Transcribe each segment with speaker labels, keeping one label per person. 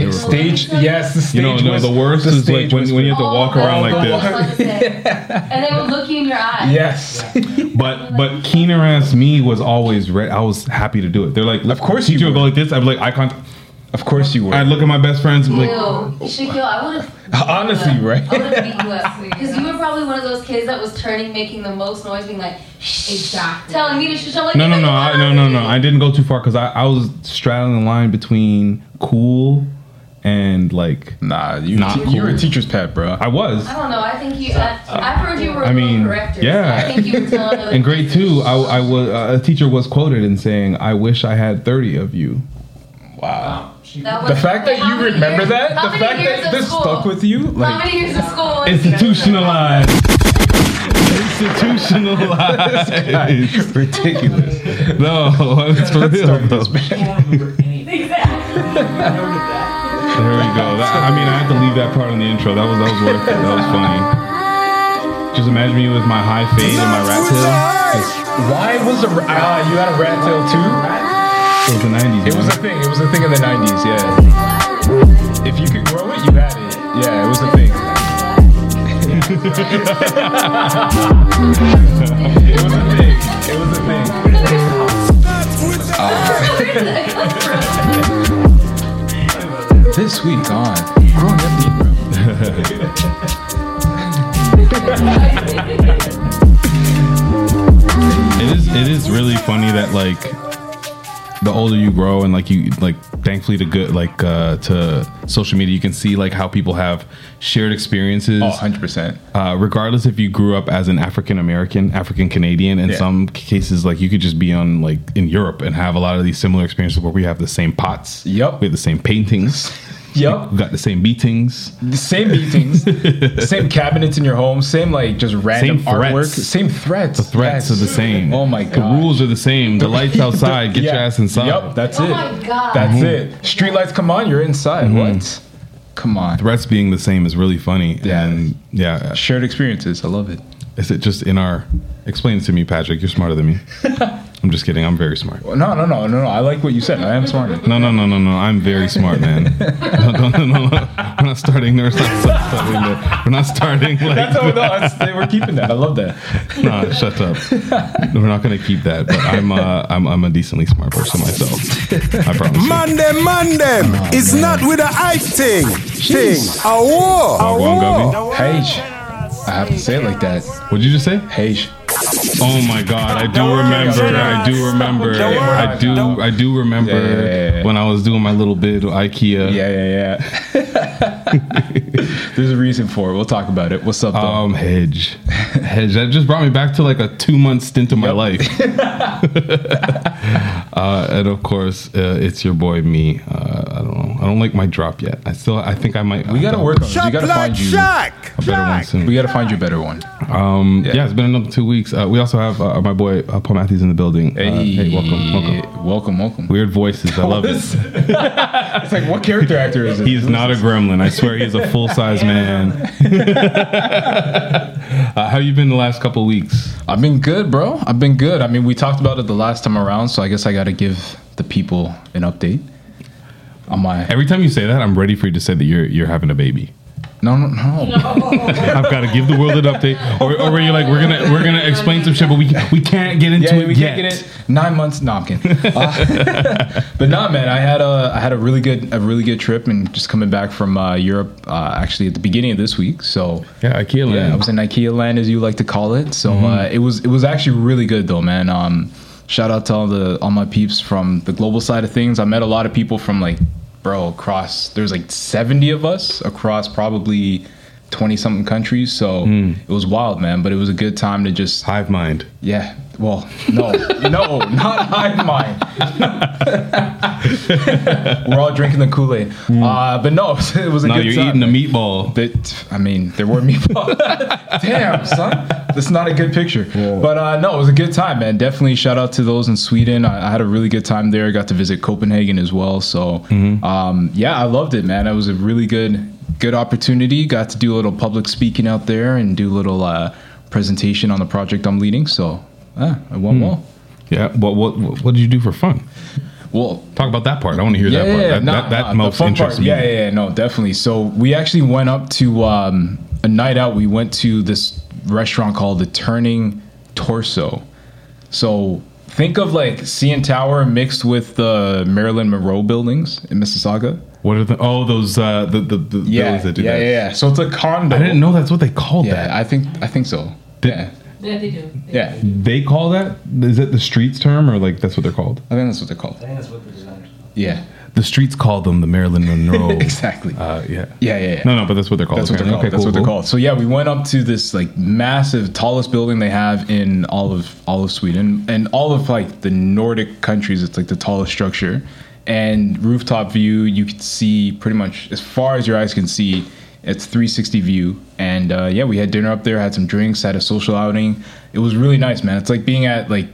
Speaker 1: They were-
Speaker 2: Stage, yes, the stage
Speaker 1: You know, no,
Speaker 2: was,
Speaker 1: the worst is like
Speaker 2: stage
Speaker 1: when,
Speaker 2: was
Speaker 1: when you
Speaker 2: great.
Speaker 1: have to walk around like
Speaker 2: the
Speaker 1: this.
Speaker 2: walk-
Speaker 3: like and they would look you in your eyes.
Speaker 2: Yes.
Speaker 1: But but keener ass me was always ready. I was happy to do it. They're like, of
Speaker 2: course you
Speaker 1: teacher would go
Speaker 2: were.
Speaker 1: like this. I'd be like eye contact.
Speaker 2: Of course you were.
Speaker 1: I'd look at my best friends and be like,
Speaker 3: Ew, Shaquille, I would have.
Speaker 2: Honestly, right?
Speaker 3: I would have beat you up because you were probably one of those kids that was turning, making the most noise, being like, "Shh,"
Speaker 4: Exactly.
Speaker 3: telling me to shh. I'm like,
Speaker 1: no no
Speaker 3: "You're
Speaker 1: no
Speaker 3: not
Speaker 1: I, no no no. I didn't go too far because I, I was straddling the line between cool and like
Speaker 2: nah, you,
Speaker 1: Not
Speaker 2: te- you were a
Speaker 1: cool.
Speaker 2: teacher's pet, bro.
Speaker 1: I was.
Speaker 3: I don't know. I think you. I, I've heard you were.
Speaker 1: I
Speaker 3: a
Speaker 1: mean,
Speaker 3: corrector, so
Speaker 1: yeah.
Speaker 3: I think you were telling other
Speaker 1: In grade
Speaker 3: teachers,
Speaker 1: two, I, I was uh, a teacher was quoted in saying, "I wish I had thirty of you."
Speaker 2: Wow.
Speaker 4: She,
Speaker 3: that
Speaker 2: The
Speaker 3: was-
Speaker 2: fact that
Speaker 3: How
Speaker 2: you
Speaker 3: many
Speaker 2: remember
Speaker 3: years-
Speaker 2: that,
Speaker 3: how
Speaker 2: the
Speaker 3: many
Speaker 2: fact
Speaker 3: years
Speaker 2: that
Speaker 3: of
Speaker 2: this
Speaker 3: school?
Speaker 2: stuck with you,
Speaker 3: How
Speaker 2: like
Speaker 3: many years of school?
Speaker 1: Institutionalized. Institutionalized.
Speaker 2: ridiculous.
Speaker 1: No, it's for real. though.
Speaker 4: she won't remember anything.
Speaker 3: Exactly.
Speaker 4: I noted that.
Speaker 1: There we go. That- I mean, I had to leave that part on the intro. That was that was worth it. That was funny. Just imagine me with my high fade and my rat tail.
Speaker 2: Why was a ra- ah? You had a rat tail too?
Speaker 1: It was the '90s.
Speaker 2: It was a
Speaker 1: man.
Speaker 2: thing. It was a thing in the '90s. Yeah. If you could grow it, you had it. Yeah, it was a thing. It was a thing. It was a thing. This week on Growing Up Deep Room.
Speaker 1: It is. It is really funny that like the older you grow and like you like thankfully to good like uh to social media you can see like how people have shared experiences
Speaker 2: Oh, 100%.
Speaker 1: uh, regardless if you grew up as an African American, African Canadian, in
Speaker 2: Yeah.
Speaker 1: some c- cases, like you could just be on like in Europe and have a lot of these similar experiences where we have the same pots.
Speaker 2: Yup.
Speaker 1: We have the same paintings.
Speaker 2: Yup.
Speaker 1: We got the same beatings.
Speaker 2: The same meetings, same cabinets in your home, same like just random
Speaker 1: Same
Speaker 2: artwork,
Speaker 1: threats.
Speaker 2: same threats.
Speaker 1: The threats
Speaker 2: Yes.
Speaker 1: are the same.
Speaker 2: Oh my
Speaker 1: The
Speaker 2: God.
Speaker 1: rules are the same. The lights outside. Get
Speaker 2: Yeah.
Speaker 1: your ass inside. Mm-hmm.
Speaker 2: Yup, that's
Speaker 3: Oh
Speaker 2: it.
Speaker 3: my God.
Speaker 2: That's it. Street lights come on, you're inside. What? Come on.
Speaker 1: Threats being the same is really funny.
Speaker 2: Yeah.
Speaker 1: And yeah,
Speaker 2: Shared experiences. I love it.
Speaker 1: is it just in our? Explain it to me, Patrick. You're smarter than me. I'm just kidding. I'm very smart.
Speaker 2: No, no, no, no, no. I like what you said. I am smarter.
Speaker 1: No, no, no, no, no. I'm very smart, man. No, no, no, no. no. We're not starting there. We're not starting there. We're not starting like.
Speaker 2: That's how no, that's, they were keeping that. I love that.
Speaker 1: Nah, shut up. We're not gonna keep that. But I'm, uh, I'm, I'm a decently smart person myself. I promise. You.
Speaker 5: Man them, man them. it's not with a hype thing. Thing. A war. A
Speaker 1: Go on, Gumby.
Speaker 5: war.
Speaker 2: Hey, sh- I have to say it like that.
Speaker 1: What'd you just say?
Speaker 2: Hey, sh-
Speaker 1: Oh my God! I do remember. I do remember. I do. I do remember
Speaker 2: Yeah, yeah, yeah, yeah.
Speaker 1: when I was doing my little bid with IKEA.
Speaker 2: yeah, yeah, yeah. There's a reason for it. We'll talk about it. What's up, though?
Speaker 1: Um, hedge, hedge. That just brought me back to like a two month stint of my
Speaker 2: Yep.
Speaker 1: life. uh, and of course, uh, it's your boy me. Uh, I don't know. I don't like my drop yet. I still. I think I might.
Speaker 2: we gotta work on it. We
Speaker 5: Shot
Speaker 2: gotta
Speaker 5: like
Speaker 2: find you.
Speaker 5: Shaq.
Speaker 1: a better one
Speaker 5: Shaq.
Speaker 1: soon.
Speaker 2: We gotta find you a better one.
Speaker 1: um, yeah.
Speaker 2: yeah.
Speaker 1: it's been another two weeks. Uh, we also have uh, my boy uh, Paul Matthews in the building. Uh, hey, welcome, welcome.
Speaker 2: welcome, welcome.
Speaker 1: Weird voices. I love it.
Speaker 2: it's like, what character actor is it?
Speaker 1: He is not a gremlin. I swear he is a full size man. uh, how you been the last couple weeks?
Speaker 2: I've been good, bro. I've been good. I mean, we talked about it the last time around, so I guess I got to give the people an update on my.
Speaker 1: Every time you say that, I'm ready for you to say that you're you're having a baby.
Speaker 2: No, no, no.
Speaker 1: I've got to give the world an update, or, or where you're like, we're gonna we're gonna explain some shit, but we we can't get into
Speaker 2: Yeah,
Speaker 1: it
Speaker 2: we
Speaker 1: yet.
Speaker 2: can't get it. Nine months. No, I'm kidding. Uh, but nah, man, I had a I had a really good a really good trip and just coming back from uh, Europe uh, actually at the beginning of this week. So
Speaker 1: Yeah, IKEA land.
Speaker 2: Yeah, I was in IKEA land, as you like to call it. So uh, it was it was actually really good though, man. Um, shout out to all the all my peeps from the global side of things. I met a lot of people from like, bro, across. There's like 70 of us across probably 20 something countries. So it was wild, man. But it was a good time to just
Speaker 1: Hive mind.
Speaker 2: yeah. Well, no, no, not hive mind. We're all drinking the Kool Aid. Uh, but no, it was
Speaker 1: Hmm.
Speaker 2: a
Speaker 1: No,
Speaker 2: good
Speaker 1: you're
Speaker 2: time.
Speaker 1: eating a meatball.
Speaker 2: But I mean, there were meatballs. Damn, son, that's not a good picture. But uh, no, it was a good time, man. Definitely shout out to those in Sweden. I, I had a really good time there. I got to visit Copenhagen as well. So um, yeah, I loved it, man. It was a really good, good opportunity. Got to do a little public speaking out there and do a little uh, presentation on the project I'm leading. So uh, it went well.
Speaker 1: Yeah. What what what did you do for fun?
Speaker 2: Well,
Speaker 1: Talk about that part. I want to hear that part. that
Speaker 2: nah,
Speaker 1: that, that
Speaker 2: nah, the
Speaker 1: most
Speaker 2: fun
Speaker 1: interests
Speaker 2: part,
Speaker 1: me.
Speaker 2: Yeah, yeah, yeah, no, definitely. So we actually went up to um, a night out. We went to this restaurant called the Turning Torso. So think of like CN Tower mixed with the Marilyn Monroe buildings in Mississauga.
Speaker 1: What are the oh those uh the the, the buildings that do
Speaker 2: yeah,
Speaker 1: that?
Speaker 2: yeah, yeah. So it's a condo.
Speaker 1: I didn't know that's what they called
Speaker 2: Yeah,
Speaker 1: that.
Speaker 2: I think I think so. Yeah,
Speaker 6: Yeah, they do.
Speaker 2: yeah.
Speaker 1: they call that is that the streets term or like that's what they're called?
Speaker 2: I think that's what they're called.
Speaker 4: I think that's what the designers.
Speaker 2: Yeah,
Speaker 1: The streets call them the Marilyn Monroe.
Speaker 2: exactly.
Speaker 1: Uh, yeah.
Speaker 2: Yeah, yeah, yeah.
Speaker 1: No, no, but that's what they're called.
Speaker 2: That's what they're called.
Speaker 1: apparently.
Speaker 2: That's what they're
Speaker 1: cool,
Speaker 2: called. So yeah, we went up to this like massive, tallest building they have in all of all of Sweden and all of like the Nordic countries. It's like the tallest structure, and rooftop view. You could see pretty much as far as your eyes can see. It's 360 view, and uh, yeah, we had dinner up there, had some drinks, had a social outing. It was really nice, man. It's like being at like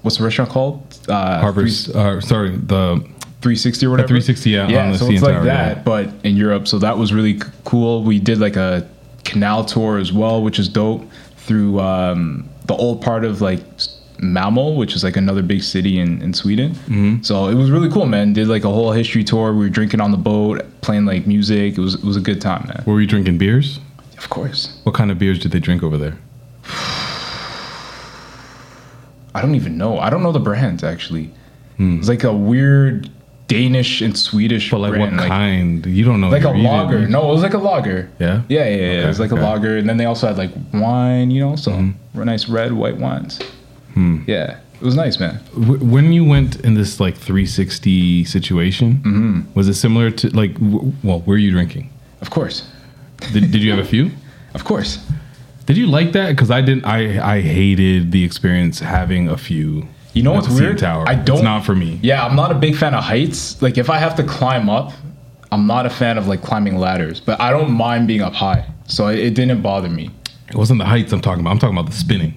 Speaker 2: what's the restaurant called? Uh,
Speaker 1: cool. Harvard's uh, sorry, the
Speaker 2: 360 or whatever.
Speaker 1: 360, yeah,
Speaker 2: yeah.
Speaker 1: on the
Speaker 2: so
Speaker 1: CN
Speaker 2: it's like
Speaker 1: Tower, yeah.
Speaker 2: that, but in Europe. So that was really c- cool. We did like a canal tour as well, which is dope through um, the old part of like S- Malmo, which is like another big city in, in Sweden.
Speaker 1: Mm-hmm.
Speaker 2: So it was really cool, man. Did like a whole history tour. We were drinking on the boat, playing like music. It was it was a good time, man.
Speaker 1: were we drinking beers?
Speaker 2: Of course.
Speaker 1: What kind of beers did they drink over there?
Speaker 2: I don't even know. I don't know the brands actually. It's like a weird Danish and Swedish.
Speaker 1: Hmm. But like
Speaker 2: brand,
Speaker 1: what kind? You don't know.
Speaker 2: like
Speaker 1: You-
Speaker 2: a
Speaker 1: you didn't-
Speaker 2: lager. No, it was like a lager.
Speaker 1: Yeah?
Speaker 2: Yeah, yeah, yeah.
Speaker 1: Okay,
Speaker 2: it was like
Speaker 1: okay.
Speaker 2: a lager, and then they also had like wine. You know, some nice red white wines.
Speaker 1: Hmm.
Speaker 2: Yeah, it was nice, man.
Speaker 1: Wh- when you went in this like 360 situation,
Speaker 2: Mm-hmm.
Speaker 1: was it similar to like w- well, were you drinking?
Speaker 2: Of course,
Speaker 1: Did, did you have a few?
Speaker 2: of course.
Speaker 1: Did you like that? Because I didn't. I I hated the experience having a few.
Speaker 2: You know
Speaker 1: at
Speaker 2: what's
Speaker 1: the CN
Speaker 2: weird?
Speaker 1: Tower.
Speaker 2: I don't.
Speaker 1: It's not for me.
Speaker 2: Yeah, I'm not a big fan of heights. Like if I have to climb up, I'm not a fan of like climbing ladders. But I don't mind being up high, so it, it didn't bother me.
Speaker 1: It wasn't the heights I'm talking about. I'm talking about the spinning.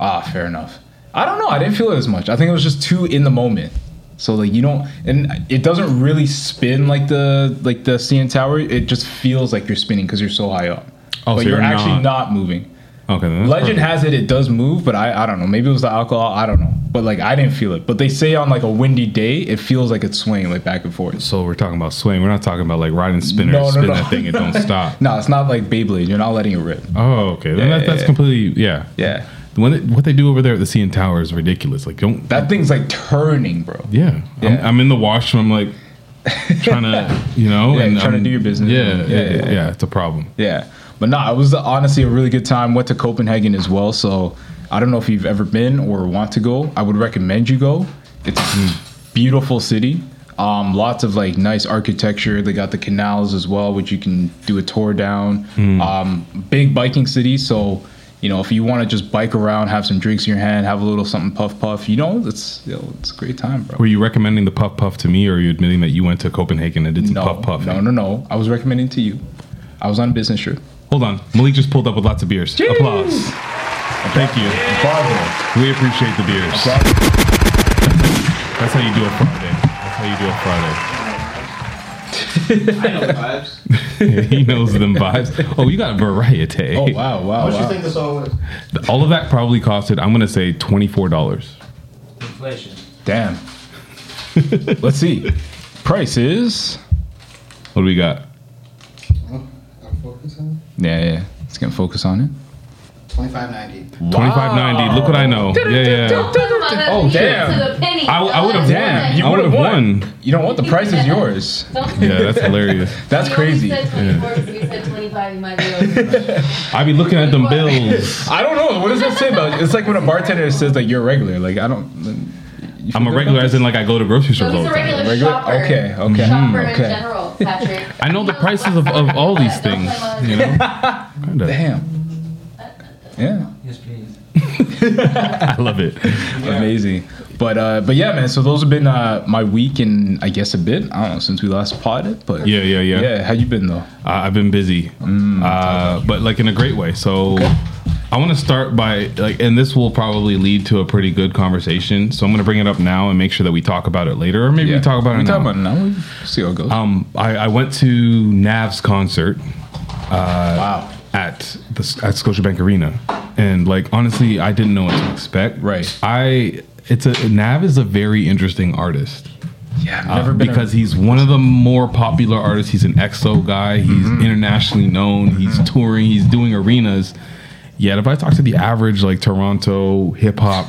Speaker 2: Ah, fair enough. I don't know. I didn't feel it as much. I think it was just too in the moment. So like you don't, and it doesn't really spin like the like the CN Tower. It just feels like you're spinning because you're so high up.
Speaker 1: Oh, so
Speaker 2: but you're,
Speaker 1: you're
Speaker 2: actually
Speaker 1: not-
Speaker 2: not moving.
Speaker 1: Okay. then that's
Speaker 2: Legend
Speaker 1: perfect.
Speaker 2: has it it does move, but I I don't know. Maybe it was the alcohol. I don't know. But like I didn't feel it. But they say on like a windy day, it feels like it's swaying like back and forth.
Speaker 1: So we're talking about swing. We're not talking about like riding spinner.
Speaker 2: No, no,
Speaker 1: spin
Speaker 2: no.
Speaker 1: that thing and don't stop.
Speaker 2: No, it's not like Beyblade. You're not letting it rip.
Speaker 1: Oh, okay. Then
Speaker 2: Yeah,
Speaker 1: that,
Speaker 2: yeah,
Speaker 1: that's
Speaker 2: yeah.
Speaker 1: completely yeah.
Speaker 2: Yeah,
Speaker 1: When they- what they do over there at the CN Tower is ridiculous. Like don't.
Speaker 2: that thing's like turning, bro.
Speaker 1: yeah. I'm,
Speaker 2: Yeah.
Speaker 1: I'm in the washroom. I'm like trying to you know
Speaker 2: Yeah, trying to
Speaker 1: I'm-
Speaker 2: do your business.
Speaker 1: Yeah. Yeah.
Speaker 2: Yeah,
Speaker 1: Yeah.
Speaker 2: yeah,
Speaker 1: yeah, It's a problem.
Speaker 2: Yeah, but no, it was honestly a really good time. Went to Copenhagen as well, so I don't know if you've ever been or want to go. I would recommend you go. It's a beautiful city. Um, lots of like nice architecture. They got the canals as well, which you can do a tour down.
Speaker 1: Hmm.
Speaker 2: Um, big biking city, so you know if you want to just bike around, have some drinks in your hand, have a little something puff puff. You know, it's you know, it's a great time, bro.
Speaker 1: Were you recommending the puff puff to me, or are you admitting that you went to Copenhagen and did some
Speaker 2: No,
Speaker 1: puff puff?
Speaker 2: no, no, no. I was recommending to you. I was on a business trip.
Speaker 1: Hold on. Malik just pulled up with lots of beers. Applause. Thank you.
Speaker 2: Bravo.
Speaker 1: We appreciate the beers. That's how you do a Friday. That's how you do
Speaker 4: I
Speaker 1: a
Speaker 4: know the vibes.
Speaker 1: Friday. he knows them vibes. Oh, you got a variety.
Speaker 2: Oh wow, wow,
Speaker 7: What do you
Speaker 2: wow.
Speaker 7: think this all is?
Speaker 1: All of that probably costed, I'm going to say $24.
Speaker 4: Inflation.
Speaker 2: Damn. Let's see. Price is.
Speaker 1: What do we got?
Speaker 7: I'm focusing.
Speaker 2: Yeah, yeah. It's gonna focus on it.
Speaker 7: Twenty-five ninety.
Speaker 1: $25.90. Look what I know. Yeah, yeah.
Speaker 3: Oh,
Speaker 2: damn.
Speaker 3: To the penny.
Speaker 1: I, I would have won.
Speaker 2: Damn, you
Speaker 1: I would have
Speaker 2: would've won.
Speaker 1: won.
Speaker 2: You know what? The price is yours.
Speaker 1: Yeah, that's hilarious.
Speaker 2: That's crazy.
Speaker 3: You said 24 because we said 25. You might be over.
Speaker 1: I be looking at them bills.
Speaker 2: I don't know. What does that say about? It's like when a bartender says like you're a regular. Like I don't. you
Speaker 1: I'm a
Speaker 2: forget
Speaker 1: regular,
Speaker 2: about
Speaker 1: as in like
Speaker 2: this?
Speaker 1: I go to grocery stores
Speaker 3: No,
Speaker 1: all
Speaker 3: he's
Speaker 1: the
Speaker 3: a
Speaker 1: time.
Speaker 3: regular,
Speaker 2: Regular-
Speaker 3: shopper.
Speaker 2: okay, okay. hmm,
Speaker 3: Shopper in
Speaker 2: Okay.
Speaker 3: general, Patrick.
Speaker 1: I know
Speaker 3: He
Speaker 1: the
Speaker 3: knows
Speaker 1: prices
Speaker 3: what
Speaker 1: of, of all these
Speaker 3: Don't
Speaker 1: things.
Speaker 3: play
Speaker 1: You know, Kinda.
Speaker 2: Damn. Yeah.
Speaker 4: Yes, please.
Speaker 1: I love it.
Speaker 2: Amazing. But uh, but yeah, man. So those have been uh, my week and I guess a bit. I don't know since we last potted, but
Speaker 1: Yeah, yeah, yeah.
Speaker 2: yeah. Mm. How you been though?
Speaker 1: Uh, I've been busy, uh, but like in a great way. So I want to start by like, and this will probably lead to a pretty good conversation. So I'm going to bring it up now and make sure that we talk about it later, or maybe
Speaker 2: Yeah.
Speaker 1: we talk about it.
Speaker 2: We
Speaker 1: now.
Speaker 2: talk about it now. We see how it goes.
Speaker 1: Um, I, I went to Nav's concert uh,
Speaker 2: wow.
Speaker 1: at the at Scotiabank Arena, and like honestly, I didn't know what to expect.
Speaker 2: Right.
Speaker 1: I it's a Nav is a very interesting artist.
Speaker 2: Yeah, I've
Speaker 1: Uh,
Speaker 2: never been a-
Speaker 1: because he's one of the more popular artists. He's an EXO guy. He's
Speaker 2: Mm-hmm.
Speaker 1: internationally known. He's touring. He's doing arenas. Yet, if I talk to the average like Toronto hip hop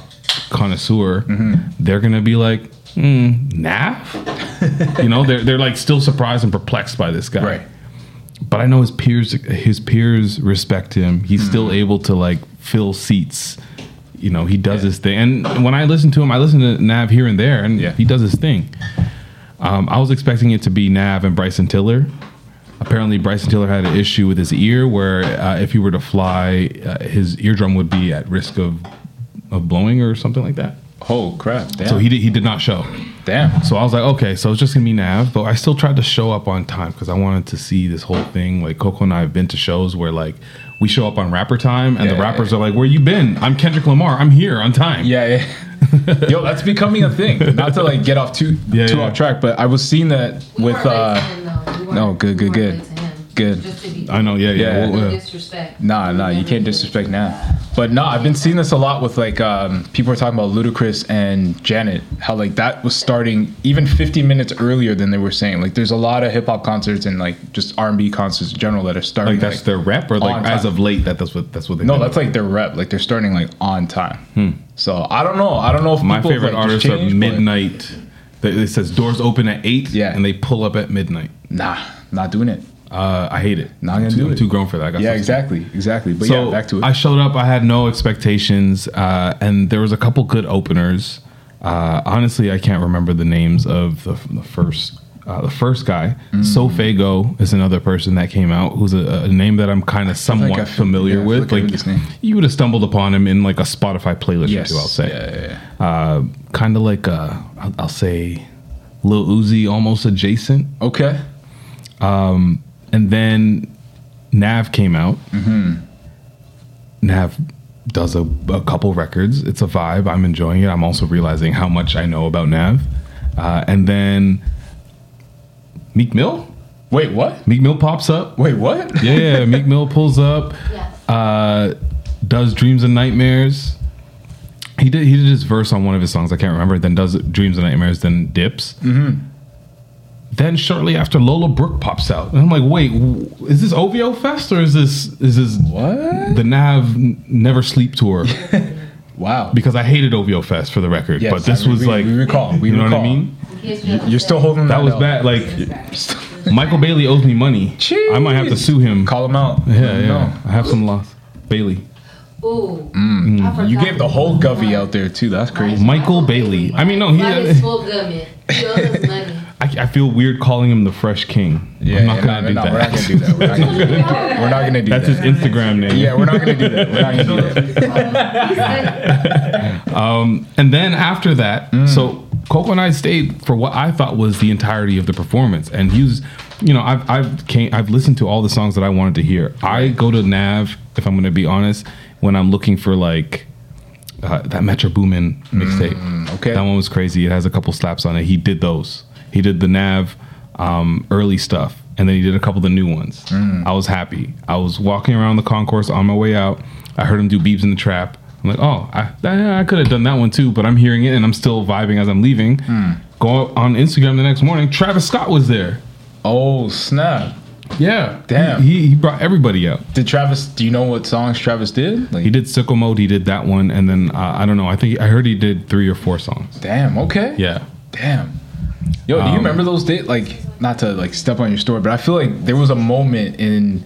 Speaker 1: connoisseur,
Speaker 2: Mm-hmm.
Speaker 1: they're gonna be like, mm, "Nah," you know. They're they're like still surprised and perplexed by this guy.
Speaker 2: Right.
Speaker 1: But I know his peers his peers respect him. He's still able to like fill seats. You know, he does his thing. And when I listen to him, I listen to Nav here and there, and
Speaker 2: Yeah.
Speaker 1: he does his thing. Um, I was expecting it to be Nav and Bryson Tiller. Apparently, Bryson Tiller had an issue with his ear, where uh, if you were to fly, uh, his eardrum would be at risk of of blowing or something like that.
Speaker 2: Oh crap! Damn.
Speaker 1: So he did, he did not show.
Speaker 2: damn.
Speaker 1: So I was like, okay, so it's just gonna be Nav, but I still tried to show up on time because I wanted to see this whole thing. Like Coco and I have been to shows where like we show up on rapper time, and
Speaker 2: Yeah,
Speaker 1: the
Speaker 2: yeah,
Speaker 1: rappers are like, "Where you been? I'm Kendrick Lamar. I'm here on time."
Speaker 2: Yeah, yeah. Yo, that's becoming a thing. Not to like get off too
Speaker 1: Yeah,
Speaker 2: too
Speaker 1: yeah.
Speaker 2: off track, but I was seeing that
Speaker 3: We
Speaker 2: with
Speaker 3: weren't late to
Speaker 2: uh
Speaker 3: him, though. We weren't-
Speaker 2: no, good,
Speaker 3: we weren't
Speaker 2: good, good.
Speaker 3: late to him.
Speaker 2: Good.
Speaker 3: Just to be-
Speaker 1: I know. Yeah, yeah.
Speaker 2: Yeah.
Speaker 1: Well,
Speaker 3: no
Speaker 1: uh,
Speaker 3: disrespect.
Speaker 2: Nah, nah, you can't disrespect now. But nah, I've been seeing this a lot with like um, people are talking about Ludacris and Janet, how like that was starting even 50 minutes earlier than they were saying. Like, there's a lot of hip hop concerts and like just R&B concerts in general that are starting.
Speaker 1: like that's their rep, or
Speaker 2: on
Speaker 1: like
Speaker 2: time.
Speaker 1: as of late that that's what that's what they.
Speaker 2: no, that's like their rep. Like they're starting like on time. So I don't know. I don't know if
Speaker 1: Hmm. my
Speaker 2: people,
Speaker 1: favorite
Speaker 2: like, just
Speaker 1: artists are
Speaker 2: change, but-
Speaker 1: midnight. They- It says doors open at eight,
Speaker 2: Yeah.
Speaker 1: and they pull up at midnight.
Speaker 2: Nah, not doing it.
Speaker 1: Uh, I hate it.
Speaker 2: Not gonna
Speaker 1: I'm too,
Speaker 2: do
Speaker 1: I'm
Speaker 2: it.
Speaker 1: too grown for that. I got
Speaker 2: Yeah,
Speaker 1: stuff to do.
Speaker 2: exactly, exactly. But
Speaker 1: so
Speaker 2: yeah, back to it.
Speaker 1: I showed up. I had no expectations, uh, and there was a couple good openers. Uh, honestly, I can't remember the names of the, the first. Uh, the first guy,
Speaker 2: Mm.
Speaker 1: So Fago, is another person that came out who's a, a name that I'm kind of
Speaker 2: like
Speaker 1: somewhat
Speaker 2: I feel-
Speaker 1: familiar
Speaker 2: yeah, I feel
Speaker 1: with.
Speaker 2: like I know this name.
Speaker 1: Like you would have stumbled upon him in like a Spotify playlist or two. I'll say,
Speaker 2: Yeah, yeah, yeah.
Speaker 1: uh, kind of like uh, I'll, I'll say Lil Uzi, almost adjacent.
Speaker 2: Okay.
Speaker 1: And then Nav came out. Nav does a, a couple records. It's a vibe. I'm enjoying it. I'm also realizing how much I know about Nav. Uh, and then Meek Mill.
Speaker 2: Wait, what?
Speaker 1: Meek Mill pops up.
Speaker 2: Wait, what?
Speaker 1: Yeah, yeah. Meek Mill pulls up.
Speaker 3: Yes.
Speaker 1: Uh, does Dreams and Nightmares. He did. He did his verse on one of his songs. I can't remember. Then does Dreams and Nightmares. Then dips. Mm-hmm. Then shortly after, Lola Brooke pops out, and I'm like, wait, w- is this OVO Fest or is this is this
Speaker 2: What?
Speaker 1: the Nav n- Never Sleep tour?
Speaker 2: Wow.
Speaker 1: because I hated OVO Fest for the record,
Speaker 2: Yes,
Speaker 1: but this
Speaker 2: I-
Speaker 1: was
Speaker 2: we-
Speaker 1: like,
Speaker 2: we recall. We
Speaker 1: you know
Speaker 2: recall.
Speaker 1: what I mean?
Speaker 3: In case we have
Speaker 2: You're
Speaker 3: to
Speaker 2: still
Speaker 3: say-
Speaker 2: holding
Speaker 1: That was
Speaker 2: up.
Speaker 1: bad. Like Michael Bailey owes me money. I might have to
Speaker 2: Jeez.
Speaker 1: sue him.
Speaker 2: Call him out.
Speaker 1: Yeah, yeah. I have some loss. Bailey.
Speaker 3: Ooh. I
Speaker 2: No.
Speaker 3: forgot.
Speaker 2: Mm. You gave the whole Govey out there too. That's crazy.
Speaker 1: Michael Bailey. I mean, no, he.
Speaker 3: That is
Speaker 1: I,
Speaker 3: full government. He owes us money.
Speaker 1: I feel weird calling him the Fresh King. I'm not gonna
Speaker 2: no,
Speaker 1: do
Speaker 2: no,
Speaker 1: that.
Speaker 2: We're not gonna do that. We're not gonna do that. We're not gonna do
Speaker 1: That's his
Speaker 2: that.
Speaker 1: Instagram name.
Speaker 2: Yeah, we're not gonna do that. We're not gonna do that.
Speaker 1: And then after that,
Speaker 2: Mm.
Speaker 1: so Coco and I stayed for what I thought was the entirety of the performance, and he was, you know, I've I've came, I've listened to all the songs that I wanted to hear. I go to Nav if I'm going to be honest when I'm looking for like. Uh, that Metro Boomin mixtape.
Speaker 2: Mm, okay.
Speaker 1: That one was crazy. It has a couple slaps on it. He did those. He did the Nav um, early stuff, and then he did a couple of the new ones.
Speaker 2: Mm.
Speaker 1: I was happy. I was walking around the concourse on my way out. I heard him do Beebs in the Trap. I'm like, oh, I, I- I could have done that one too, but I'm hearing it and I'm still vibing as I'm leaving.
Speaker 2: Hmm.
Speaker 1: Go on Instagram the next morning. Travis Scott was there.
Speaker 2: Oh snap!
Speaker 1: Yeah,
Speaker 2: Damn.
Speaker 1: He, he brought everybody out.
Speaker 2: Did Travis? Do you know what songs Travis did? Like,
Speaker 1: He did Sickle Mode. He did that one, and then uh, I don't know. I think I heard he did three or four songs.
Speaker 2: Damn. Okay.
Speaker 1: Yeah.
Speaker 2: Damn. Yo, do you
Speaker 1: Um,
Speaker 2: remember those days? Like, not to like step on your story, but I feel like there was a moment in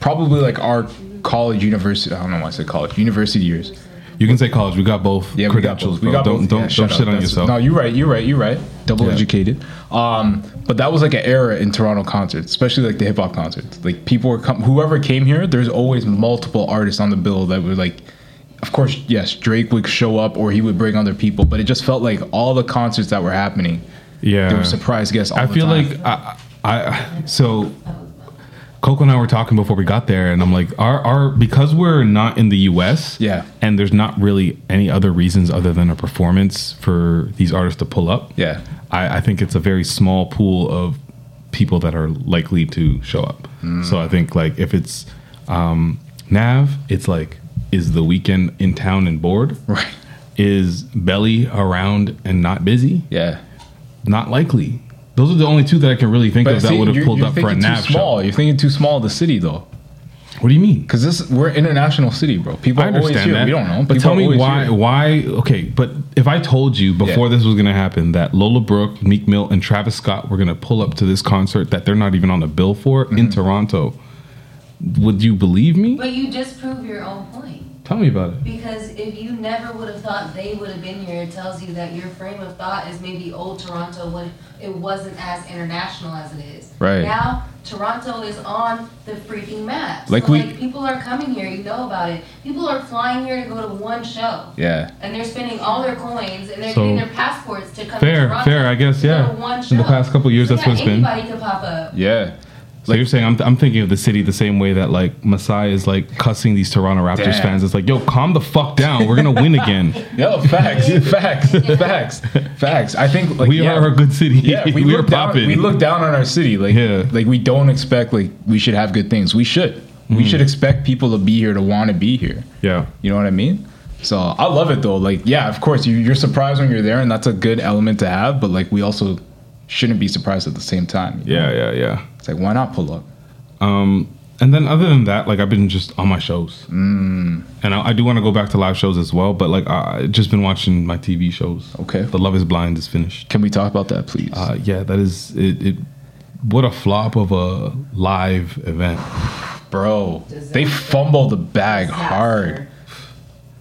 Speaker 2: probably like our college university. I don't know why I said college university years.
Speaker 1: You can say college. We got both
Speaker 2: Yeah, we got
Speaker 1: credentials,
Speaker 2: both. We got
Speaker 1: bro.
Speaker 2: both.
Speaker 1: don't don't,
Speaker 2: Yeah,
Speaker 1: don't
Speaker 2: shut up.
Speaker 1: shit on
Speaker 2: That's-
Speaker 1: yourself.
Speaker 2: No, you're right. You're right. You're right. Double
Speaker 1: Yeah.
Speaker 2: educated. Um, but that was like an era in Toronto concerts, especially like the hip hop concerts. Like people were come, whoever came here. There's always multiple artists on the bill that were like, of course, yes, Drake would show up or he would bring other people, but it just felt like all the concerts that were happening. There
Speaker 1: yeah.
Speaker 2: were surprise guests. All
Speaker 1: I
Speaker 2: the
Speaker 1: feel
Speaker 2: time.
Speaker 1: like I, I so Coco and I were talking before we got there, and I'm like, our our because we're not in the U.S.
Speaker 2: Yeah.
Speaker 1: and there's not really any other reasons other than a performance for these artists to pull up.
Speaker 2: Yeah.
Speaker 1: I, I think it's a very small pool of people that are likely to show up.
Speaker 2: Mm.
Speaker 1: So I think like if it's um, Nav, it's like is the weekend in town and bored.
Speaker 2: Right.
Speaker 1: Is Belly around and not busy?
Speaker 2: Yeah.
Speaker 1: not likely. Those are the only two that I can really think of that
Speaker 2: see,
Speaker 1: would have
Speaker 2: you're-
Speaker 1: pulled
Speaker 2: you're
Speaker 1: up for a
Speaker 2: thinking too
Speaker 1: nav
Speaker 2: small.
Speaker 1: shot.
Speaker 2: You're thinking too small of the city though,
Speaker 1: What do you mean?
Speaker 2: because this we're an international city, bro. People
Speaker 1: I
Speaker 2: are always
Speaker 1: understand
Speaker 2: here.
Speaker 1: that.
Speaker 2: We don't know,
Speaker 1: But
Speaker 2: People
Speaker 1: tell
Speaker 2: are
Speaker 1: me
Speaker 2: always
Speaker 1: why?
Speaker 2: here.
Speaker 1: Why? Okay, but if I told you before
Speaker 2: Yeah.
Speaker 1: this was going to happen that Lola Brooke, Meek Mill, and Travis Scott were going to pull up to this concert that they're not even on the bill for
Speaker 2: Mm-hmm.
Speaker 1: in Toronto, would you believe me?
Speaker 6: But you just prove your own point.
Speaker 1: Tell me about it.
Speaker 6: Because if you never would have thought they would have been here, it tells you that your frame of thought is maybe old Toronto when it wasn't as international as it is.
Speaker 2: Right.
Speaker 6: Now Toronto is on the freaking map.
Speaker 2: Like
Speaker 6: so
Speaker 2: we-
Speaker 6: like people are coming here, you know about it. People are flying here to go to one show.
Speaker 2: Yeah,
Speaker 6: And they're spending all their coins and they're
Speaker 1: So-
Speaker 6: getting their passports to come to
Speaker 1: Fair,
Speaker 6: Toronto.
Speaker 1: fair, I guess,
Speaker 6: to go
Speaker 1: yeah.
Speaker 6: to one
Speaker 1: In the
Speaker 6: show.
Speaker 1: past couple years,
Speaker 6: So
Speaker 1: that's
Speaker 6: yeah,
Speaker 1: what it's been.
Speaker 6: Anybody could pop up.
Speaker 2: yeah.
Speaker 1: So you're saying I'm, I'm thinking of the city the same way that like Masai is like cussing these Toronto Raptors
Speaker 2: Damn.
Speaker 1: fans. It's like, yo, calm the fuck down. We're gonna win again.
Speaker 2: No, facts, facts, facts, facts. I think like
Speaker 1: we
Speaker 2: yeah,
Speaker 1: are a good city.
Speaker 2: Yeah, we,
Speaker 1: are
Speaker 2: look down,
Speaker 1: popping.
Speaker 2: we look down on our city. Like,
Speaker 1: Yeah.
Speaker 2: like we don't expect like we should have good things. We should.
Speaker 1: Mm.
Speaker 2: We should expect people to be here to want to be here.
Speaker 1: yeah.
Speaker 2: You know what I mean? So I love it though. Like, yeah, of course you, you're surprised when you're there, and that's a good element to have. But like, we also shouldn't be surprised at the same time.
Speaker 1: Yeah, yeah, yeah.
Speaker 2: It's like, why not pull up?
Speaker 1: And then other than that, like I've been just on my shows, mm. and I, I do want to go back to live shows as well. But like I I've just been watching my TV shows.
Speaker 2: Okay.
Speaker 1: The Love Is Blind is finished.
Speaker 2: Can we talk about that, please?
Speaker 1: Uh, yeah, that is it, it. What a flop of a live event.
Speaker 2: Bro, they fumbled the bag hard,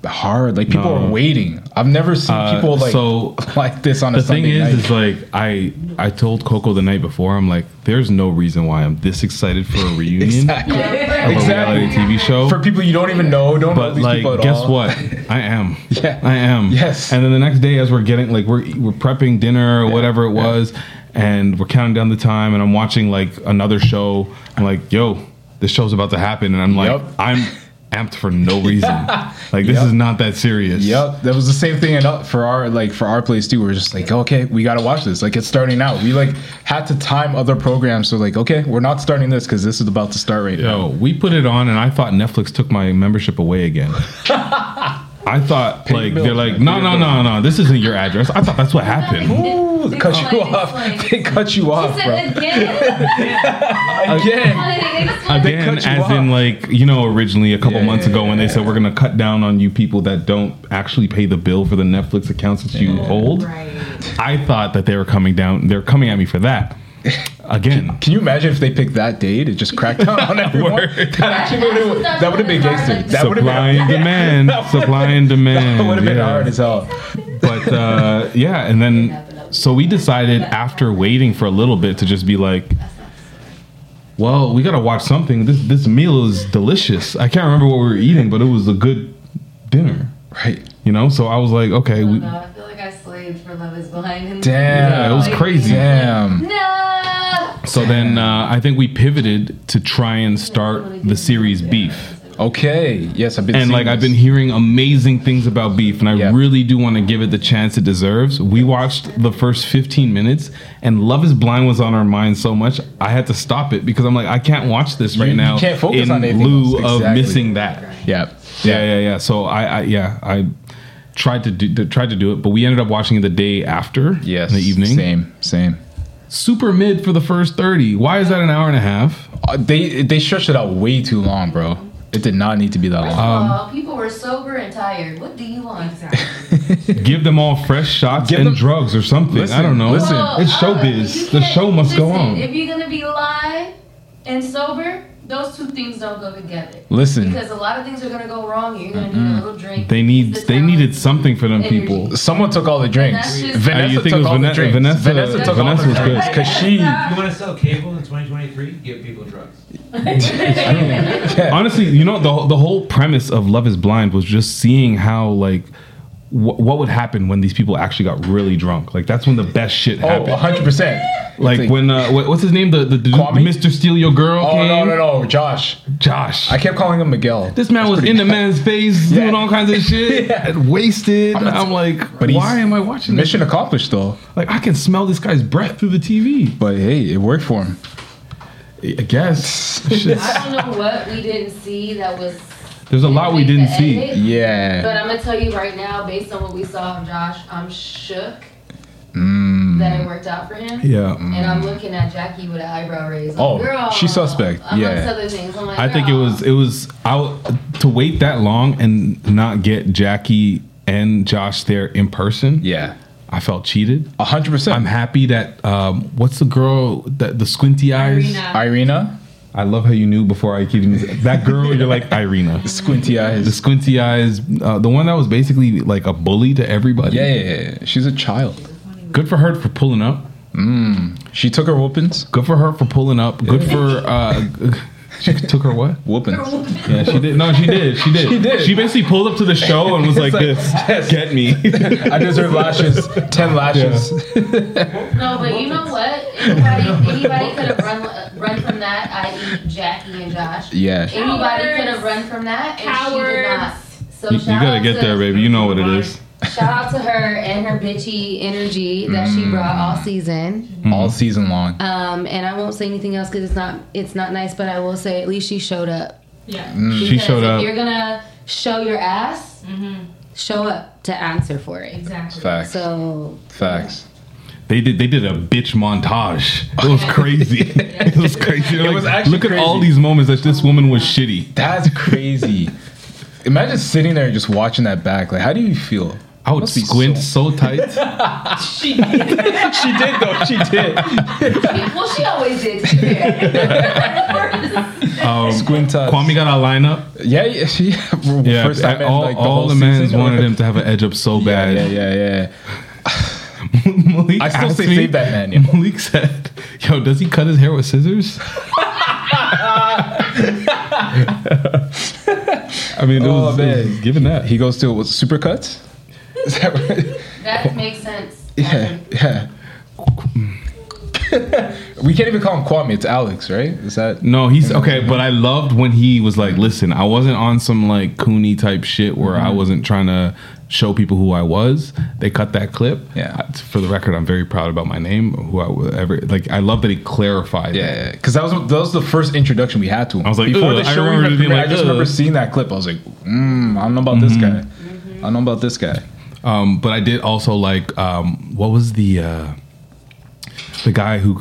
Speaker 2: hard. Like people
Speaker 1: No.
Speaker 2: are waiting. I've never seen
Speaker 1: Uh,
Speaker 2: people like
Speaker 1: so-
Speaker 2: like this on a
Speaker 1: the
Speaker 2: Sunday
Speaker 1: thing is,
Speaker 2: night.
Speaker 1: is like I I told Coco the night before. I'm like, there's no reason why I'm this excited for a reunion
Speaker 2: exactly.
Speaker 1: of
Speaker 2: Exactly.
Speaker 1: a reality TV show.
Speaker 2: For people you don't even know, don't know
Speaker 1: but
Speaker 2: these
Speaker 1: like,
Speaker 2: people at
Speaker 1: guess
Speaker 2: all.
Speaker 1: what? I am.
Speaker 2: Yeah.
Speaker 1: I am.
Speaker 2: Yes.
Speaker 1: And then the next day, as we're getting like we're we're prepping dinner or whatever it was, and we're counting down the time, and I'm watching like another show. I'm like, yo, this show's about to happen, and I'm like,
Speaker 2: Yup.
Speaker 1: I'm amped for no reason. Like this
Speaker 2: Yup.
Speaker 1: is not that serious.
Speaker 2: Yep, that was the same thing in uh, for our like for our place too. We are just like, okay, we gotta watch this. Like it's starting out. We like had to time other programs. So like, okay, we're not starting this because this is about to start right
Speaker 1: Yo,
Speaker 2: now.
Speaker 1: we put it on, and I thought Netflix took my membership away again. I thought
Speaker 2: your
Speaker 1: like
Speaker 2: bills,
Speaker 1: they're like,
Speaker 2: man. Pay
Speaker 1: no,
Speaker 2: your
Speaker 1: no, no, no, this isn't your address. I thought that's what happened.
Speaker 2: Ooh, they cut you
Speaker 6: Explain,
Speaker 2: off.
Speaker 6: explain.
Speaker 2: They cut you off,
Speaker 6: He
Speaker 2: bro.
Speaker 6: said again.
Speaker 2: Again.
Speaker 6: They just wanted to
Speaker 1: Again,
Speaker 2: cut
Speaker 1: as
Speaker 2: you
Speaker 1: in
Speaker 2: off.
Speaker 1: like you know, originally a couple
Speaker 2: Yeah,
Speaker 1: months
Speaker 2: yeah,
Speaker 1: ago when they
Speaker 2: yeah.
Speaker 1: said we're gonna cut down on you people that don't actually pay the bill for the Netflix accounts that you hold. I thought that they were coming down. They're coming at me for that. Again,
Speaker 2: Can you imagine if they picked that date? It just cracked down on everyone. that actually would have that would have been gangster. That would have
Speaker 1: supply
Speaker 2: been
Speaker 1: and demand. Supply and demand.
Speaker 2: that would have been
Speaker 1: yeah.
Speaker 2: hard as hell.
Speaker 1: but uh, yeah, and then so we decided after waiting for a little bit to just be like, well, we gotta watch something. This this meal is delicious. I can't remember what we were eating, but it was a good dinner,
Speaker 2: Right.
Speaker 1: you know. So I was like, okay, we,
Speaker 6: No, Oh I feel like I slaved for Love Is Blind. And
Speaker 2: Damn.
Speaker 1: yeah, it was crazy.
Speaker 2: Damn.
Speaker 6: No.
Speaker 1: So then uh, I think we pivoted to try and start the series Beef.
Speaker 2: Okay. Yes, I've been
Speaker 1: and
Speaker 2: seeing
Speaker 1: like I've
Speaker 2: this.
Speaker 1: been hearing amazing things about beef, and I
Speaker 2: Yeah.
Speaker 1: really do want to give it the chance it deserves. We watched the first 15 minutes, and Love Is Blind was on our mind so much I had to stop it because I'm like I can't watch this right
Speaker 2: you
Speaker 1: now
Speaker 2: can't focus
Speaker 1: in
Speaker 2: on anything
Speaker 1: lieu
Speaker 2: else.
Speaker 1: of
Speaker 2: Exactly.
Speaker 1: missing that.
Speaker 2: Yeah.
Speaker 1: Yeah, yeah, yeah. So I, I yeah I tried to do tried to do it, but we ended up watching it the day after.
Speaker 2: Yes.
Speaker 1: in the evening.
Speaker 2: Same. Same.
Speaker 1: Super mid for the first 30. Why is that an hour and a half?
Speaker 2: Uh, they they stretched it out way too long, bro. It did not need to be that long.
Speaker 1: Um,
Speaker 6: oh, people were sober and tired. What do you want?
Speaker 1: Give them all fresh shots
Speaker 2: Give
Speaker 1: and
Speaker 2: them-
Speaker 1: drugs or something. I
Speaker 2: Listen,
Speaker 1: don't know.
Speaker 2: listen.
Speaker 6: Well,
Speaker 1: it's
Speaker 6: uh, you
Speaker 1: showbiz. The
Speaker 6: can't-
Speaker 1: show must go
Speaker 6: listen,
Speaker 1: on.
Speaker 6: If you're gonna be live and sober, those two things don't go together.
Speaker 2: Listen,
Speaker 6: Because a lot of things are gonna go wrong. You're gonna need a little drink.
Speaker 1: They need
Speaker 6: It's the
Speaker 1: they
Speaker 6: time.
Speaker 1: needed something for them
Speaker 6: Energy.
Speaker 1: people.
Speaker 2: someone took all the drinks.
Speaker 6: Vanessa
Speaker 1: Uh,
Speaker 6: just-
Speaker 1: you
Speaker 2: Vanessa
Speaker 1: think it
Speaker 2: took
Speaker 1: was
Speaker 2: all the
Speaker 1: Vanessa-
Speaker 2: drinks.
Speaker 1: Vanessa-
Speaker 2: Vanessa took all
Speaker 1: Vanessa
Speaker 2: the
Speaker 1: was good.
Speaker 2: drinks because she.
Speaker 4: You want to sell cable in 2023? Give people drugs.
Speaker 1: Honestly, you know the the whole premise of Love Is Blind was just seeing how like wh- what would happen when these people actually got really drunk. Like that's when the best shit
Speaker 2: Oh,
Speaker 1: happened.
Speaker 2: 100 percent.
Speaker 1: like when uh, wh- what's his name the the, the
Speaker 2: Kwame?
Speaker 1: Mr. Steal Your Girl
Speaker 2: Oh
Speaker 1: came.
Speaker 2: no no no, Josh.
Speaker 1: Josh.
Speaker 2: I kept calling him Miguel.
Speaker 1: this man was in the man's face doing all kinds of shit, and wasted. I'm, like,
Speaker 2: But he's-
Speaker 1: why am I watching this?
Speaker 2: Mission accomplished though.
Speaker 1: Like, I can smell this guy's breath through the TV.
Speaker 2: But hey, it worked for him.
Speaker 1: I guess
Speaker 6: I don't know what we didn't see that was.
Speaker 1: there's a lot we didn't see.
Speaker 6: But
Speaker 2: Yeah.
Speaker 6: I'm gonna tell you right now, based on what we saw of Josh, I'm shook.
Speaker 3: that it worked out for him.
Speaker 1: Mm. Yeah.
Speaker 3: And I'm looking at Jackie with an eyebrow raise. Like,
Speaker 2: Oh,
Speaker 3: girl,
Speaker 2: she's suspect.
Speaker 3: Amongst
Speaker 2: Yeah.
Speaker 3: other things. I'm like,
Speaker 1: I think it
Speaker 3: girl.
Speaker 1: was it was out to wait that long and not get Jackie and Josh there in person.
Speaker 2: Yeah.
Speaker 1: I felt cheated.
Speaker 2: A hundred percent.
Speaker 1: I'm happy that um, what's the girl that the squinty eyes?
Speaker 3: Irina.
Speaker 2: Irina,
Speaker 1: I love how you knew before I could even that girl. You're like Irina,
Speaker 2: squinty
Speaker 1: the
Speaker 2: eyes.
Speaker 1: squinty eyes, uh, the one that was basically like a bully to everybody.
Speaker 2: Yeah, yeah, yeah, yeah. She's a child.
Speaker 1: Good for her for pulling up.
Speaker 2: She took her whoopings.
Speaker 1: Good for her for pulling up. Good for uh, she took her what?
Speaker 2: Whoopings.
Speaker 1: Yeah, she did. No, she did. She did. She
Speaker 2: did.
Speaker 1: basically pulled up to the show and was like,
Speaker 2: like,
Speaker 1: "This, get me."
Speaker 2: I deserve lashes. Ten lashes.
Speaker 3: No, but you know what? Anybody, anybody could have run, run from that, i.e., Jackie and Josh.
Speaker 2: Yeah.
Speaker 1: Mm-hmm.
Speaker 3: Anybody
Speaker 6: Cowards.
Speaker 3: could have run from that, and she did not. So
Speaker 1: you, you
Speaker 3: shout
Speaker 1: gotta
Speaker 3: out
Speaker 1: get
Speaker 3: to,
Speaker 1: there, baby. You know what it is.
Speaker 3: Shout out to her and her bitchy energy that
Speaker 1: Mm.
Speaker 3: she brought all season.
Speaker 2: All season long.
Speaker 3: Um, and I won't say anything else because it's not it's not nice. But I will say at least she showed up.
Speaker 2: mm.
Speaker 6: Yeah.
Speaker 1: She
Speaker 3: Because
Speaker 1: showed
Speaker 3: if
Speaker 1: up.
Speaker 3: You're gonna show your ass. Show up to answer for it.
Speaker 6: Exactly.
Speaker 2: Facts.
Speaker 3: So
Speaker 2: Facts.
Speaker 1: They did. They did a bitch montage. It was crazy. it was crazy. Like,
Speaker 2: was actually
Speaker 1: look at all
Speaker 2: crazy.
Speaker 1: these moments that this woman was shitty.
Speaker 2: That's crazy. Imagine sitting there and just watching that back. Like, how do you feel?
Speaker 1: I would
Speaker 2: Must be
Speaker 1: squint so, tight.
Speaker 2: She did though. She did.
Speaker 3: well, she always did. To be fair.
Speaker 2: Squint us.
Speaker 1: Um, Kwame got our lineup.
Speaker 2: Yeah, yeah. She,
Speaker 1: Yeah,
Speaker 2: first time in,
Speaker 1: all,
Speaker 2: like, the
Speaker 1: all
Speaker 2: whole
Speaker 1: the mans
Speaker 2: season.
Speaker 1: wanted him to have an edge up so
Speaker 2: Yeah,
Speaker 1: bad.
Speaker 2: yeah, yeah, yeah.
Speaker 1: Malik
Speaker 2: I still
Speaker 1: asked
Speaker 2: say
Speaker 1: me-
Speaker 2: save that man. yo.
Speaker 1: Malik said, "Yo, does he cut his hair with scissors?" I mean, it
Speaker 2: Oh,
Speaker 1: was, it was
Speaker 2: man.
Speaker 1: given that.
Speaker 2: He goes to what, supercuts. Is that what-
Speaker 3: that makes sense.
Speaker 2: yeah, yeah. we can't even call him Kwame. It's Alex, right? Is that
Speaker 1: No, he's okay, but I loved when he was like, "Listen, I wasn't on some like Cooney type shit where
Speaker 2: Mm-hmm.
Speaker 1: I wasn't trying to show people who I was." They cut that clip.
Speaker 2: Yeah.
Speaker 1: I- for the record, I'm very proud about my name. Who I would ever like, I love that he clarified. it.
Speaker 2: Yeah, because that was that was the first introduction we had to him.
Speaker 1: I was like,
Speaker 2: before
Speaker 1: "Ugh,"
Speaker 2: the
Speaker 1: I
Speaker 2: show, I,
Speaker 1: remember
Speaker 2: even
Speaker 1: being
Speaker 2: premiered, I
Speaker 1: like, "Ugh."
Speaker 2: just
Speaker 1: Mm-hmm.
Speaker 2: remember seeing that clip. I was like, mm, I don't know about this guy. I don't know about this guy.
Speaker 1: Um, but I did also like um, what was the uh, the guy who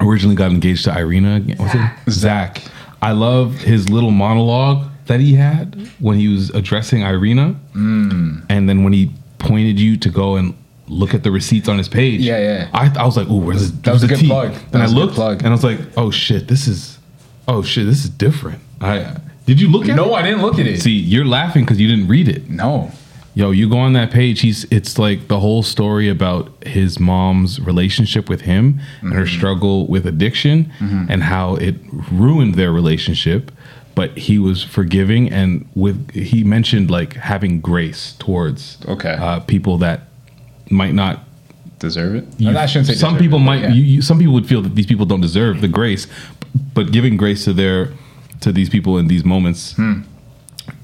Speaker 1: originally got engaged to Irina? Was
Speaker 3: Zach.
Speaker 1: it Zach? I love his little monologue that he had when he was addressing Irina,
Speaker 2: Hmm.
Speaker 1: and then when he pointed you to go and look at the receipts on his page.
Speaker 2: Yeah, yeah.
Speaker 1: I, I was like, "Ooh, where's
Speaker 2: That was a good plug. That
Speaker 1: and I
Speaker 2: was a good
Speaker 1: looked,
Speaker 2: plug.
Speaker 1: and I was like, "Oh shit, this is, oh shit, this is different." I did you look at it?
Speaker 2: No, I didn't look at it.
Speaker 1: See, you're laughing because you didn't read it.
Speaker 2: No,
Speaker 1: Yo, you go on that page. He's it's like the whole story about his mom's relationship with him and her struggle with addiction and how it ruined their relationship. But he was forgiving and with he mentioned like having grace towards
Speaker 2: Okay.
Speaker 1: uh, people that might not.
Speaker 2: deserve it.
Speaker 1: you-
Speaker 2: I shouldn't say
Speaker 1: some
Speaker 2: deserve
Speaker 1: people
Speaker 2: it, but
Speaker 1: might.
Speaker 2: yeah.
Speaker 1: You, you, some people would feel that these people don't deserve the grace, but giving grace to their to these people in these moments
Speaker 2: Hmm.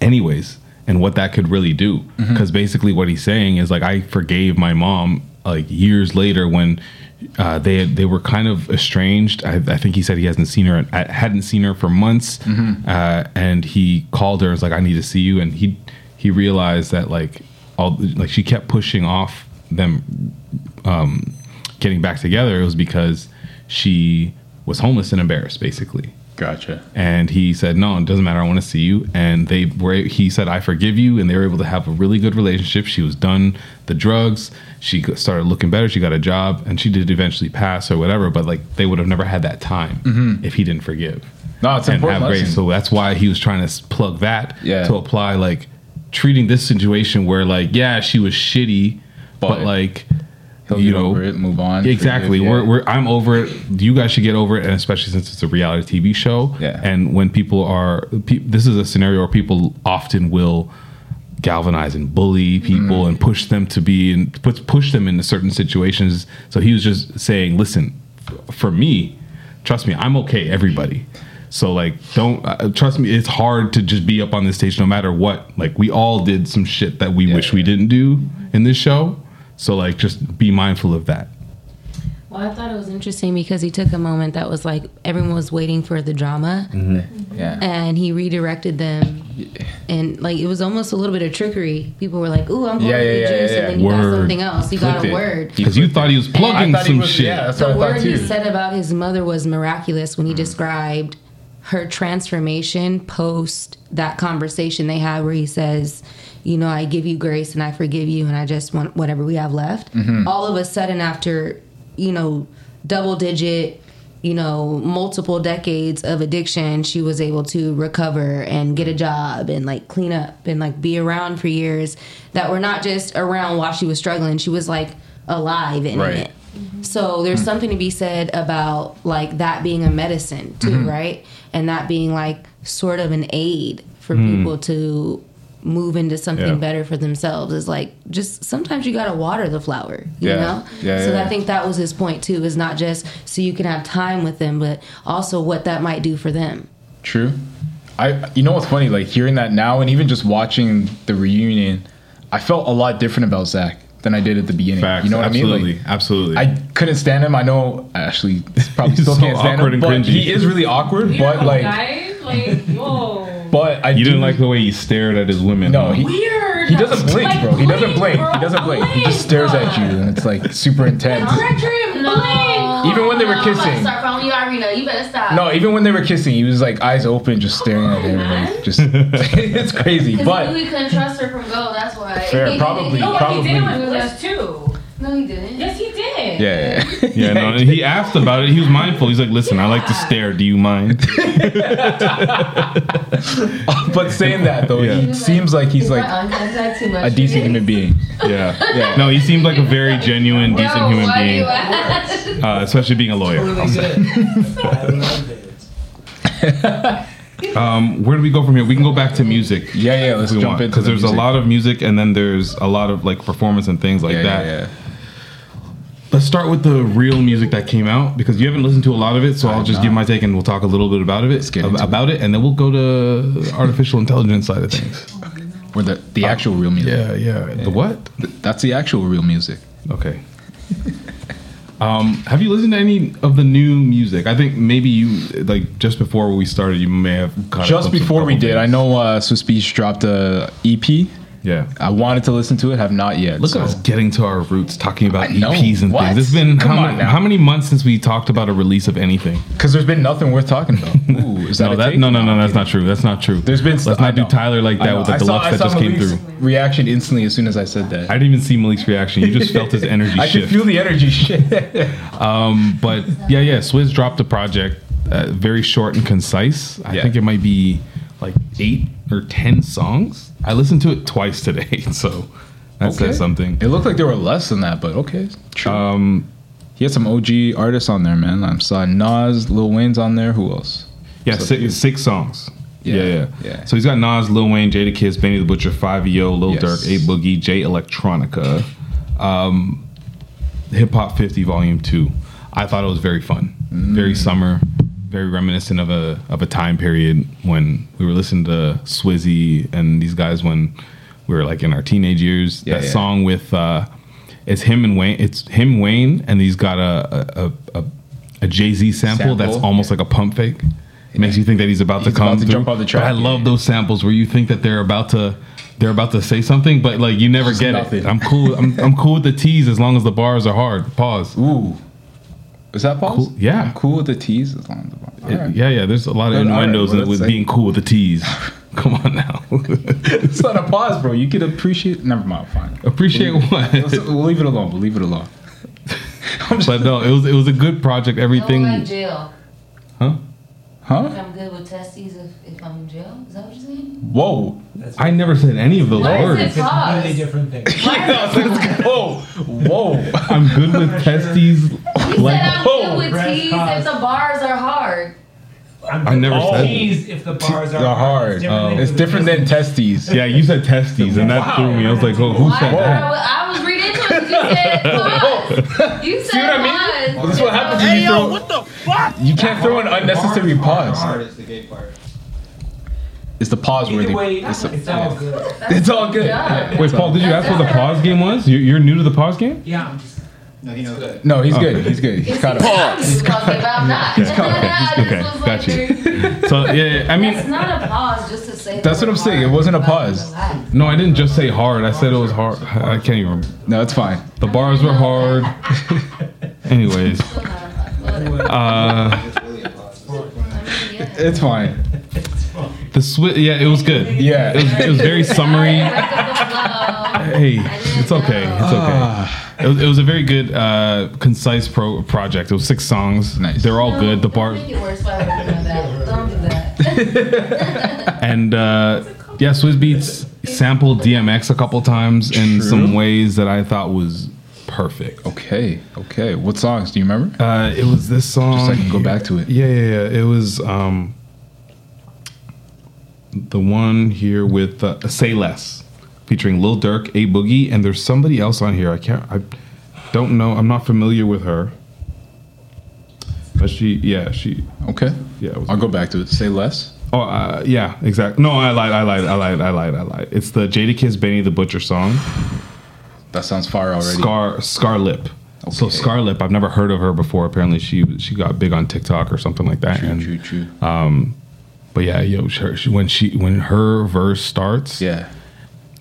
Speaker 1: anyways and what that could really do
Speaker 2: Mm-hmm.
Speaker 1: because basically what he's saying is like i forgave my mom like years later when uh, they had, they were kind of estranged I, I think he said he hasn't seen her I hadn't seen her for months
Speaker 2: Mm-hmm.
Speaker 1: uh, and he called her and was like i need to see you and he he realized that like all like she kept pushing off them um, getting back together it was because she was homeless and embarrassed basically
Speaker 2: gotcha.
Speaker 1: and he said no it doesn't matter i want to see you and they were he said i forgive you and they were able to have a really good relationship she was done the drugs she g- started looking better she got a job and she did eventually pass or whatever but like they would have never had that time if he didn't forgive
Speaker 2: Mm-hmm. No, it's an
Speaker 1: and have
Speaker 2: important. lesson.
Speaker 1: grace so that's why he was trying to s- plug that
Speaker 2: Yeah.
Speaker 1: to apply like treating this situation where like yeah she was shitty but,
Speaker 2: But
Speaker 1: like
Speaker 2: He'll
Speaker 1: you
Speaker 2: get
Speaker 1: know
Speaker 2: over it, move on.
Speaker 1: Exactly.
Speaker 2: forgive, yeah.
Speaker 1: We're, we're I'm over it. You guys should get over it, and especially since it's a reality TV show.
Speaker 2: Yeah.
Speaker 1: And when people are, pe- this is a scenario where people often will galvanize and bully people
Speaker 2: Mm.
Speaker 1: and push them to be and put, push them into certain situations. So he was just saying, listen, f- for me, trust me, I'm okay. Everybody. So like, don't uh, trust me. It's hard to just be up on this stage no matter what. Like we all did some shit that we wish we didn't do in this show. So like, just be mindful of that.
Speaker 3: Well, I thought it was interesting because he took a moment that was like everyone was waiting for the drama,
Speaker 2: Mm-hmm. yeah.
Speaker 3: and he redirected them
Speaker 6: and like it was almost a little bit of trickery. People were like, "Ooh, I'm going
Speaker 2: Yeah,
Speaker 6: to
Speaker 2: yeah,
Speaker 6: the
Speaker 2: yeah,
Speaker 6: juice,"
Speaker 2: yeah, yeah.
Speaker 6: and then you got
Speaker 1: Word.
Speaker 6: something else. You got
Speaker 2: Clicked
Speaker 6: a
Speaker 2: it.
Speaker 6: word.
Speaker 1: Because you thought he was
Speaker 2: I
Speaker 1: plugging
Speaker 2: thought he
Speaker 1: some
Speaker 2: was-
Speaker 1: shit.
Speaker 2: Yeah, that's
Speaker 6: The
Speaker 2: what I
Speaker 6: word
Speaker 2: thought
Speaker 6: he
Speaker 2: too. Mm.
Speaker 6: said about his mother was miraculous when he described her transformation post that conversation they had where he says, You know, I give you grace and I forgive you and I just want whatever we have left.
Speaker 2: Mm-hmm.
Speaker 6: All of a sudden, after, you know, double digit, you know, multiple decades of addiction, she was able to recover and get a job and like clean up and like be around for years that were not just around while she was struggling. She was like alive and
Speaker 2: Right.
Speaker 6: in it. So there's
Speaker 2: Hmm.
Speaker 6: something to be said about like that being a medicine too,
Speaker 2: Mm-hmm.
Speaker 6: right? And that being like sort of an aid for
Speaker 2: Hmm.
Speaker 6: people to move into something
Speaker 1: Yeah.
Speaker 6: better for themselves is like just sometimes you gotta water the flower, you
Speaker 2: Yeah.
Speaker 6: know?
Speaker 2: Yeah,
Speaker 6: so
Speaker 2: yeah,
Speaker 6: I
Speaker 2: yeah.
Speaker 6: think that was his point too, is not just so you can have time with them, but also what that might do for them.
Speaker 2: True. I you know what's funny, like hearing that now and even just watching the reunion, I felt a lot different about Zach than I did at the beginning.
Speaker 1: Facts.
Speaker 2: You know what
Speaker 1: absolutely,
Speaker 2: I mean? Like,
Speaker 1: absolutely.
Speaker 2: I couldn't stand him. I know I actually probably
Speaker 1: He's
Speaker 2: still
Speaker 1: so
Speaker 2: can't stand
Speaker 1: awkward
Speaker 2: him,
Speaker 1: and
Speaker 2: but
Speaker 1: cringy.
Speaker 2: he is really awkward.
Speaker 8: You
Speaker 2: but
Speaker 8: know,
Speaker 2: like,
Speaker 8: guys, like, whoa.
Speaker 2: but I
Speaker 1: you
Speaker 2: do-
Speaker 1: didn't like the way he stared at his women.
Speaker 2: No,
Speaker 1: huh?
Speaker 2: he
Speaker 8: Weird.
Speaker 2: he doesn't blink,
Speaker 8: Like,
Speaker 2: bro. He doesn't
Speaker 8: blink,
Speaker 2: blink.
Speaker 8: bro.
Speaker 2: He doesn't blink. He just
Speaker 8: Blink,
Speaker 2: stares at you,
Speaker 8: bro.
Speaker 2: and it's like super intense.
Speaker 8: Frederick, blink. Oh,
Speaker 2: Even when they were
Speaker 6: No, I'm about to
Speaker 2: kissing.
Speaker 6: Start calling you Irina. You better stop.
Speaker 2: No, even when they were kissing, he was like eyes open, just staring at her. Like, just it's crazy.
Speaker 6: Because he knew
Speaker 2: But
Speaker 6: he couldn't trust her from go. That's why.
Speaker 2: Fair, probably,
Speaker 8: No,
Speaker 2: probably.
Speaker 8: what he did with Bliss too.
Speaker 6: No, he didn't.
Speaker 8: Yes, he did.
Speaker 2: yeah, yeah.
Speaker 1: Yeah, no, and he asked about it. He was mindful. He's like, "Listen, I like to stare. Do you mind?"
Speaker 2: but saying that though,
Speaker 1: Yeah.
Speaker 2: he seems like he's like
Speaker 6: too much.
Speaker 2: a decent human being.
Speaker 1: Yeah,
Speaker 2: Yeah.
Speaker 1: No, he seemed like a very genuine, decent human
Speaker 6: why
Speaker 1: being,
Speaker 6: you ask?
Speaker 1: uh, especially being a lawyer.
Speaker 4: Really good. I love it.
Speaker 1: Um, where do we go from here? We can go back to music.
Speaker 2: Yeah, yeah. Let's
Speaker 1: We
Speaker 2: jump
Speaker 1: want
Speaker 2: into
Speaker 1: because
Speaker 2: the
Speaker 1: there's
Speaker 2: music.
Speaker 1: a lot of music, and then there's a lot of like performance and things like
Speaker 2: Yeah,
Speaker 1: that.
Speaker 2: yeah,
Speaker 1: Let's start with the real music that came out because you haven't listened to a lot of it. So I'll just give my take, and we'll talk a little bit about it.
Speaker 2: get
Speaker 1: ab-
Speaker 2: into it.
Speaker 1: about it, and then we'll go to artificial intelligence side of things.
Speaker 2: yeah. Where the the actual real music.
Speaker 1: Yeah, yeah. The what?
Speaker 2: Th- That's the actual real music.
Speaker 1: Okay. um, have you listened to any of the new music? I think maybe you like just before we started, you may have caught
Speaker 2: Just
Speaker 1: up with a
Speaker 2: before we
Speaker 1: couple
Speaker 2: did, I
Speaker 1: things.
Speaker 2: know uh, Swiss Beach dropped a EP.
Speaker 1: Yeah.
Speaker 2: I Uh, wanted to listen to it, have not yet.
Speaker 1: Look
Speaker 2: so-
Speaker 1: at us getting to our roots, talking about
Speaker 2: I know.
Speaker 1: EPs and
Speaker 2: What?
Speaker 1: things. It's been
Speaker 2: Come
Speaker 1: how,
Speaker 2: on
Speaker 1: many,
Speaker 2: now.
Speaker 1: how many months since we talked about a release of anything?
Speaker 2: Because there's been nothing worth talking about. Ooh, is that
Speaker 1: No,
Speaker 2: a
Speaker 1: that,
Speaker 2: take?
Speaker 1: no, no, no, that's not true. That's not true.
Speaker 2: There's been.
Speaker 1: Let's
Speaker 2: I
Speaker 1: not do
Speaker 2: know.
Speaker 1: Tyler like
Speaker 2: I
Speaker 1: that
Speaker 2: know.
Speaker 1: with the
Speaker 2: I saw-
Speaker 1: deluxe
Speaker 2: I
Speaker 1: that
Speaker 2: saw
Speaker 1: just came
Speaker 2: Malik's
Speaker 1: through.
Speaker 2: Reaction instantly as soon as I said that.
Speaker 1: I didn't even see Malik's reaction. You just felt his energy
Speaker 2: I could
Speaker 1: shift.
Speaker 2: feel the energy shift.
Speaker 1: But yeah, yeah, Swizz dropped a project, uh, very short and concise. I
Speaker 2: Yeah.
Speaker 1: think it might be like eight or ten songs. I listened to it twice today, so that says something.
Speaker 2: It looked like there were less than that, but okay. True. Um, he had some OG artists on there, man. I saw Nas, Lil Wayne's on there. Who else?
Speaker 1: Yeah,
Speaker 2: So few.
Speaker 1: six, six songs. Yeah
Speaker 2: Yeah,
Speaker 1: yeah,
Speaker 2: yeah.
Speaker 1: So he's got Nas, Lil Wayne, Jada Kiss, Benny the Butcher, Five Yo, Lil
Speaker 2: Yes.
Speaker 1: Durk, A Boogie, J Electronica, um, Hip Hop 50 Volume Two. I thought it was very fun,
Speaker 2: Mm.
Speaker 1: very summer, very reminiscent of a of a time period when we were listening to Swizzy and these guys when we were like in our teenage years.
Speaker 2: Yeah,
Speaker 1: that
Speaker 2: yeah.
Speaker 1: song with uh, it's him and Wayne. It's him Wayne, and he's got a a, a, a, a Jay Z sample, that's
Speaker 2: Sample,
Speaker 1: almost like a pump fake. It makes you think that he's about to
Speaker 2: He's
Speaker 1: come
Speaker 2: about to
Speaker 1: through.
Speaker 2: jump off the track,
Speaker 1: But I
Speaker 2: yeah.
Speaker 1: love those samples where you think that they're about to they're about to say something, but like you never
Speaker 2: Just
Speaker 1: get it.
Speaker 2: nothing.
Speaker 1: I'm cool. I'm, I'm cool with the T's as long as the bars are hard. Pause.
Speaker 2: Ooh. Is that pause?
Speaker 1: Cool- yeah.
Speaker 2: I'm cool with the T's as long as the bars. All right.
Speaker 1: Yeah, yeah. There's a lot of
Speaker 2: Good, all right,
Speaker 1: innuendos
Speaker 2: well,
Speaker 1: with
Speaker 2: that's-
Speaker 1: being cool with the T's. Come on now.
Speaker 2: It's not a pause, bro. You could appreciate. Never mind. Fine.
Speaker 1: Appreciate
Speaker 2: Let's-
Speaker 1: what.
Speaker 2: we'll leave it alone. We'll leave it alone. I'm just,
Speaker 1: But no, it was it was a good project.
Speaker 6: I don't
Speaker 1: Everything.
Speaker 6: like jail.
Speaker 2: huh?
Speaker 6: I'm good with testes if, if I'm in jail. Is that what you're saying?
Speaker 2: Whoa.
Speaker 4: That's
Speaker 1: I never said any of those
Speaker 6: Why is
Speaker 1: words.
Speaker 6: it pause?
Speaker 4: completely different thing.
Speaker 2: Whoa. Whoa.
Speaker 1: I'm good with testes.
Speaker 6: You
Speaker 1: Like,
Speaker 6: said I'm
Speaker 2: oh,
Speaker 6: good with
Speaker 4: breast
Speaker 6: teas if
Speaker 4: pause.
Speaker 6: the bars are hard.
Speaker 4: I'm
Speaker 1: I never said that.
Speaker 4: Teased if the bars are
Speaker 2: They're hard. Oh.
Speaker 4: than
Speaker 2: It's
Speaker 4: the-
Speaker 2: different than testes.
Speaker 1: yeah, you said testes, and that threw me. I was like, oh, who
Speaker 6: Why?
Speaker 1: said that?
Speaker 6: I, was- I was reading into it. You said pause. You said
Speaker 2: what I
Speaker 6: pause.
Speaker 2: That's what happens when you throw.
Speaker 9: the fuck?
Speaker 2: You can't throw an unnecessary
Speaker 10: It's
Speaker 2: pause.
Speaker 10: hard, it's the gay part.
Speaker 2: It's the pause where
Speaker 4: Either
Speaker 2: they.
Speaker 4: way,
Speaker 2: it's,
Speaker 4: it's,
Speaker 2: the-
Speaker 4: all good.
Speaker 2: it's all good.
Speaker 6: dumb.
Speaker 2: Yeah.
Speaker 1: Wait, Paul, did you ask what the pause game was? You- You're new to the pause game?
Speaker 4: Yeah, I'm just.
Speaker 7: No, he knows that.
Speaker 2: No, he's good. He's good. He's caught up.
Speaker 6: He's talking about that.
Speaker 1: He's caught up. He's- okay, got you. So yeah, yeah, I
Speaker 6: It's
Speaker 1: mean,
Speaker 6: not a pause just to say.
Speaker 2: That's
Speaker 6: the
Speaker 2: what I'm
Speaker 6: word
Speaker 2: saying. It
Speaker 6: pause.
Speaker 2: wasn't a
Speaker 6: It's about
Speaker 2: pause.
Speaker 6: relax.
Speaker 1: no, I didn't just say hard. I said it was hard. I can't even.
Speaker 2: No, it's fine.
Speaker 1: The bars were hard. Anyways,
Speaker 6: Still not a pause. Whatever.
Speaker 7: It's really a pause. It's-
Speaker 6: Yeah.
Speaker 2: It's fine.
Speaker 1: the swi yeah, it was good.
Speaker 2: Yeah.
Speaker 1: It was, it was very summary.
Speaker 6: I
Speaker 1: Hey, it's okay. It's okay. It was, it was a very good, uh, concise pro- project. It was six songs.
Speaker 2: Nice.
Speaker 1: They're all good. The
Speaker 6: bar.
Speaker 1: bar
Speaker 6: Don't make it worse by working on that. Don't do that.
Speaker 1: and uh, yeah, Swizz Beats sampled DMX a couple times in
Speaker 2: True.
Speaker 1: some ways that I thought was perfect.
Speaker 2: Okay. Okay. What songs do you remember?
Speaker 1: Uh, it was this song.
Speaker 2: Just so I can go back to it.
Speaker 1: Yeah, yeah, yeah. It was um, the one here with uh, "Say Less," featuring Lil Durk, A Boogie, and there's somebody else on here. I can't. I don't know. I'm not familiar with her. But she, yeah, she,
Speaker 2: Okay.
Speaker 1: yeah. It was,
Speaker 2: I'll go back to it. Say less.
Speaker 1: oh, uh, yeah, exactly. No, I lied, I lied, I lied, I lied, I lied. It's the Jada Kiss Benny the Butcher song.
Speaker 2: That sounds fire already.
Speaker 1: Scar Scarlip. So
Speaker 2: Okay.
Speaker 1: Scarlip, I've never heard of her before. Apparently, she she got big on TikTok or something like that.
Speaker 2: True,
Speaker 1: and-
Speaker 2: true, true.
Speaker 1: But yeah, yo, she, she, when she when her verse starts,
Speaker 2: yeah.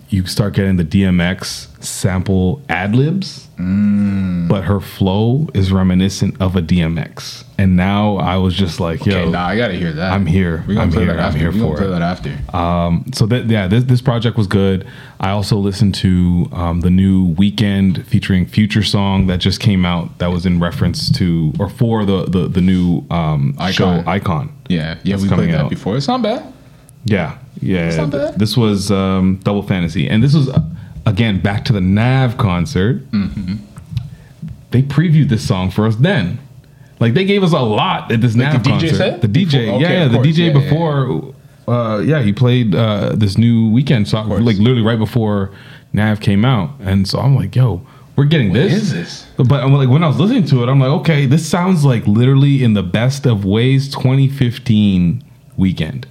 Speaker 1: you start getting the DMX sample ad libs,
Speaker 2: Mm.
Speaker 1: but her flow is reminiscent of a DMX. And now I was just like,
Speaker 2: Okay,
Speaker 1: yo,
Speaker 2: nah, I gotta hear that.
Speaker 1: I'm here.
Speaker 2: We're gonna
Speaker 1: I'm
Speaker 2: play
Speaker 1: here.
Speaker 2: that
Speaker 1: I'm
Speaker 2: after.
Speaker 1: here
Speaker 2: We're
Speaker 1: for
Speaker 2: gonna play
Speaker 1: it. Uh,
Speaker 2: that after.
Speaker 1: so that yeah, this this project was good. I also listened to um, the new Weekend featuring Future song that just came out. That was in reference to or for the the, the new um,
Speaker 2: Icon.
Speaker 1: show Icon.
Speaker 2: yeah, yeah,
Speaker 1: That's
Speaker 2: we
Speaker 1: coming
Speaker 2: played that
Speaker 1: out.
Speaker 2: before. It's not bad.
Speaker 1: Yeah, yeah. th-
Speaker 2: not bad.
Speaker 1: This was um, Double Fantasy, and this was uh, again back to the Nav concert.
Speaker 2: Mm-hmm.
Speaker 1: They previewed this song for us then. Like they gave us a lot at this Nav
Speaker 2: the DJ
Speaker 1: concert.
Speaker 2: said?
Speaker 1: The DJ,
Speaker 2: Before- okay,
Speaker 1: yeah,
Speaker 2: of
Speaker 1: the
Speaker 2: course,
Speaker 1: DJ
Speaker 2: yeah, yeah, yeah.
Speaker 1: before. Uh, yeah, he played uh, this new weekend song,
Speaker 2: course.
Speaker 1: like literally right before Nav came out, and so I'm like, yo. We're getting this.
Speaker 2: is this?
Speaker 1: But I'm like, when I was listening to it, I'm like, okay, this sounds like literally in the best of ways 2015 weekend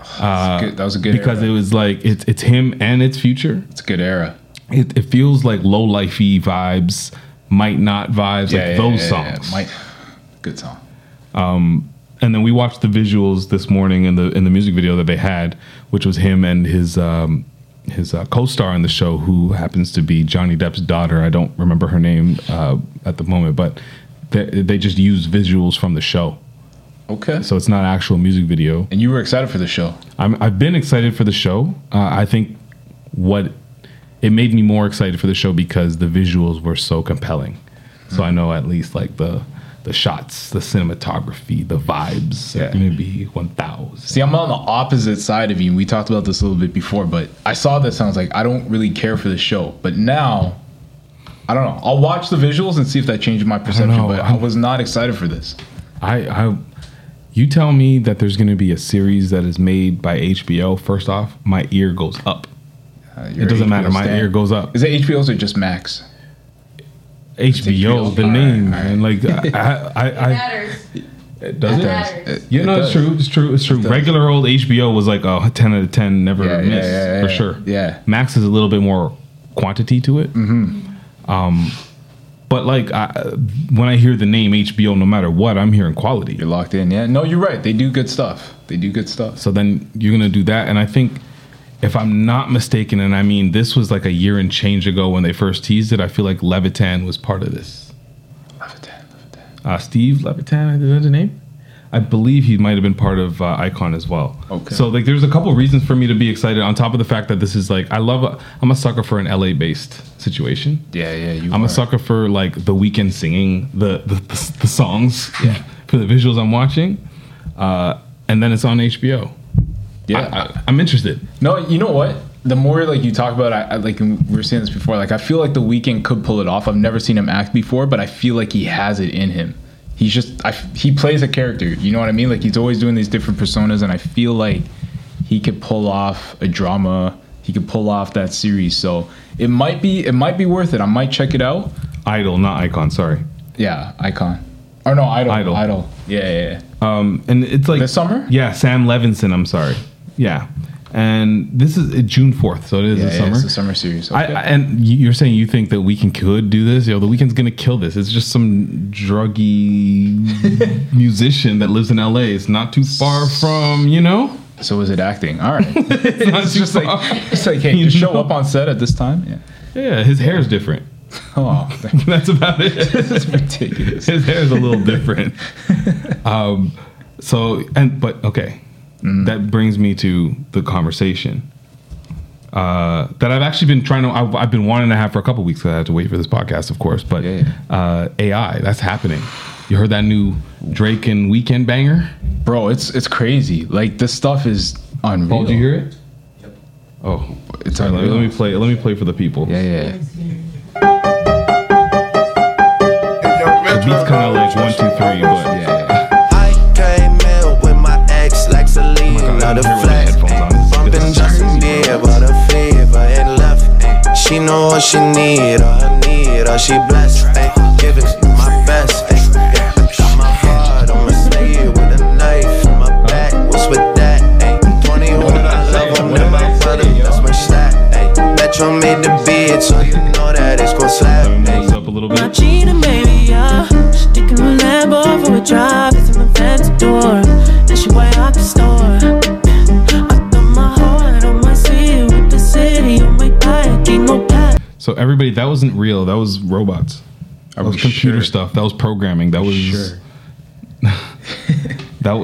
Speaker 2: It's good. That was a good
Speaker 1: because
Speaker 2: era.
Speaker 1: it was like it's it's him and it's future.
Speaker 2: it's a good era.
Speaker 1: It, it feels like low lifey vibes, might not vibes, like those songs.
Speaker 2: Mike, good song.
Speaker 1: And then we watched the visuals this morning in the in the music video that they had, which was him and his um, his uh, co-star in the show, who happens to be Johnny Depp's daughter. I don't remember her name uh, at the moment, but they, they just used visuals from the show,
Speaker 2: Okay.
Speaker 1: so it's not actual music video.
Speaker 2: and you were excited for the show.
Speaker 1: I'm, I've been excited for the show. Uh, I think what it made me more excited for the show because the visuals were so compelling. So I know at least like the the shots, the cinematography, the vibes
Speaker 2: Yeah.
Speaker 1: are going to be one thousand.
Speaker 2: See, I'm on the opposite side of you. and We talked about this a little bit before, but I saw this and I was like, I don't really care for the show. But now, I don't know. I'll watch the visuals and see if that changes my perception.
Speaker 1: know.
Speaker 2: But I was not excited for this.
Speaker 1: I, I you tell me that there's going to be a series that is made by HBO. First off, my ear goes up.
Speaker 2: Uh,
Speaker 1: It doesn't matter. My ear goes up.
Speaker 2: Is it HBO's or just Max?
Speaker 1: HBO,
Speaker 2: HBO.
Speaker 1: the
Speaker 2: All right,
Speaker 1: name,
Speaker 2: all right.
Speaker 1: man. Like I, I, I, I
Speaker 6: Matters.
Speaker 1: does
Speaker 6: It
Speaker 1: it?
Speaker 6: matters.
Speaker 1: You know, it's true. It's true. It's true.
Speaker 2: does.
Speaker 1: Regular old HBO was like a 10 out of 10, never
Speaker 2: Yeah, yeah,
Speaker 1: miss
Speaker 2: yeah, yeah,
Speaker 1: for
Speaker 2: yeah.
Speaker 1: sure.
Speaker 2: Yeah.
Speaker 1: Max is a little bit more quantity to it. Mm-hmm. Um, but like I, when I hear the name HBO, no matter what, I'm hearing quality.
Speaker 2: You're locked in. Yeah. No, you're right. They do good stuff. They do good stuff.
Speaker 1: So then you're gonna do that, and I think if I'm not mistaken, and I mean this was like a year and change ago when they first teased it. I feel like Levitan was part of this.
Speaker 2: Levitan, Levitan.
Speaker 1: uh, Steve Levitan, is that the name? I believe he might have been part of uh, Icon as well.
Speaker 2: Okay.
Speaker 1: So like, there's a couple reasons for me to be excited. On top of the fact that this is like, I love. A, I'm a sucker for an LA-based situation.
Speaker 2: Yeah, yeah. You
Speaker 1: I'm
Speaker 2: are.
Speaker 1: a sucker for like the weekend singing the the, the, the songs. Yeah. for the visuals I'm watching, uh, and then it's on HBO.
Speaker 2: Yeah.
Speaker 1: I, I, I'm interested.
Speaker 2: No, you know what? The more like you talk about, it, I, I like we were saying this before. Like I feel like the weekend could pull it off. I've never seen him act before, but I feel like he has it in him. He's just I, f- he plays a character. You know what I mean? Like he's always doing these different personas, and I feel like he could pull off a drama. He could pull off that series. So it might be it might be worth it. I might check it out.
Speaker 1: Idol, not Icon. Sorry.
Speaker 2: Yeah, Icon. Or no, Idol.
Speaker 1: Idol.
Speaker 2: Idol. Yeah, yeah. yeah.
Speaker 1: Um, and it's like
Speaker 2: This summer?
Speaker 1: Yeah, Sam Levinson. I'm sorry. Yeah, and this is uh, June fourth, so it is
Speaker 2: Yeah,
Speaker 1: the
Speaker 2: yeah,
Speaker 1: summer.
Speaker 2: it's the summer series.
Speaker 1: I,
Speaker 2: Okay.
Speaker 1: I- and you- you're saying you think that we can could do this? Yo, the weekend's gonna kill this. It's just some druggy musician that lives in L.A. It's not too far from you know.
Speaker 2: so is it acting? All right.
Speaker 1: It's not
Speaker 2: it's
Speaker 1: too
Speaker 2: just like
Speaker 1: far.
Speaker 2: it's like hey,
Speaker 1: You
Speaker 2: just show
Speaker 1: know?
Speaker 2: up on set at this time. Yeah.
Speaker 1: yeah, his hair's different.
Speaker 2: Oh,
Speaker 1: That's about it.
Speaker 2: this is ridiculous.
Speaker 1: His hair is a little different. Um, so and but okay,
Speaker 2: Mm-hmm.
Speaker 1: that brings me to the conversation uh, that I've actually been trying to. I've, I've been wanting to have for a couple weeks. 'cause I had to wait for this podcast, of course. But
Speaker 2: Yeah,
Speaker 1: Uh, AI, that's happening. You heard that new Drake and Weekend banger?
Speaker 2: Bro, it's it's crazy. Like this stuff is unreal.
Speaker 1: Paul, did you hear it? Oh,
Speaker 2: It's
Speaker 1: sorry, let, me,
Speaker 2: unreal.
Speaker 1: let me play. Let me play for the people.
Speaker 2: Yeah, yeah.
Speaker 1: The beat's kind of like one, two, three, but
Speaker 2: Yeah, yeah.
Speaker 8: I came in with my ex like
Speaker 1: Oh God, I
Speaker 8: Selena, the
Speaker 1: don't hear what the
Speaker 8: flex,
Speaker 1: headphones on. This is
Speaker 8: bumping Justin
Speaker 1: crazy, bro.
Speaker 8: Bieber, the fever and left. ayy. She know what she need, or her need, or she blessed. ayy. Giving my best. ayy. Yeah, I got my heart on my sleeve with a knife in my back. What's with that? ayy? Twenty-one, I love him,
Speaker 1: What am I
Speaker 8: my brother,
Speaker 1: saying, yo?
Speaker 8: that's my stack. ayy. Metro made the beat, so you know that it's gon' slap.
Speaker 1: let me
Speaker 8: ayy.
Speaker 1: move this up a little
Speaker 11: My
Speaker 1: bit.
Speaker 11: Gina, baby, yeah. She taking my Lambo for a drive. It's in my fancy door. And she way out the store. I throw my heart on my sleeve with the city on my back. Ain't no cap.
Speaker 1: So everybody, that wasn't real. That was robots. That was
Speaker 2: we
Speaker 1: computer
Speaker 2: sure?
Speaker 1: stuff. That was programming. That was
Speaker 2: sure?
Speaker 1: that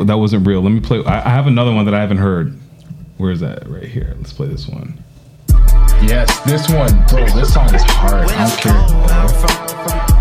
Speaker 1: that wasn't real. Let me play. I, I have another one that I haven't heard. Where is that? Right here. Let's play this one.
Speaker 2: Yes, this one, bro. This song is hard. I don't care.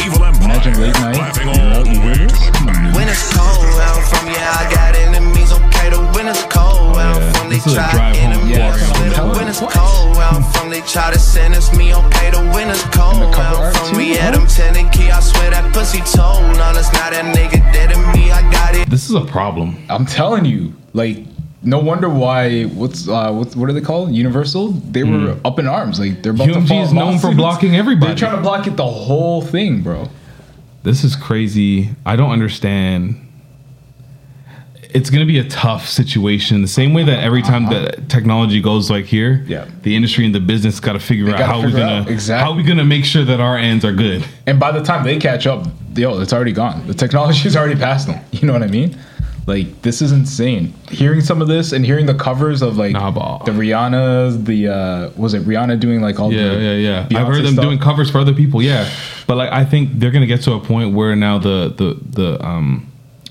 Speaker 12: Evil Empire.
Speaker 2: Imagine late night.
Speaker 12: Laughing all the way to the back.
Speaker 8: When it's cold where I'm from, yeah, I got enemies. Okay, the when it's cold where I'm
Speaker 1: yeah.
Speaker 8: from, they
Speaker 1: This is a
Speaker 8: try
Speaker 1: drive home
Speaker 8: enemies.
Speaker 1: walk.
Speaker 2: Yeah, I'm
Speaker 8: The
Speaker 2: telling
Speaker 8: when
Speaker 2: you.
Speaker 8: it's cold where I'm from, they try to sentence me. Okay, the when it's cold
Speaker 2: And the
Speaker 8: where
Speaker 2: cover
Speaker 8: I'm
Speaker 2: art
Speaker 8: from,
Speaker 2: too,
Speaker 8: we
Speaker 2: huh?
Speaker 8: had them ten key. I swear that pussy told on us. Now that nigga dead to me, I got it.
Speaker 1: This is a problem.
Speaker 2: I'm telling you, like, no wonder why. What's uh, what, what are they called? Universal. They were
Speaker 1: Hmm.
Speaker 2: up in arms. Like they're about to
Speaker 1: UMG
Speaker 2: fall
Speaker 1: is known for
Speaker 2: lawsuits.
Speaker 1: blocking everybody.
Speaker 2: They're trying to block it the whole thing, bro.
Speaker 1: This is crazy. I don't understand. It's going to be a tough situation. The same way that every time that technology goes like here,
Speaker 2: Uh-huh. Yeah.
Speaker 1: the industry and the business got to figure out
Speaker 2: gotta
Speaker 1: how we're
Speaker 2: figure
Speaker 1: going
Speaker 2: out.
Speaker 1: to
Speaker 2: Exactly.
Speaker 1: how we going to make sure that our ends are good.
Speaker 2: And by the time they catch up, yo, it's already gone. The technology's already past them. You know what I mean? Like this is insane. Hearing some of this and hearing the covers of like
Speaker 1: Nah, bah.
Speaker 2: the Rihanna's, the uh was it Rihanna doing like all
Speaker 1: Yeah,
Speaker 2: the
Speaker 1: yeah, yeah. I've
Speaker 2: Beyonce
Speaker 1: heard them
Speaker 2: stuff?
Speaker 1: doing covers for other people. Yeah, but like I think they're gonna get to a point where now the the the um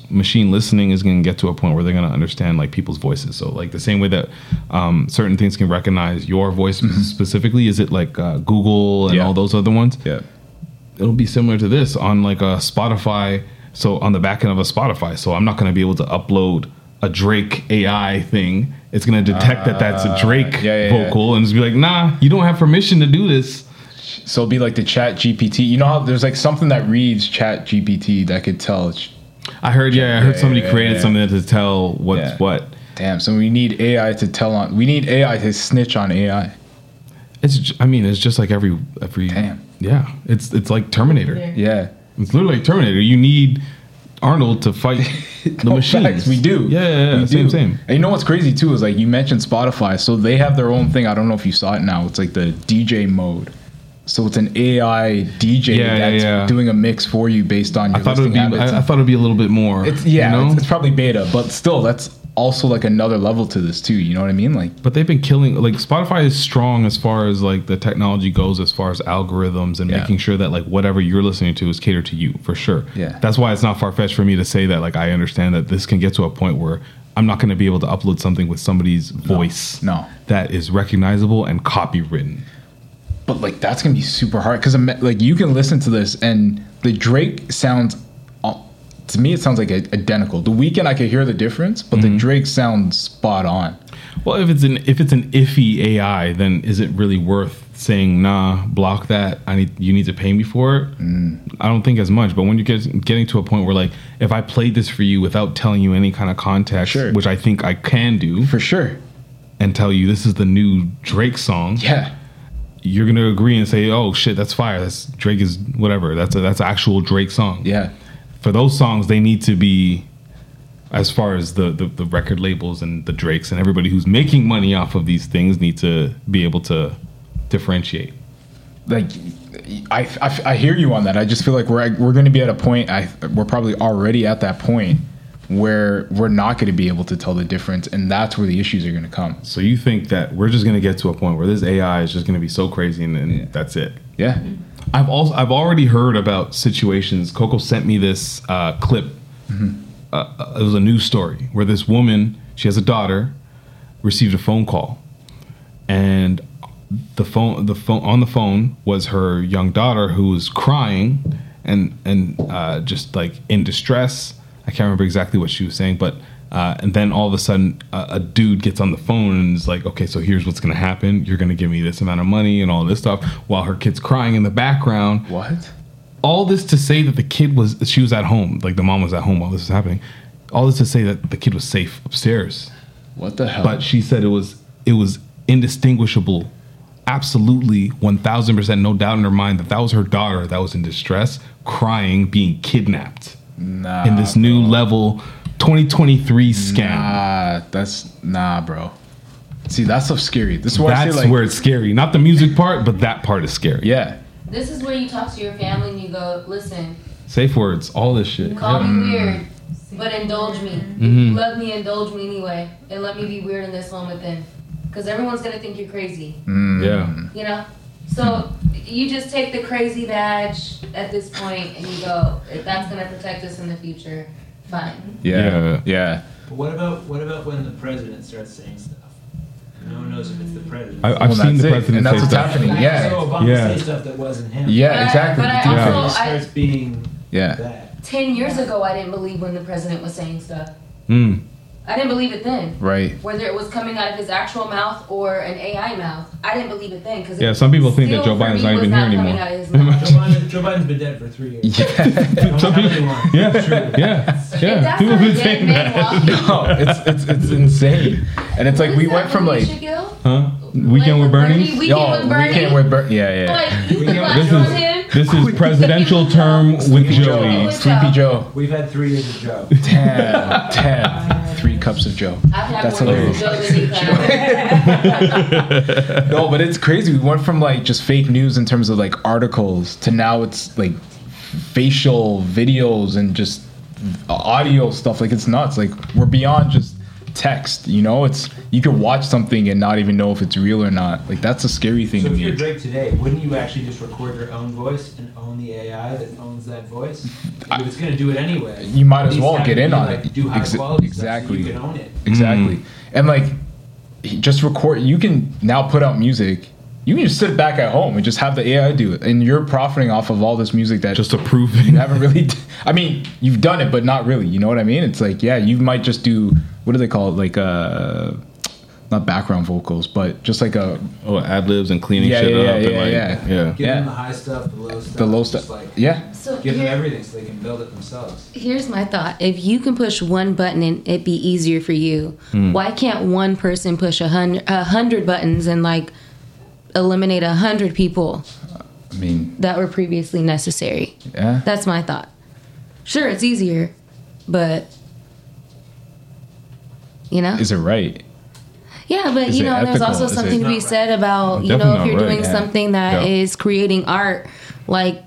Speaker 1: machine listening is gonna get to a point where they're gonna understand like people's voices. So like the same way that um certain things can recognize your voice specifically, is it like uh, Google and
Speaker 2: Mm-hmm. Yeah.
Speaker 1: all those other ones?
Speaker 2: yeah.
Speaker 1: It'll be similar to this on like a Spotify. So on the back end of a Spotify. So I'm not gonna be able to upload a Drake AI thing. It's gonna detect that that's a Drake
Speaker 2: Uh, yeah, yeah, yeah.
Speaker 1: vocal and just be like, nah, you don't have permission to do this.
Speaker 2: So it'd be like the Chat GPT. You know how there's like something that reads Chat GPT that could tell. it's-
Speaker 1: I heard, yeah, I heard somebody
Speaker 2: yeah,
Speaker 1: created
Speaker 2: yeah.
Speaker 1: something to tell what's
Speaker 2: Yeah.
Speaker 1: what.
Speaker 2: Damn. So we need AI to tell on. We need AI to snitch on AI.
Speaker 1: It's, j- I mean, it's just like every every.
Speaker 2: Damn.
Speaker 1: Yeah, it's it's like Terminator.
Speaker 2: Yeah.
Speaker 1: It's literally like Terminator. You need Arnold to fight the
Speaker 2: Oh,
Speaker 1: machines.
Speaker 2: facts, we do.
Speaker 1: Yeah, yeah, yeah.
Speaker 2: We
Speaker 1: same,
Speaker 2: do.
Speaker 1: same.
Speaker 2: And you know what's crazy too is like you mentioned Spotify, so they have their own thing. I don't know if you saw it now. It's like the DJ mode. So it's an AI DJ
Speaker 1: Yeah, yeah,
Speaker 2: that's
Speaker 1: yeah.
Speaker 2: doing a mix for you based on your
Speaker 1: I thought it would
Speaker 2: listening
Speaker 1: be.
Speaker 2: habits.
Speaker 1: I, I thought it'd be a little bit more.
Speaker 2: it's yeah,
Speaker 1: you know?
Speaker 2: it's, it's probably beta, but still, that's also like another level to this too. You know what I mean? Like
Speaker 1: but they've been killing. Like Spotify is strong as far as like the technology goes, as far as algorithms and
Speaker 2: Yeah.
Speaker 1: making sure that like whatever you're listening to is catered to you for sure.
Speaker 2: Yeah.
Speaker 1: that's why it's not far fetched for me to say that. Like I understand that this can get to a point where I'm not going to be able to upload something with somebody's voice.
Speaker 2: no.
Speaker 1: that is recognizable and copywritten.
Speaker 2: But like that's gonna be super hard because like you can listen to this and the Drake sounds uh, to me it sounds like identical. The weekend I could hear the difference, but the Drake sounds spot on.
Speaker 1: Well, if it's an if it's an iffy AI, then is it really worth saying nah? Block that. I need you need to pay me for it.
Speaker 2: Mm.
Speaker 1: I don't think as much. But when you get getting to a point where like if I played this for you without telling you any kind of context,
Speaker 2: Sure.
Speaker 1: which I think I can do,
Speaker 2: For sure.
Speaker 1: and tell you this is the new Drake song,
Speaker 2: Yeah.
Speaker 1: you're gonna agree and say, oh shit, that's fire. That's Drake is whatever. That's a, that's an actual Drake song.
Speaker 2: Yeah.
Speaker 1: For those songs, they need to be as far as the, the the record labels and the Drakes and everybody who's making money off of these things need to be able to differentiate.
Speaker 2: like I, I, I hear you on that. I just feel like we're we're going to be at a point. I we're probably already at that point where we're not going to be able to tell the difference, and that's where the issues are going to come.
Speaker 1: So you think that we're just gonna get to a point where this AI is just gonna be so crazy and then that's it?
Speaker 2: Yeah.
Speaker 1: I've also I've already heard about situations. Coco sent me this uh, clip. Uh, Uh, it was a news story where this woman, she has a daughter, received a phone call, and the phone the phone on the phone was her young daughter who was crying and and uh, just like in distress. I can't remember exactly what she was saying, but uh, and then all of a sudden a, a dude gets on the phone and is like, "Okay, so here's what's gonna happen. You're gonna give me this amount of money and all this stuff," while her kid's crying in the background
Speaker 2: What?
Speaker 1: all this to say that the kid was she was at home like the mom was at home while this was happening all this to say that the kid was safe upstairs
Speaker 2: What the hell?
Speaker 1: but she said it was it was indistinguishable absolutely 1000% no doubt in her mind that that was her daughter that was in distress crying being kidnapped
Speaker 2: nah.
Speaker 1: in this new level 2023 scam
Speaker 2: Nah, that's nah, bro. See, that's so scary. This is why I
Speaker 1: that's
Speaker 2: say like
Speaker 1: where it's scary not the music part but that part is scary
Speaker 2: yeah.
Speaker 6: This is where you talk to your family and you go, listen,
Speaker 1: safe words all this shit
Speaker 6: call
Speaker 2: Mm.
Speaker 6: me weird, but indulge me.
Speaker 2: Mm-hmm.
Speaker 6: Let me indulge me anyway, and let me be weird in this moment then, because everyone's gonna think you're crazy.
Speaker 1: yeah
Speaker 6: you know. So you just take the crazy badge at this point and you go, if that's gonna protect us in the future, fine.
Speaker 1: Yeah.
Speaker 2: Yeah. Yeah.
Speaker 4: But what about what about when the president starts saying stuff? No one knows if it's the president.
Speaker 1: I, i've
Speaker 2: Well,
Speaker 1: seen
Speaker 2: that's
Speaker 1: the
Speaker 2: it.
Speaker 1: president
Speaker 2: And that's
Speaker 1: say
Speaker 2: what's
Speaker 1: stuff.
Speaker 2: happening.
Speaker 6: Like,
Speaker 4: so
Speaker 2: Yeah.
Speaker 4: Obama
Speaker 1: Yeah.
Speaker 4: says stuff that wasn't him.
Speaker 2: Yeah, exactly.
Speaker 6: But I,
Speaker 2: The
Speaker 6: but I
Speaker 2: difference.
Speaker 6: also,
Speaker 4: Starts
Speaker 6: I,
Speaker 4: being
Speaker 2: Yeah.
Speaker 4: that.
Speaker 6: ten years ago, I didn't believe when the president was saying stuff.
Speaker 1: Mm.
Speaker 6: I didn't believe it then.
Speaker 2: Right.
Speaker 6: Whether it was coming out of his actual mouth or an AI mouth, I didn't believe it then. Cause
Speaker 1: Yeah, some people think that
Speaker 6: still
Speaker 1: Joe
Speaker 6: for
Speaker 1: Biden's
Speaker 6: me
Speaker 1: not
Speaker 6: was
Speaker 1: even here
Speaker 6: coming
Speaker 1: anymore.
Speaker 6: out of his mouth.
Speaker 4: Joe, Biden, Joe Biden's been dead for three years.
Speaker 2: Yeah.
Speaker 4: Don't tell
Speaker 1: Some people-
Speaker 4: anyone.
Speaker 1: yeah,
Speaker 4: It's true.
Speaker 1: yeah,
Speaker 6: If
Speaker 1: yeah.
Speaker 6: that's
Speaker 1: People
Speaker 6: not a
Speaker 1: been
Speaker 6: dead
Speaker 1: saying
Speaker 6: man
Speaker 1: that.
Speaker 6: walking,
Speaker 2: no, it's it's it's insane. And it's like
Speaker 6: what
Speaker 2: we
Speaker 6: is
Speaker 2: went
Speaker 6: that
Speaker 2: from
Speaker 6: movie,
Speaker 2: like
Speaker 6: Shaquille?
Speaker 1: Huh? Weekend
Speaker 6: Like
Speaker 1: with Bernie.
Speaker 6: Weekend
Speaker 2: yo,
Speaker 6: with
Speaker 2: we
Speaker 6: Bernie.
Speaker 2: can't wear Bernie. Yeah, yeah.
Speaker 6: Like, you
Speaker 4: We
Speaker 6: can
Speaker 4: can't-
Speaker 6: flash
Speaker 1: This
Speaker 6: on him.
Speaker 1: is this is presidential term with Joey.
Speaker 2: Sleepy Joe.
Speaker 4: We've had three years of Joe.
Speaker 2: Damn, damn. Three cups of Joe.
Speaker 6: I've had
Speaker 2: That's
Speaker 6: more
Speaker 2: hilarious.
Speaker 6: Joe than you have.
Speaker 2: No, but it's crazy. We went from like just fake news in terms of like articles to now it's like facial videos and just audio stuff. Like it's nuts. Like we're beyond just text. You know, it's you could watch something and not even know if it's real or not. Like that's a scary thing
Speaker 4: So
Speaker 2: to
Speaker 4: if you're
Speaker 2: me.
Speaker 4: Drake today, wouldn't you actually just record your own voice and own the AI that owns that voice? If it's going to do it anyway.
Speaker 2: You might
Speaker 4: at
Speaker 2: as
Speaker 4: least
Speaker 2: well
Speaker 4: have
Speaker 2: get
Speaker 4: be
Speaker 2: in on
Speaker 4: like,
Speaker 2: it.
Speaker 4: Do high
Speaker 2: Exa-
Speaker 4: quality stuff
Speaker 2: exactly.
Speaker 4: So you can own it.
Speaker 2: Exactly.
Speaker 1: Mm.
Speaker 2: And like he- just record you can now put out music. You can just sit back at home and just have the AI do it. And you're profiting off of all this music that
Speaker 1: Just approving.
Speaker 2: you haven't really I mean you've done it but not really you know what i mean it's like yeah you might just do what do they call it like uh not background vocals but just like a
Speaker 1: Oh, ad libs and cleaning
Speaker 2: Yeah,
Speaker 1: shit
Speaker 2: yeah,
Speaker 1: up.
Speaker 2: yeah,
Speaker 1: and like,
Speaker 2: yeah,
Speaker 1: yeah.
Speaker 4: Give
Speaker 2: Yeah.
Speaker 4: them the high stuff, the low stuff.
Speaker 2: the low
Speaker 4: just
Speaker 2: stuff
Speaker 4: Like,
Speaker 2: yeah
Speaker 3: So
Speaker 4: Give them
Speaker 3: here-
Speaker 4: everything so they can build it themselves.
Speaker 3: Here's my thought. If you can push one button and it be easier for you,
Speaker 2: Hmm.
Speaker 3: why can't one person push a hundred, a hundred buttons and like eliminate a hundred people
Speaker 2: i mean
Speaker 3: that were previously necessary?
Speaker 2: yeah
Speaker 3: That's my thought. Sure, it's easier, but you know,
Speaker 2: is it right
Speaker 3: yeah. But
Speaker 2: is
Speaker 3: you
Speaker 2: it
Speaker 3: know, there's
Speaker 2: ethical?
Speaker 3: also
Speaker 2: Is it-
Speaker 3: something to be
Speaker 4: Not right.
Speaker 3: said about you know
Speaker 1: definitely
Speaker 3: if you're
Speaker 1: not right,
Speaker 3: doing
Speaker 1: yeah.
Speaker 3: something that is
Speaker 1: Yeah.
Speaker 3: creating art, like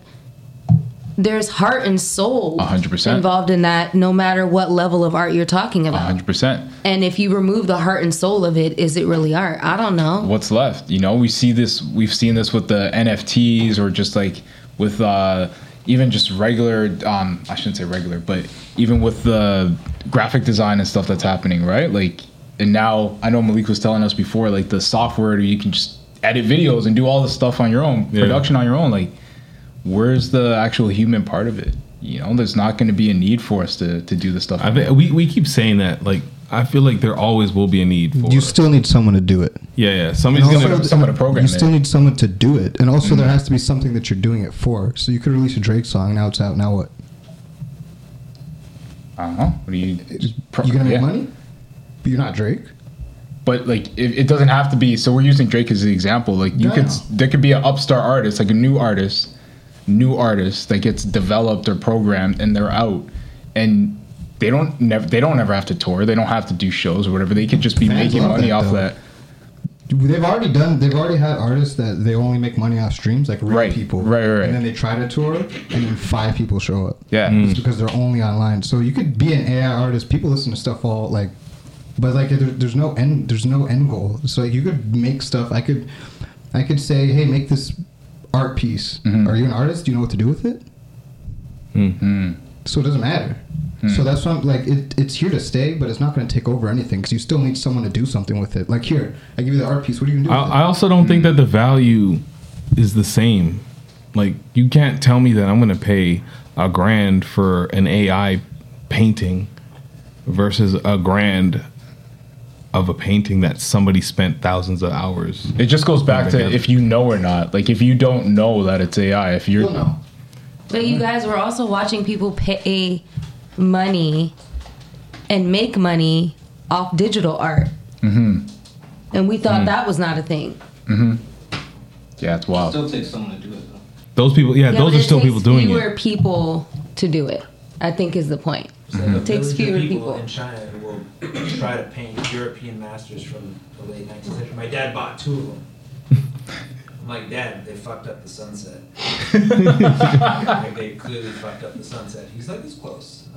Speaker 3: there's heart and soul
Speaker 2: 100%.
Speaker 3: involved in that. No matter what level of art you're talking about,
Speaker 2: 100%
Speaker 3: and if you remove the heart and soul of it, is it really art? I don't know.
Speaker 2: what's left you know we see this we've seen this with the nfts or just like with uh even just regular um i shouldn't say regular but even with the graphic design and stuff that's happening right like and now i know malik was telling us before like the software you can just edit videos and do all this stuff on your own
Speaker 1: Yeah.
Speaker 2: production on your own like where's the actual human part of it you know there's not going to be a need for us to to do this stuff
Speaker 1: I think we, we keep saying that. Like, I feel like there always will be a need for.
Speaker 10: You still need someone to do it.
Speaker 1: yeah, yeah. Somebody's
Speaker 10: And
Speaker 1: gonna.
Speaker 10: also-
Speaker 2: someone to program
Speaker 10: you still
Speaker 2: it.
Speaker 10: need someone to do it, and also there has to be something that you're doing it for. So you could release a Drake song. Now it's out. Now what?
Speaker 2: i don't know Uh-huh. what do you pro-
Speaker 10: you gonna make
Speaker 2: yeah.
Speaker 10: money? But you're not Drake.
Speaker 2: but like it, it doesn't have to be so we're using drake as the example like you
Speaker 10: Yeah.
Speaker 2: could there could be an upstart artist like a new artist new artist that gets developed or programmed and they're out and they don't never they don't ever have to tour. They don't have to do shows or whatever. They could just be
Speaker 10: Fans
Speaker 2: making
Speaker 10: love
Speaker 2: money
Speaker 10: that,
Speaker 2: off
Speaker 10: though.
Speaker 2: that.
Speaker 10: They've already done. They've already had artists that they only make money off streams, like real people. Right, right, right. And then they try to tour, and then five people show up.
Speaker 2: Yeah.
Speaker 10: it's because they're only online. So you could be an AI artist. People listen to stuff all like, but like there, there's no end. There's no end goal. So like, you could make stuff. I could, I could say, hey, make this art piece. Are you an artist? Do you know what to do with it?
Speaker 2: Mm-hmm.
Speaker 10: So it doesn't matter.
Speaker 2: Hmm.
Speaker 10: So that's why I'm like, it, it's here to stay, but it's not going to take over anything because you still need someone to do something with it. Like here, I give you the art piece. What are you going to do?
Speaker 1: I,
Speaker 10: with it?
Speaker 1: I also don't think that the value is the same. Like you can't tell me that I'm going to pay a grand for an AI painting versus a grand of a painting that somebody spent thousands of hours.
Speaker 2: It just goes back to
Speaker 1: Together.
Speaker 2: if you know or not. Like if you don't know that it's AI, if you're
Speaker 3: But you guys were also watching people pay money and make money off digital art,
Speaker 2: Mm-hmm.
Speaker 3: and we thought
Speaker 1: Mm.
Speaker 3: that was not a thing.
Speaker 1: Mm-hmm.
Speaker 2: Yeah, it's wild.
Speaker 1: Still takes someone to do it. Those people, yeah, those
Speaker 3: but
Speaker 1: are
Speaker 3: it
Speaker 1: still
Speaker 3: takes
Speaker 1: people doing
Speaker 3: fewer
Speaker 1: it.
Speaker 3: people to do it. I think is the point.
Speaker 2: Mm-hmm.
Speaker 3: It takes fewer
Speaker 4: people,
Speaker 3: people.
Speaker 4: in China who will try to paint European masters from the late 19th century. My dad bought two of them. I'm like, Dad, they fucked up the sunset. like they clearly fucked up the sunset. He's like, it's close.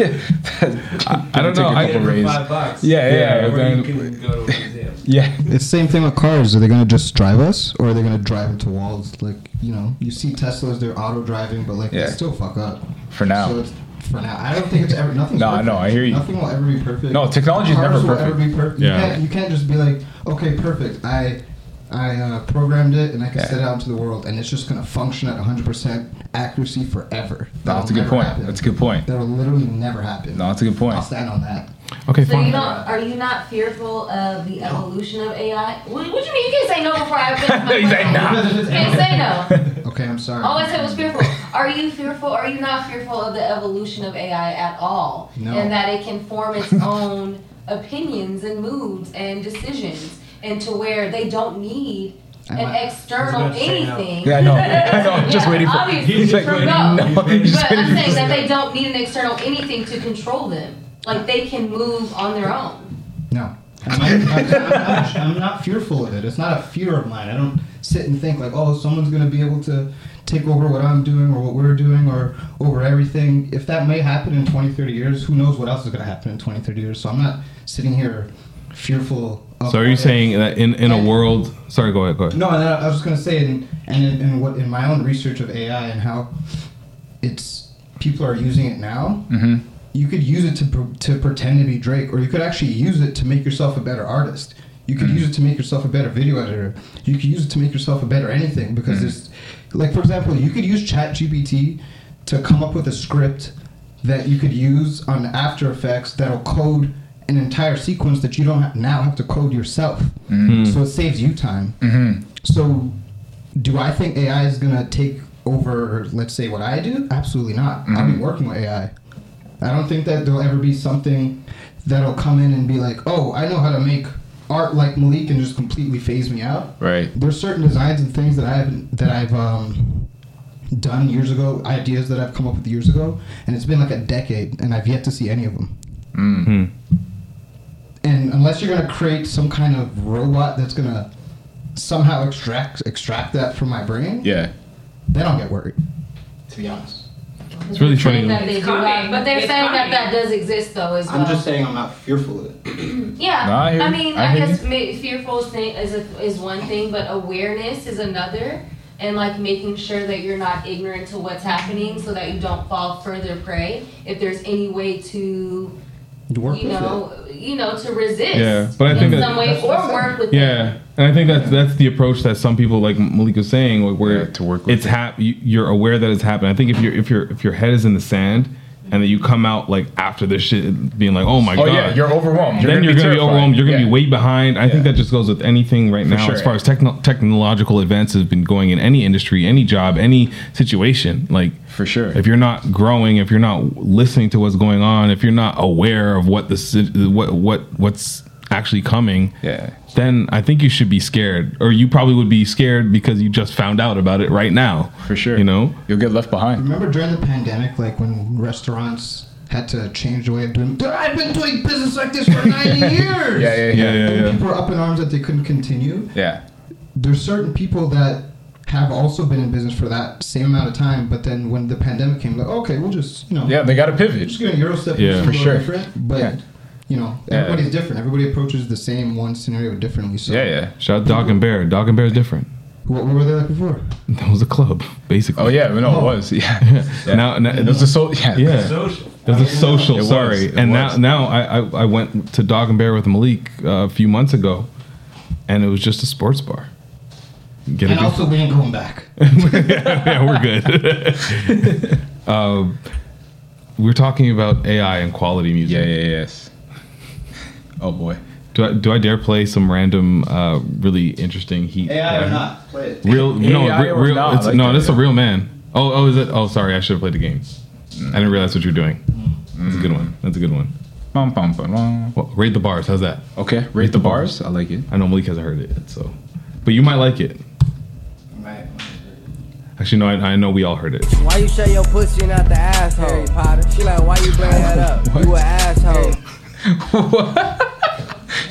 Speaker 2: I,
Speaker 1: I don't know. I,
Speaker 4: Five bucks.
Speaker 2: Yeah, yeah, yeah,
Speaker 4: Or
Speaker 2: then-
Speaker 4: you can go to a museum.
Speaker 2: Yeah.
Speaker 10: It's the same thing with cars. Are they going to just drive us or are they going to drive into walls? Like, you know, you see Teslas, they're auto driving, but like,
Speaker 2: Yeah.
Speaker 10: they still fuck up.
Speaker 2: For now.
Speaker 10: So it's, for now. I don't think it's ever, nothing's
Speaker 2: No, I
Speaker 10: perfect.
Speaker 2: know, I hear you.
Speaker 10: Nothing will ever be perfect.
Speaker 2: No, technology's
Speaker 10: Cars
Speaker 2: never
Speaker 10: will
Speaker 2: perfect.
Speaker 10: Ever be perfect.
Speaker 2: Yeah.
Speaker 10: You, can't, you can't just be like, okay, perfect. I I uh, programmed it and I can
Speaker 2: Yeah.
Speaker 10: set it out into the world and it's just going to function at 100% accuracy forever.
Speaker 2: No, that's a good
Speaker 10: never
Speaker 2: point.
Speaker 10: happen.
Speaker 2: That's a good point.
Speaker 10: That'll literally never happen.
Speaker 2: No, that's a good point.
Speaker 10: I'll stand on that.
Speaker 1: Okay,
Speaker 6: So you don't? Are you not fearful of the evolution of AI? What, what do you mean? You can't say no before I finish my
Speaker 2: He's like,
Speaker 6: question.
Speaker 2: nah.
Speaker 6: You can't say no.
Speaker 10: Okay, I'm sorry.
Speaker 6: All I said was fearful. Are you fearful? Are you not fearful of the evolution of AI at all?
Speaker 10: No.
Speaker 6: And that it can form its own opinions and moods and decisions, and to where they don't need
Speaker 10: I'm
Speaker 6: an
Speaker 10: not-
Speaker 6: external anything.
Speaker 2: Yeah, I know. I know. I'm just
Speaker 6: Yeah,
Speaker 2: waiting for.
Speaker 6: obviously,
Speaker 2: He's like,
Speaker 6: for
Speaker 2: waiting.
Speaker 6: no.
Speaker 2: No, he's
Speaker 6: But
Speaker 2: waiting
Speaker 6: I'm
Speaker 2: for-
Speaker 6: saying that they don't need an external anything to control them. Like they can move on their own.
Speaker 10: No. I'm not, I'm, not, I'm not fearful of it. It's not a fear of mine. I don't sit and think like, oh, someone's going to be able to take over what I'm doing or what we're doing or over everything. If that may happen in 20, 30 years, who knows what else is going to happen in 20, 30 years. So I'm not sitting here fearful of
Speaker 1: So are you saying that in, in a world? Sorry, go ahead, go ahead.
Speaker 10: No, and I I was going to say, and and in, in what in my own research of AI and how it's people are using it now.
Speaker 2: Mhm.
Speaker 10: You could use it to pr- to pretend to be Drake, or you could actually use it to make yourself a better artist. You could use it to make yourself a better video editor. You could use it to make yourself a better anything because it's like, for example, you could use ChatGPT to come up with a script that you could use on After Effects that'll code an entire sequence that you don't ha- now have to code yourself.
Speaker 2: Mhm.
Speaker 10: So it saves you time.
Speaker 2: Mhm.
Speaker 10: So, do I think AI is gonna take over? Let's say what I do? Absolutely not. I'll be working with AI. I don't think that there'll ever be something that'll come in and be like, "Oh, I know how to make art like Malik and just completely phase me out."
Speaker 2: Right.
Speaker 10: There's certain designs and things that I've that I've um, done years ago, ideas that I've come up with years ago, and it's been like a decade, and I've yet to see any of them.
Speaker 2: Mm.
Speaker 1: Mm-hmm.
Speaker 10: And unless you're gonna create some kind of robot that's gonna somehow extract extract that from my brain,
Speaker 2: Yeah.
Speaker 10: then I'll get worried. To be honest,
Speaker 1: It's really funny.
Speaker 6: That they do have- but they're
Speaker 13: It's
Speaker 6: saying
Speaker 13: coming.
Speaker 6: that that does exist though as well.
Speaker 10: saying I'm not fearful of it.
Speaker 6: Yeah,
Speaker 10: No, I hear
Speaker 6: I,
Speaker 10: you.
Speaker 6: mean,
Speaker 10: I
Speaker 6: I,
Speaker 10: hear
Speaker 6: guess ma- fearful is, thing, is, a, is one thing, but awareness is another, and like making sure that you're not ignorant to what's happening, so that you don't fall further prey. If there's any way to,
Speaker 10: work
Speaker 6: you
Speaker 10: with
Speaker 6: know, you know, to resist,
Speaker 1: Yeah, but I think
Speaker 6: in
Speaker 1: that-
Speaker 6: some way
Speaker 10: That's
Speaker 6: or
Speaker 10: what I'm
Speaker 6: work with it.
Speaker 1: Yeah, and I think that's that's the approach that some people like Malik was saying, like where to work it's hap- you, you're aware that it's happening. I think if your if your if your head is in the sand and then you come out like after this shit being like, oh my
Speaker 2: Oh,
Speaker 1: god,
Speaker 2: yeah, you're overwhelmed. You're
Speaker 1: then
Speaker 2: gonna
Speaker 1: you're gonna
Speaker 2: be
Speaker 1: be
Speaker 2: terrified.
Speaker 1: overwhelmed. You're gonna
Speaker 2: Yeah.
Speaker 1: be way behind. I think that just goes with anything right
Speaker 2: For
Speaker 1: now
Speaker 2: sure.
Speaker 1: as far as techno- technological advances have been going in any industry, any job, any situation. Like
Speaker 2: for sure,
Speaker 1: if you're not growing, if you're not listening to what's going on, if you're not aware of what the si- what what what's actually coming, yeah. then I think you should be scared, or you probably would be scared because you just found out about it right now.
Speaker 2: For sure.
Speaker 1: You know,
Speaker 2: you'll get left behind.
Speaker 10: Remember during the pandemic, like when restaurants had to change the way of doing. Dude, I've been doing business like this for ninety years.
Speaker 2: Yeah, yeah, yeah, yeah,
Speaker 10: And
Speaker 2: yeah.
Speaker 10: People were up in arms that they couldn't continue.
Speaker 2: Yeah.
Speaker 10: There's certain people that have also been in business for that same amount of time, but then when the pandemic came, like, okay, we'll just you know.
Speaker 2: Yeah, they got to pivot.
Speaker 10: Just gonna euro step.
Speaker 2: Yeah.
Speaker 10: and
Speaker 2: For
Speaker 10: do it
Speaker 2: sure.
Speaker 10: Different, but
Speaker 2: Yeah.
Speaker 10: you know,
Speaker 1: Yeah.
Speaker 10: everybody's different. Everybody approaches the same one scenario differently. So
Speaker 2: yeah.
Speaker 1: Shout out Dog and Bear. Dog and Bear is different.
Speaker 10: What, what were they like before?
Speaker 1: That was a club, basically.
Speaker 2: Oh yeah, no,
Speaker 1: Oh.
Speaker 2: it was. Yeah. yeah.
Speaker 1: Now, now
Speaker 2: it was a so yeah.
Speaker 1: Social. It was a social.
Speaker 2: It was,
Speaker 1: sorry.
Speaker 2: it
Speaker 1: and
Speaker 2: was.
Speaker 1: now, now I, I, I went to Dog and Bear with Malik uh, a few months ago, and it was just a sports bar. Get
Speaker 10: and
Speaker 1: a
Speaker 10: also, we ain't going back.
Speaker 1: yeah, we're good. um, we're talking about AI and quality music. Yeah,
Speaker 2: yeah, yes. Oh boy.
Speaker 1: Do I, do I dare play some random, uh, really interesting heat?
Speaker 13: AI or
Speaker 1: Uh,
Speaker 13: not, play it.
Speaker 1: Real, no,
Speaker 13: AI
Speaker 1: re-
Speaker 13: or
Speaker 1: real.
Speaker 13: not,
Speaker 1: it's,
Speaker 13: like
Speaker 1: no,
Speaker 13: that,
Speaker 1: this is a
Speaker 13: yeah.
Speaker 1: real man. Oh, oh, is it? Oh, sorry, I should have played the game. I didn't realize what you were doing. That's a good one. That's a good one.
Speaker 2: Bum, bum, bum, bum.
Speaker 1: Well, rate the bars. How's that?
Speaker 2: Okay, rate, the, bars. I like it.
Speaker 1: I know Malik hasn't heard it yet, so, but you might like it. Actually, no, I, I know we all heard it.
Speaker 14: Why you show your pussy and not the asshole? Harry Potter. She like, why you bring that up? You an asshole.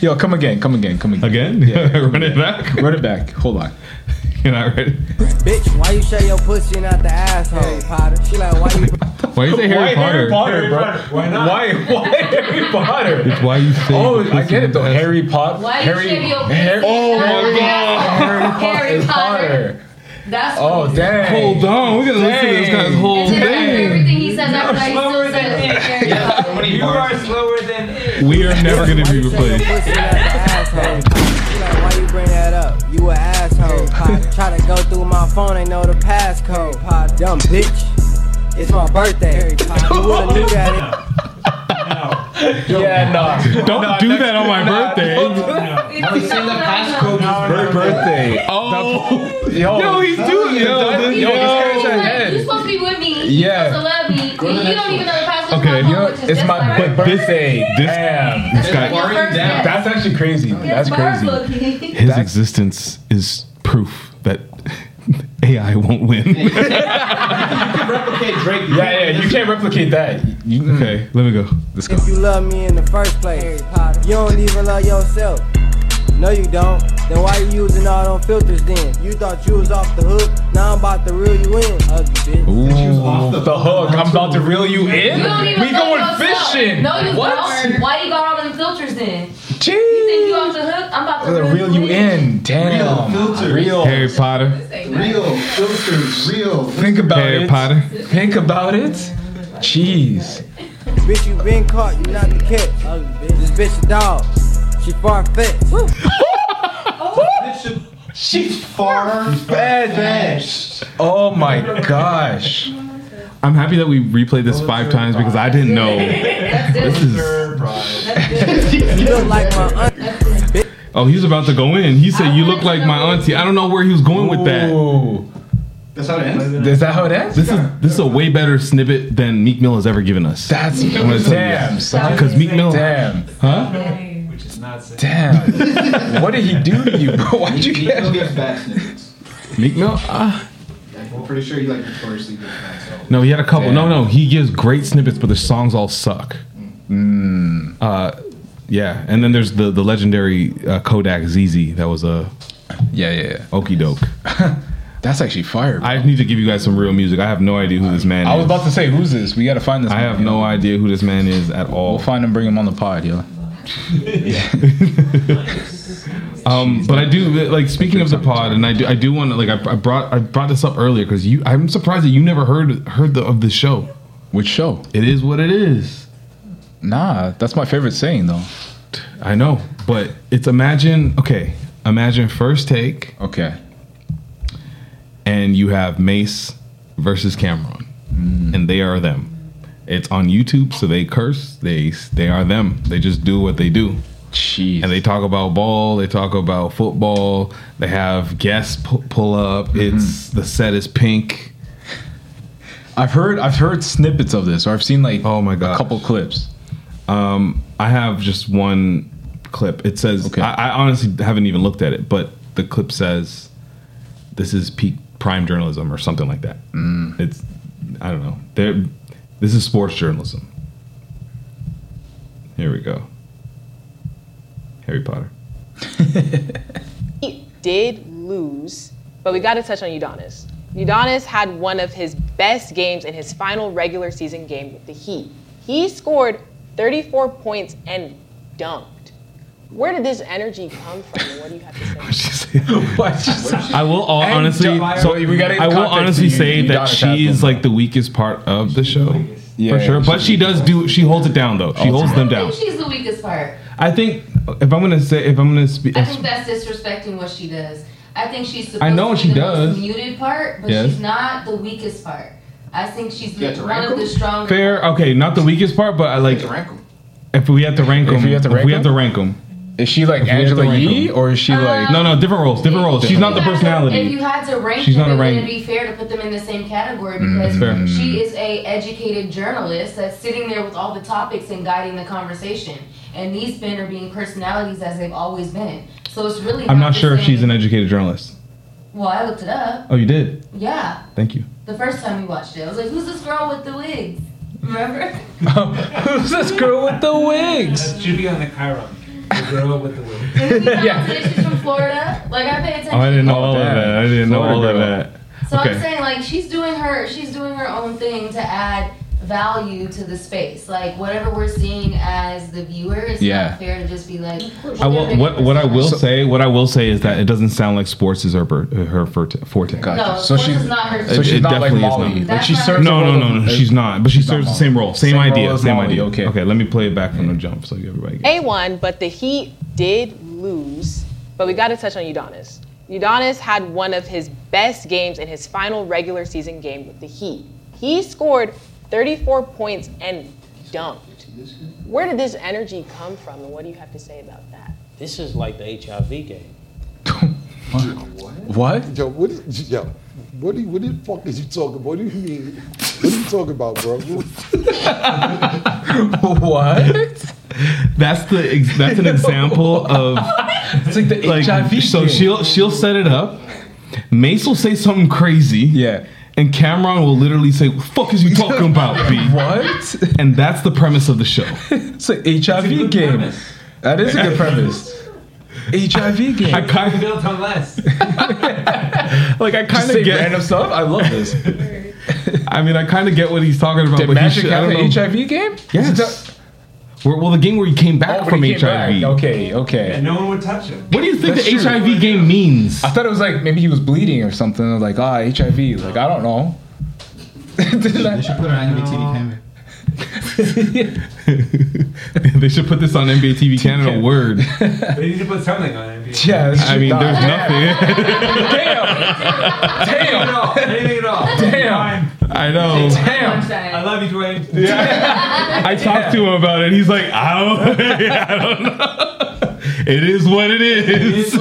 Speaker 2: Yo, come again, come again, come again.
Speaker 1: Again?
Speaker 2: Yeah, yeah,
Speaker 1: Run it back.
Speaker 2: Run it back. Hold on.
Speaker 1: You're not ready.
Speaker 14: Bitch, why you show your pussy and not the asshole? Harry Potter. She like, why you
Speaker 1: Why you say Harry Potter?
Speaker 2: Why not? Why? Why Harry Potter?
Speaker 1: It's why you say.
Speaker 2: Oh, I get it though. Harry Potter.
Speaker 6: Why you
Speaker 2: Harry.
Speaker 6: shave your
Speaker 2: Harry-
Speaker 6: pussy?
Speaker 2: oh my
Speaker 6: Harry
Speaker 2: God.
Speaker 6: Potter.
Speaker 2: Harry Potter.
Speaker 6: Harry
Speaker 2: is
Speaker 6: Potter.
Speaker 2: hotter.
Speaker 6: That's
Speaker 2: Oh dang.
Speaker 1: Hold on, we're gonna listen to this guy's whole
Speaker 6: And then after
Speaker 1: thing.
Speaker 6: everything he says after that, he still says Harry Potter.
Speaker 4: You are slower than it.
Speaker 1: We are never gonna be replaced.
Speaker 14: pussy and not the asshole? She like, why you bring that up? You an asshole. Potter. Try to go through my phone, ain't know the passcode. Potter. Dumb bitch. It's my birthday. Harry Potter. You would've knew that.
Speaker 2: Yeah, no.
Speaker 1: Don't do that on my birthday.
Speaker 13: No, he's saying the passcode is
Speaker 2: Her birthday.
Speaker 1: Oh,
Speaker 2: yo,
Speaker 1: Yo, he's
Speaker 2: no,
Speaker 1: doing-
Speaker 2: he's
Speaker 1: yo,
Speaker 2: done it.
Speaker 1: this-
Speaker 2: yo, this
Speaker 6: He's
Speaker 2: guy's
Speaker 6: like,
Speaker 2: ahead.
Speaker 6: you supposed to be with me.
Speaker 2: Yeah.
Speaker 6: You supposed to love me.
Speaker 13: Go to the
Speaker 6: and you
Speaker 13: next
Speaker 6: don't even know the password
Speaker 1: Okay.
Speaker 6: to my phone,
Speaker 1: Yo,
Speaker 6: which is
Speaker 2: It's
Speaker 6: just
Speaker 2: my
Speaker 6: like-
Speaker 2: birthday.
Speaker 1: This
Speaker 2: Damn.
Speaker 1: this guy,
Speaker 13: Barring down.
Speaker 2: That's actually crazy. That's crazy.
Speaker 6: crazy.
Speaker 1: his existence is proof that AI won't win.
Speaker 13: Replicate Drake.
Speaker 2: Yeah, yeah. You can't replicate that. You,
Speaker 1: Okay, let me go.
Speaker 2: Let's go.
Speaker 14: If you love me in the first place, you don't even love yourself. No, you don't. Then why you using all them filters then? You thought you was off the hook. Now I'm about to reel you in, ugly bitch.
Speaker 2: Ooh, the, hook. I'm about to reel you in.
Speaker 6: You don't even
Speaker 2: We
Speaker 6: love
Speaker 2: going
Speaker 6: yourself.
Speaker 2: fishing.
Speaker 6: No, you
Speaker 2: what?
Speaker 6: don't. Why you got all them filters in? Think you
Speaker 2: Jeez.
Speaker 6: off the hook? I'm about
Speaker 2: I'm
Speaker 6: to
Speaker 2: gonna reel you in.
Speaker 10: Real
Speaker 2: Damn.
Speaker 10: filters.
Speaker 2: Real.
Speaker 1: Harry Potter.
Speaker 10: Real filters. Real.
Speaker 2: Think about
Speaker 1: Harry
Speaker 2: it.
Speaker 1: Potter.
Speaker 2: Think about it. Jeez.
Speaker 14: Bitch, you been caught, you not the catch. Ugly bitch. This bitch a dog. She far fetched.
Speaker 13: She's far fetched.
Speaker 2: Oh my gosh.
Speaker 1: I'm happy that we replayed
Speaker 2: Oh,
Speaker 1: this five times because I didn't know.
Speaker 6: That's
Speaker 1: This
Speaker 6: it.
Speaker 1: is.
Speaker 6: That's it.
Speaker 14: You look like my aunt.
Speaker 1: Oh, he was about to go in. He said, "You look like my auntie." I don't know where he was going with that.
Speaker 2: Ooh.
Speaker 13: That's how it ends.
Speaker 2: Is that how it ends?
Speaker 1: This is this is a way better snippet than Meek Mill has ever given us.
Speaker 2: That's
Speaker 1: gonna tell you.
Speaker 2: damn. son.
Speaker 1: Because Meek Mill,
Speaker 2: Damn.
Speaker 1: huh?
Speaker 4: Which is not saying.
Speaker 2: Damn. what did he do to you, bro? Why'd you
Speaker 13: He
Speaker 2: get?
Speaker 13: still gets back snippets.
Speaker 1: Meek Mill? Ah.
Speaker 13: I'm pretty sure he like notoriously gets back. So.
Speaker 1: No, he had a couple. No,
Speaker 2: Damn.
Speaker 1: no, he gives great snippets, but the songs all suck.
Speaker 2: Mm.
Speaker 1: Uh, yeah, and then there's the the legendary uh, Kodak ZZ. That was a
Speaker 2: Yeah, yeah, yeah.
Speaker 1: okey doke.
Speaker 2: That's actually fire. Bro.
Speaker 1: I need to give you guys some real music. I have no idea who this man
Speaker 2: I
Speaker 1: is.
Speaker 2: was about to say, who's this? We gotta find this.
Speaker 1: I
Speaker 2: man,
Speaker 1: have
Speaker 2: yo.
Speaker 1: no idea who this man is at
Speaker 2: We'll
Speaker 1: all.
Speaker 2: find him, bring him on the pod, yo.
Speaker 1: Um, but I do like speaking of the pod, and I do I do want to like I, I brought I brought this up earlier because you I'm surprised that you never heard heard the, of the show.
Speaker 2: Which show?
Speaker 1: It is what it is.
Speaker 2: Nah, that's my favorite saying though.
Speaker 1: I know, but it's imagine okay, imagine first take.
Speaker 2: Okay.
Speaker 1: and you have Mace versus Cameron,
Speaker 2: Mm.
Speaker 1: and they are them. It's on YouTube, so they curse. They they are them. They just do what they do,
Speaker 2: Jeez.
Speaker 1: and they talk about ball. They talk about football. They have guests pu- pull up.
Speaker 2: Mm-hmm.
Speaker 1: It's the set is pink.
Speaker 2: I've heard I've heard snippets of this, or I've seen like
Speaker 1: Oh my
Speaker 2: a
Speaker 1: gosh.
Speaker 2: couple clips.
Speaker 1: Um, I have just one clip. It says, I, I honestly haven't even looked at it, but the clip says, "This is peak prime journalism" or something like that.
Speaker 2: Mm.
Speaker 1: It's, I don't know. They're, this is sports journalism. Here we go. Harry Potter.
Speaker 15: He did lose, but we got to touch on Udonis. Udonis had one of his best games in his final regular season game with the Heat. He scored 34 points and dunked. Where did this energy come from? and What do you have to say?
Speaker 1: I will all
Speaker 15: And
Speaker 1: honestly.
Speaker 15: Jemima-
Speaker 1: So
Speaker 15: We gotta
Speaker 1: I will
Speaker 15: context
Speaker 1: honestly
Speaker 15: you,
Speaker 1: say
Speaker 15: you
Speaker 1: that
Speaker 15: gotta have
Speaker 1: she is like the weakest part of the show,
Speaker 2: Yeah,
Speaker 1: for sure. But she does do. She holds it down though. She holds them down.
Speaker 6: She's the weakest part.
Speaker 1: I think if I'm gonna say if I'm gonna speak,
Speaker 6: I think that's disrespecting what she does. I think she's supposed
Speaker 1: I know
Speaker 6: to
Speaker 1: she
Speaker 6: be the
Speaker 1: does.
Speaker 6: most muted part, but
Speaker 1: Yes.
Speaker 6: she's not the weakest part. I think she's
Speaker 1: You
Speaker 6: the,
Speaker 1: have to
Speaker 6: one
Speaker 1: rank
Speaker 6: of the strongest.
Speaker 1: uh, fair. Okay, not the weakest part, but I like. If we have to rank
Speaker 2: If
Speaker 1: them,
Speaker 2: you have to rank
Speaker 1: we have to
Speaker 2: 'em?
Speaker 1: rank them.
Speaker 2: Is she like Angela Yee or is she like?
Speaker 1: No, no, different roles. Different roles. She's not the
Speaker 6: If
Speaker 1: personality.
Speaker 6: you had to rank
Speaker 1: She's
Speaker 6: them,
Speaker 1: not a
Speaker 6: it
Speaker 1: rank-
Speaker 6: wouldn't be fair to put them in the same category
Speaker 1: Mm,
Speaker 6: because
Speaker 1: fair.
Speaker 6: she is a educated journalist that's sitting there with all the topics and guiding the conversation. And these men are being personalities as they've always been. So it's really.
Speaker 1: I'm not
Speaker 6: the
Speaker 1: sure if
Speaker 6: same-
Speaker 1: she's an educated journalist.
Speaker 6: Well, I looked it up.
Speaker 1: Oh, you did.
Speaker 6: Yeah,
Speaker 1: Thank you.
Speaker 6: the first time we watched it, I was like, "Who's this girl with the wigs?" Remember?
Speaker 2: Who's this girl with the wigs?
Speaker 4: That's Judy on the Chiron. The girl with the wigs.
Speaker 6: And you know, she's from Florida. Like I pay attention.
Speaker 1: Oh, I didn't know
Speaker 2: Oh,
Speaker 1: all
Speaker 2: damn.
Speaker 1: of that. I didn't know
Speaker 2: Florida
Speaker 1: all of
Speaker 2: girl.
Speaker 1: that.
Speaker 6: So
Speaker 1: okay.
Speaker 6: I'm saying like she's doing her she's doing her own thing to add value to the space. Like whatever we're seeing as the viewer, it's
Speaker 1: Yeah.
Speaker 6: not fair to just be like.
Speaker 1: I will, what what I will say what I will say is that it doesn't sound like sports is her bur- her forte. forte.
Speaker 6: No, so she's not her.
Speaker 1: It- it definitely is not.
Speaker 6: That's not her
Speaker 1: no, no,
Speaker 6: role.
Speaker 1: no, no, she's not. But she serves the same role, same,
Speaker 2: Same
Speaker 1: idea,
Speaker 2: role as
Speaker 1: same
Speaker 2: Molly,
Speaker 1: idea.
Speaker 2: okay.
Speaker 1: okay. Let me play it back from the jump so everybody. Gets
Speaker 15: A1, but the Heat did lose. But we got to touch on Udonis. Udonis had one of his best games in his final regular season game with the Heat. He scored 34 points and dunked. Where did this energy come from, and what do you have to say about that?
Speaker 16: This is like the HIV game.
Speaker 2: What?
Speaker 17: Yo, what is, yo, what, do you, what the fuck is you talking about? What do you mean? What are you talking about, bro?
Speaker 2: what?
Speaker 1: That's the ex- that's an example of
Speaker 2: it's like the HIV
Speaker 1: So
Speaker 2: game.
Speaker 1: she'll she'll set it up. Mace will say something crazy. Yeah. And Cameron will literally say, "What the fuck is you talking about, B?"
Speaker 2: What?
Speaker 1: And that's the premise of the show.
Speaker 2: It's an HIV game. That is a good premise. HIV game.
Speaker 1: I kind
Speaker 4: built on less.
Speaker 1: like I
Speaker 2: Just
Speaker 1: kind
Speaker 2: say
Speaker 1: of get
Speaker 2: random stuff. I love this.
Speaker 1: I mean, I kind of get what he's talking about.
Speaker 2: Did
Speaker 1: but he
Speaker 2: Magic
Speaker 1: should- I
Speaker 2: have
Speaker 1: don't
Speaker 2: an
Speaker 1: know.
Speaker 2: HIV game?
Speaker 1: Yes. Where, well, the game where he came back
Speaker 2: Oh, when
Speaker 1: from
Speaker 2: he
Speaker 1: HIV.
Speaker 2: came back. Okay, okay.
Speaker 4: And no one would touch him.
Speaker 1: What do you think
Speaker 2: That's
Speaker 1: the
Speaker 2: true.
Speaker 1: HIV game means?
Speaker 2: I thought it was like maybe he was bleeding or something. I was Like ah, HIV. Like I don't know. they
Speaker 10: should put an anime TV camera.
Speaker 1: they should put this on NBA TV Canada. Word.
Speaker 4: They need to put something on it.
Speaker 1: Yeah,
Speaker 2: this
Speaker 1: I
Speaker 2: should
Speaker 1: mean,
Speaker 2: die.
Speaker 1: there's nothing.
Speaker 4: Anything at all. Anything at all. Damn.
Speaker 1: I know.
Speaker 4: Damn. I love you, Dwayne.
Speaker 1: Yeah. I talked to him about it. He's like, I don't, I don't know. It is what it is.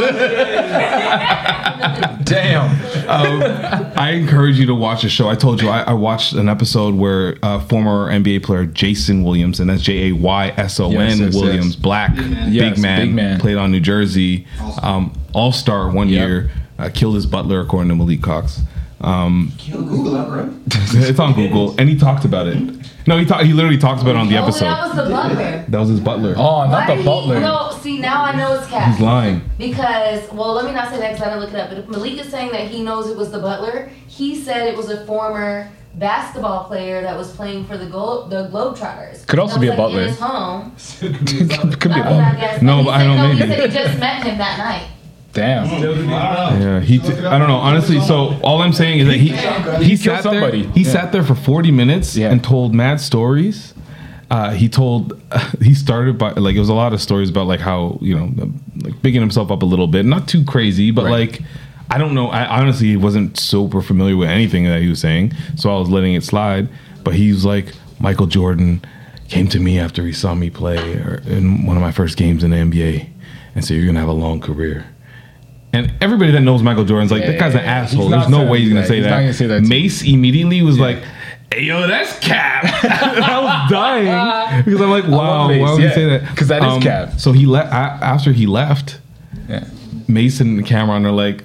Speaker 2: Damn.
Speaker 1: Um, I encourage you to watch a show. I told you I, I watched an episode where uh, former NBA player Jason Williams, and that's J A Y S O
Speaker 2: Yes,
Speaker 1: N
Speaker 2: yes,
Speaker 1: Williams,
Speaker 2: yes.
Speaker 1: black
Speaker 2: Big
Speaker 1: big
Speaker 2: man.
Speaker 1: man,
Speaker 2: Yes, big man.
Speaker 1: played on New Jersey, um, all star one year, uh, killed his butler according to Malik Cox. Um,
Speaker 13: Google that, right?
Speaker 1: it's on Google, and he talked about it. No, he talked. He literally talks about it on the
Speaker 6: Oh,
Speaker 1: episode.
Speaker 6: that was the butler.
Speaker 1: That was his butler.
Speaker 2: Oh,
Speaker 6: Why did he- No, see now I know it's cat.
Speaker 1: He's lying.
Speaker 6: Because well, let me not say that because I didn't look it up. But if Malik is saying that he knows it was the butler, he said it was a former basketball player that was playing for the Glo- the Globetrotters.
Speaker 1: Could also
Speaker 6: That
Speaker 1: be a
Speaker 6: was, like,
Speaker 1: butler.
Speaker 6: In his home.
Speaker 1: Could be a
Speaker 6: That was my
Speaker 1: butler.
Speaker 6: guess.
Speaker 1: No,
Speaker 6: he
Speaker 1: but I
Speaker 6: said-
Speaker 1: don't
Speaker 6: no,
Speaker 1: maybe.
Speaker 6: He said he just met him that night.
Speaker 2: Damn.
Speaker 1: Yeah, he. T- I don't know. Honestly, so all I'm saying is that he he
Speaker 2: He killed
Speaker 1: sat there.
Speaker 2: somebody.
Speaker 1: He
Speaker 2: Yeah.
Speaker 1: sat there for 40 minutes and told mad stories. Uh, he told he started by like it was a lot of stories about like how you know like bigging himself up a little bit, not too crazy, but like I don't know. I honestly wasn't super familiar with anything that he was saying, so I was letting it slide. But he was like Michael Jordan came to me after he saw me play or in one of my first games in the NBA, and said, "You're gonna have a long career." And everybody that knows Michael Jordan's like,
Speaker 2: Yeah,
Speaker 1: that guy's
Speaker 2: yeah,
Speaker 1: an
Speaker 2: yeah. He's
Speaker 1: asshole.
Speaker 2: not
Speaker 1: There's no
Speaker 2: saying
Speaker 1: way he's gonna
Speaker 2: that.
Speaker 1: say
Speaker 2: He's
Speaker 1: that.
Speaker 2: not gonna say that to
Speaker 1: Mace immediately was like, Hey, yo, that's cap. I was dying because I'm like, wow,
Speaker 2: love Mace,
Speaker 1: why would
Speaker 2: yeah,
Speaker 1: you say that? Um,
Speaker 2: 'cause that is cap.
Speaker 1: So he left after he left. Mason and Cameron are like,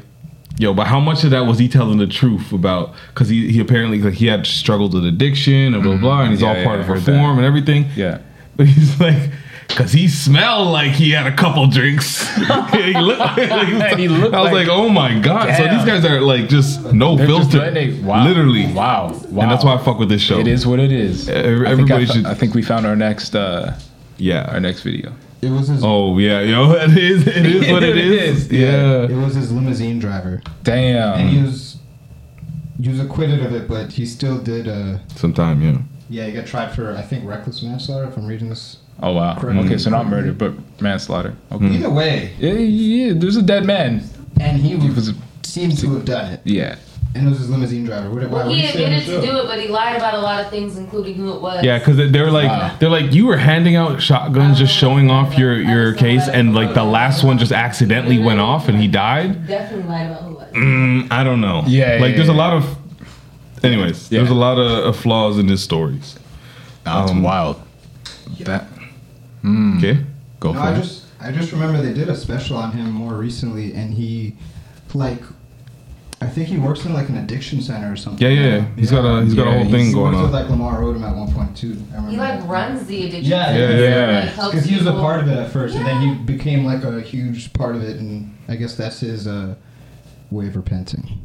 Speaker 1: yo, but how much of that was he telling the truth about? Because he, he apparently like he had struggled with addiction and blah blah, blah and he's
Speaker 2: Yeah,
Speaker 1: all
Speaker 2: Mm-hmm. yeah,
Speaker 1: part
Speaker 2: I
Speaker 1: of reform
Speaker 2: heard that.
Speaker 1: and everything.
Speaker 2: Yeah.
Speaker 1: But he's like, because he smelled like he had a couple drinks. he looked like,
Speaker 2: And he looked
Speaker 1: I was like,
Speaker 2: like-
Speaker 1: oh my God. So
Speaker 2: Damn.
Speaker 1: these guys are like just no
Speaker 2: They're just
Speaker 1: filter.
Speaker 2: letting it- wow.
Speaker 1: Literally.
Speaker 2: Wow. wow.
Speaker 1: And that's why I fuck with this show. E-,
Speaker 2: It is what it is. I
Speaker 1: everybody
Speaker 2: think I, fo-
Speaker 1: should-
Speaker 2: I think we found our next. Uh,
Speaker 1: yeah.
Speaker 2: Our next video.
Speaker 10: It was his.
Speaker 1: Oh, yeah, yo. It is, it is what it is. Yeah.
Speaker 10: It was his limousine driver.
Speaker 1: Oh.
Speaker 2: Damn.
Speaker 10: And he was he was acquitted of it, but he still did. Uh,
Speaker 1: Sometime, yeah.
Speaker 10: yeah, he got tried for I think reckless manslaughter. If I'm reading this.
Speaker 2: Oh wow.
Speaker 10: Correct.
Speaker 2: Okay, so not murder, but manslaughter. Okay.
Speaker 10: Either way,
Speaker 2: Yeah, yeah, yeah, There's a dead man.
Speaker 10: and he, was seemed to have done it.
Speaker 2: Yeah.
Speaker 10: And it was his limousine driver. What, why
Speaker 6: Well,
Speaker 10: would
Speaker 6: he
Speaker 10: he say on the
Speaker 6: admitted to
Speaker 10: show?
Speaker 6: do it, but he lied about a lot of things, including who it was.
Speaker 1: Yeah, because they're like they're like you were handing out shotguns, just showing off your your case, and like the last one just accidentally went off and he died.
Speaker 6: Definitely lied about who it was.
Speaker 1: Mm, I don't know.
Speaker 2: Yeah, yeah,
Speaker 1: like there's
Speaker 2: yeah,
Speaker 1: a lot of. Anyways, there's a lot of, of flaws in his stories.
Speaker 2: That's wild. That. Mm.
Speaker 1: Okay. Go
Speaker 10: No, I just I just remember they did a special on him more recently, and he, like, I think he works in like an addiction center or something.
Speaker 1: Yeah, yeah, yeah. He's got a- he's
Speaker 10: he's
Speaker 1: got a whole thing
Speaker 10: he
Speaker 1: going
Speaker 10: worked
Speaker 1: on.
Speaker 10: With, like Lamar Odom at one point too. I remember.
Speaker 6: He like runs the addiction.
Speaker 10: yeah,
Speaker 1: Yeah,
Speaker 10: yeah,
Speaker 1: yeah.
Speaker 10: yeah. Because he was a part of it at first, and then he became like a huge part of it, and I guess that's his uh, way of repenting.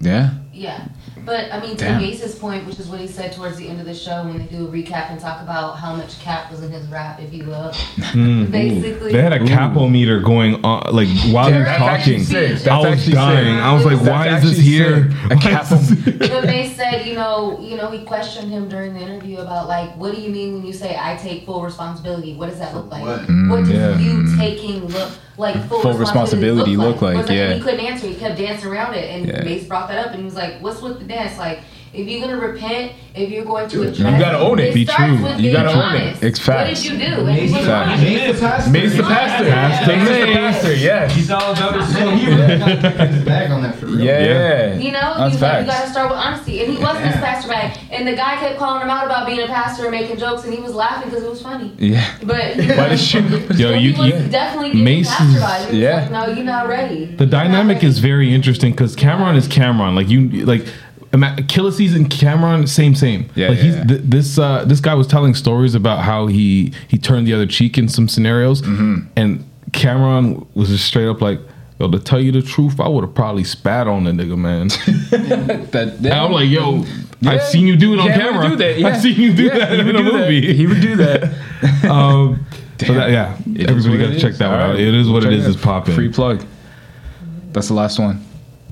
Speaker 2: Yeah.
Speaker 6: Yeah, but I mean, to
Speaker 10: Damn.
Speaker 6: Gase's point, which is what he said towards the end of the show when they do a recap and talk about how much cap was in his rap, if you will.
Speaker 1: Mm.
Speaker 6: Basically,
Speaker 1: They had a capometer going on, like while
Speaker 2: Yeah,
Speaker 1: you're
Speaker 2: that's
Speaker 1: talking.
Speaker 2: actually sick. That's
Speaker 1: I was
Speaker 2: actually
Speaker 1: dying.
Speaker 2: sick.
Speaker 1: I was like,
Speaker 2: That's
Speaker 1: why is this
Speaker 2: actually
Speaker 1: here?
Speaker 2: sick. A capo-
Speaker 6: But they said, you know, you know, he questioned him during the interview about like, what do you mean when you say I take full responsibility? What does that look like?
Speaker 2: what?
Speaker 6: What,
Speaker 2: Mm,
Speaker 6: does
Speaker 2: yeah.
Speaker 6: you taking look like full,
Speaker 2: Full
Speaker 6: responsibility,
Speaker 2: responsibility look like,
Speaker 6: Was and
Speaker 2: yeah.
Speaker 6: he couldn't answer. He kept dancing around it, and
Speaker 2: Yeah.
Speaker 6: Mace brought that up, and he was like, "What's with the dance? Like, if you're gonna repent, if you're going to
Speaker 2: You
Speaker 6: address,
Speaker 2: gotta own it. Be
Speaker 6: starts
Speaker 2: true.
Speaker 6: with
Speaker 2: You
Speaker 6: being
Speaker 2: gotta own it.
Speaker 6: honest.
Speaker 2: It's facts.
Speaker 6: What did you do? And he was
Speaker 2: Facts.
Speaker 6: honest.
Speaker 2: Mace the pastor. Mace the pastor. Hashtag Mace the pastor, yes. He's
Speaker 4: all about his
Speaker 10: Bag on that for real.
Speaker 2: Yeah.
Speaker 6: You
Speaker 2: That's
Speaker 6: know, you, got, you
Speaker 2: facts.
Speaker 6: got to start with honesty. And he wasn't his
Speaker 2: Yeah.
Speaker 6: pastor back. And the guy kept calling him out about being a pastor and making jokes, and he was laughing because it was funny.
Speaker 2: Yeah.
Speaker 6: But
Speaker 1: Why does she- Yo,
Speaker 6: he
Speaker 1: you-
Speaker 6: was
Speaker 1: you-
Speaker 6: definitely getting
Speaker 1: Mace
Speaker 6: pastor
Speaker 1: is-
Speaker 6: vibes. He was
Speaker 1: yeah.
Speaker 6: like, no, you're not ready.
Speaker 1: The dynamic is very interesting because Cameron is Cameron. Like you, like ima- Achilles and Cameron, same, same.
Speaker 2: Yeah,
Speaker 1: Like
Speaker 2: yeah,
Speaker 1: he's,
Speaker 2: yeah.
Speaker 1: Th- this uh, this guy was telling stories about how he he turned the other cheek in some scenarios,
Speaker 2: Mm-hmm.
Speaker 1: and Cameron was just straight up like, "Yo, to tell you the truth, I would have probably spat on the nigga, man."
Speaker 2: That,
Speaker 1: And I'm like, "Yo,
Speaker 2: Yeah.
Speaker 1: I've seen you do it on
Speaker 2: Cameron
Speaker 1: camera.
Speaker 2: do that, yeah.
Speaker 1: I've seen you do
Speaker 2: Yeah,
Speaker 1: that
Speaker 2: he
Speaker 1: in
Speaker 2: would
Speaker 1: a
Speaker 2: do that.
Speaker 1: movie.
Speaker 2: He would do that."
Speaker 1: um, so that- yeah,
Speaker 2: It is
Speaker 1: everybody
Speaker 2: what
Speaker 1: got
Speaker 2: it
Speaker 1: to check
Speaker 2: is.
Speaker 1: that one
Speaker 2: All
Speaker 1: out.
Speaker 2: right.
Speaker 1: It is what
Speaker 2: Check
Speaker 1: it is.
Speaker 2: it.
Speaker 1: It's popping.
Speaker 2: Free plug. That's the last one.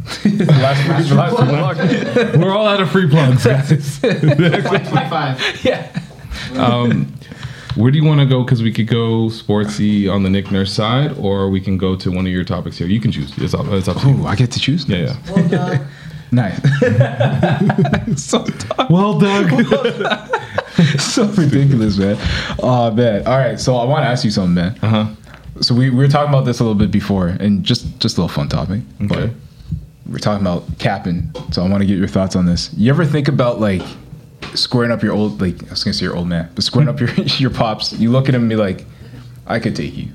Speaker 2: last, last, last plug.
Speaker 1: We're all out of free plugs, guys.
Speaker 2: Yeah.
Speaker 1: um, where do you want to go? Because we could go sportsy on the Nick Nurse side, or we can go to one of your topics here. You can choose. It's up. It's up to you.
Speaker 2: I get to choose.
Speaker 1: Yeah, yeah.
Speaker 2: Nice. so
Speaker 1: Well, Doug.
Speaker 2: so ridiculous, man. Oh man. All right. So I want to ask you something, man. Uh
Speaker 1: Uh-huh.
Speaker 2: huh. So we, we were talking about this a little bit before, and just just a little fun topic. But we're talking about capping. So I want to get your thoughts on this. You ever think about like squaring up your old like I was gonna say your old man, but squaring up your your pops? You look at him and be like, I could take you.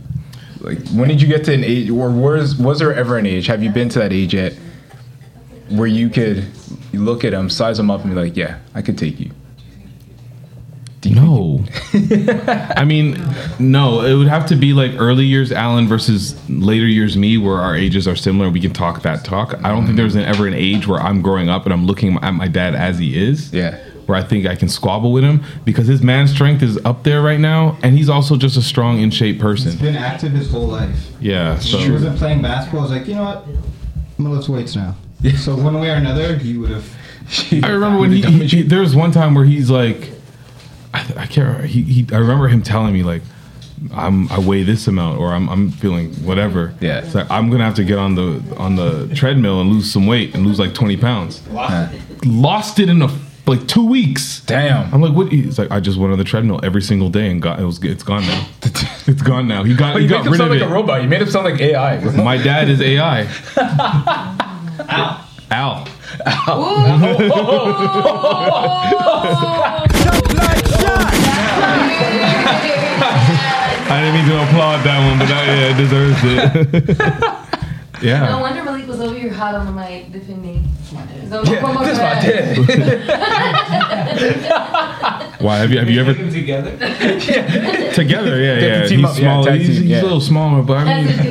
Speaker 2: Like when did you get to an age, or was was there ever an age? Have you been to that age yet? Where you could you look at him, size him up, and be like, yeah, I could take you.
Speaker 1: No. I mean, no. It would have to be like early years Alan versus later years me, where our ages are similar. and We can talk that talk. I don't think there's an, ever an age where I'm growing up and I'm looking at my dad as he is.
Speaker 2: Yeah.
Speaker 1: Where I think I can squabble with him because his man strength is up there right now, and he's also just a strong, in shape person.
Speaker 10: He's been active his whole life.
Speaker 1: Yeah. So.
Speaker 10: If he wasn't playing basketball. I was like, you know what? I'm gonna lift weights now. So one way or another, he would have.
Speaker 1: I remember when he, he, he- there was one time where he's like, I, I can't. Remember, he, he I remember him telling me like, I'm I weigh this amount or I'm I'm feeling whatever. Yeah. So I'm gonna have to get on the on the treadmill and lose some weight and lose like 20 pounds. Lost it in a like two weeks.
Speaker 2: Damn.
Speaker 1: I'm like, what? He's like, I just went on the treadmill every single day and got it was it's gone now. it's gone now. He got
Speaker 2: Oh,
Speaker 1: he
Speaker 2: you
Speaker 1: got
Speaker 2: make him
Speaker 1: rid of
Speaker 2: sound like
Speaker 1: it.
Speaker 2: a robot. You made him sound like AI. bro.
Speaker 1: My dad is AI. Ow. Ow.
Speaker 2: Oh, oh, oh, oh, oh, oh,
Speaker 6: No
Speaker 1: yeah.
Speaker 6: wonder Malik was over here hot on the mic defending. Yeah,
Speaker 1: Yeah, this my Why have you have you ever
Speaker 4: together?
Speaker 1: together? Yeah,
Speaker 2: They
Speaker 1: yeah.
Speaker 2: can team
Speaker 1: he's
Speaker 2: up, yeah,
Speaker 1: smaller.
Speaker 2: tag
Speaker 1: he's,
Speaker 2: team,
Speaker 1: he's
Speaker 2: yeah.
Speaker 1: a little smaller, but I mean,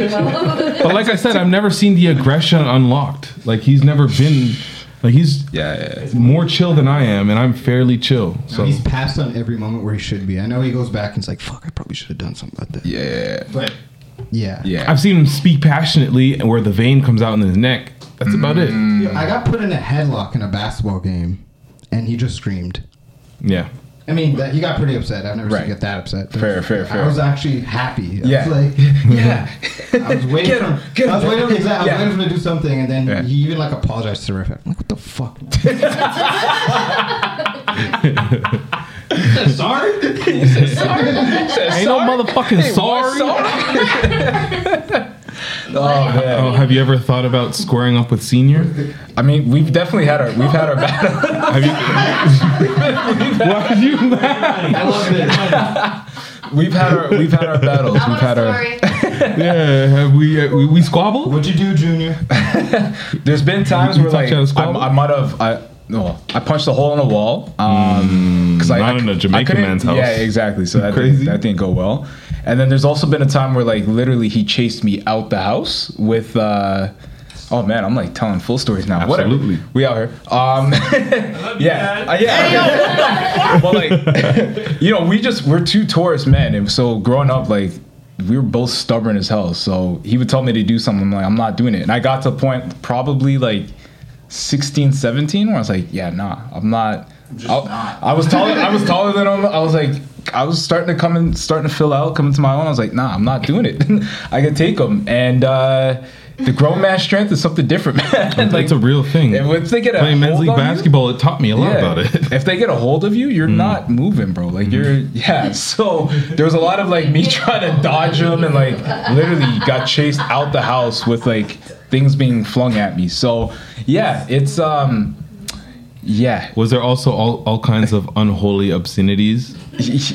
Speaker 1: but like I said, I've never seen the aggression unlocked. Like he's never been. Like he's yeah, more chill than I am, and I'm fairly chill. So
Speaker 10: he's passed on every moment where he should be. I know he goes back and is like, "Fuck, I probably should have done something about that."
Speaker 2: Yeah,
Speaker 10: but yeah,
Speaker 1: yeah. I've seen him speak passionately, and where the vein comes out in his neck. That's about it.
Speaker 10: Yo, I got put in a headlock in a basketball game, and he just screamed.
Speaker 1: Yeah.
Speaker 10: I mean, that, he got pretty upset. I've never seen
Speaker 2: Right.
Speaker 10: him get that upset.
Speaker 2: Fair, fair, fair.
Speaker 10: I was actually happy. I
Speaker 2: Yeah.
Speaker 10: was like,
Speaker 2: Yeah.
Speaker 10: I was waiting.
Speaker 2: Get him,
Speaker 10: for,
Speaker 2: get
Speaker 10: I was
Speaker 2: him.
Speaker 10: waiting for him. I was
Speaker 2: Yeah.
Speaker 10: waiting for him to do something, and then he even like apologized to the ref. I'm like, what the fuck?
Speaker 2: sorry?
Speaker 1: Ain't no motherfucking sorry.
Speaker 2: Oh man.
Speaker 1: Oh, have you ever thought about squaring up with senior?
Speaker 2: I mean, we've definitely had our we've had our battle.
Speaker 1: have you? Why did you laugh?
Speaker 10: I love it.
Speaker 2: We've had our we've had our battles.
Speaker 6: I
Speaker 2: We've
Speaker 6: want a
Speaker 2: had our
Speaker 6: story.
Speaker 1: yeah. Have we uh, we, we squabbled?
Speaker 10: What'd you do, Junior?
Speaker 2: There's been times
Speaker 1: You
Speaker 2: where
Speaker 1: touch
Speaker 2: like
Speaker 1: on a
Speaker 2: I,
Speaker 1: squabble?
Speaker 2: I might have I no I punched a hole in a wall. Um, because I
Speaker 1: Mm, not
Speaker 2: I,
Speaker 1: in a
Speaker 2: I
Speaker 1: Jamaican
Speaker 2: couldn't-
Speaker 1: man's house.
Speaker 2: Yeah, exactly. So that
Speaker 1: crazy?
Speaker 2: didn't, that didn't go well. And then there's also been a time where like literally he chased me out the house with. uh Oh man, I'm like telling full stories now. Whatever.
Speaker 1: Absolutely.
Speaker 2: We out here. Um, yeah, Uh, yeah. well, like, you know, we just we're two Taurus men, and so growing up, like, we were both stubborn as hell. So he would tell me to do something, I'm like, I'm not doing it. And I got to a point probably like 16, 17, where I was like, yeah, nah, I'm not. I, I was taller. I was taller than him. I was like, I was starting to come in, starting to fill out, coming to my own. I was like, nah, I'm not doing it. I could take him. And uh, the grown man strength is something different, man. like,
Speaker 1: it's a real thing.
Speaker 2: if they get a
Speaker 1: Playing men's
Speaker 2: hold
Speaker 1: league
Speaker 2: on you-
Speaker 1: basketball, it taught me a lot
Speaker 2: yeah.
Speaker 1: about it. Hmm.
Speaker 2: If they get a hold of you, you're not moving, bro. Like you're yeah. So there was a lot of like me trying to dodge them and like literally got chased out the house with like things being flung at me. So yeah, it's um yeah.
Speaker 1: Was there also all, all kinds of unholy obscenities?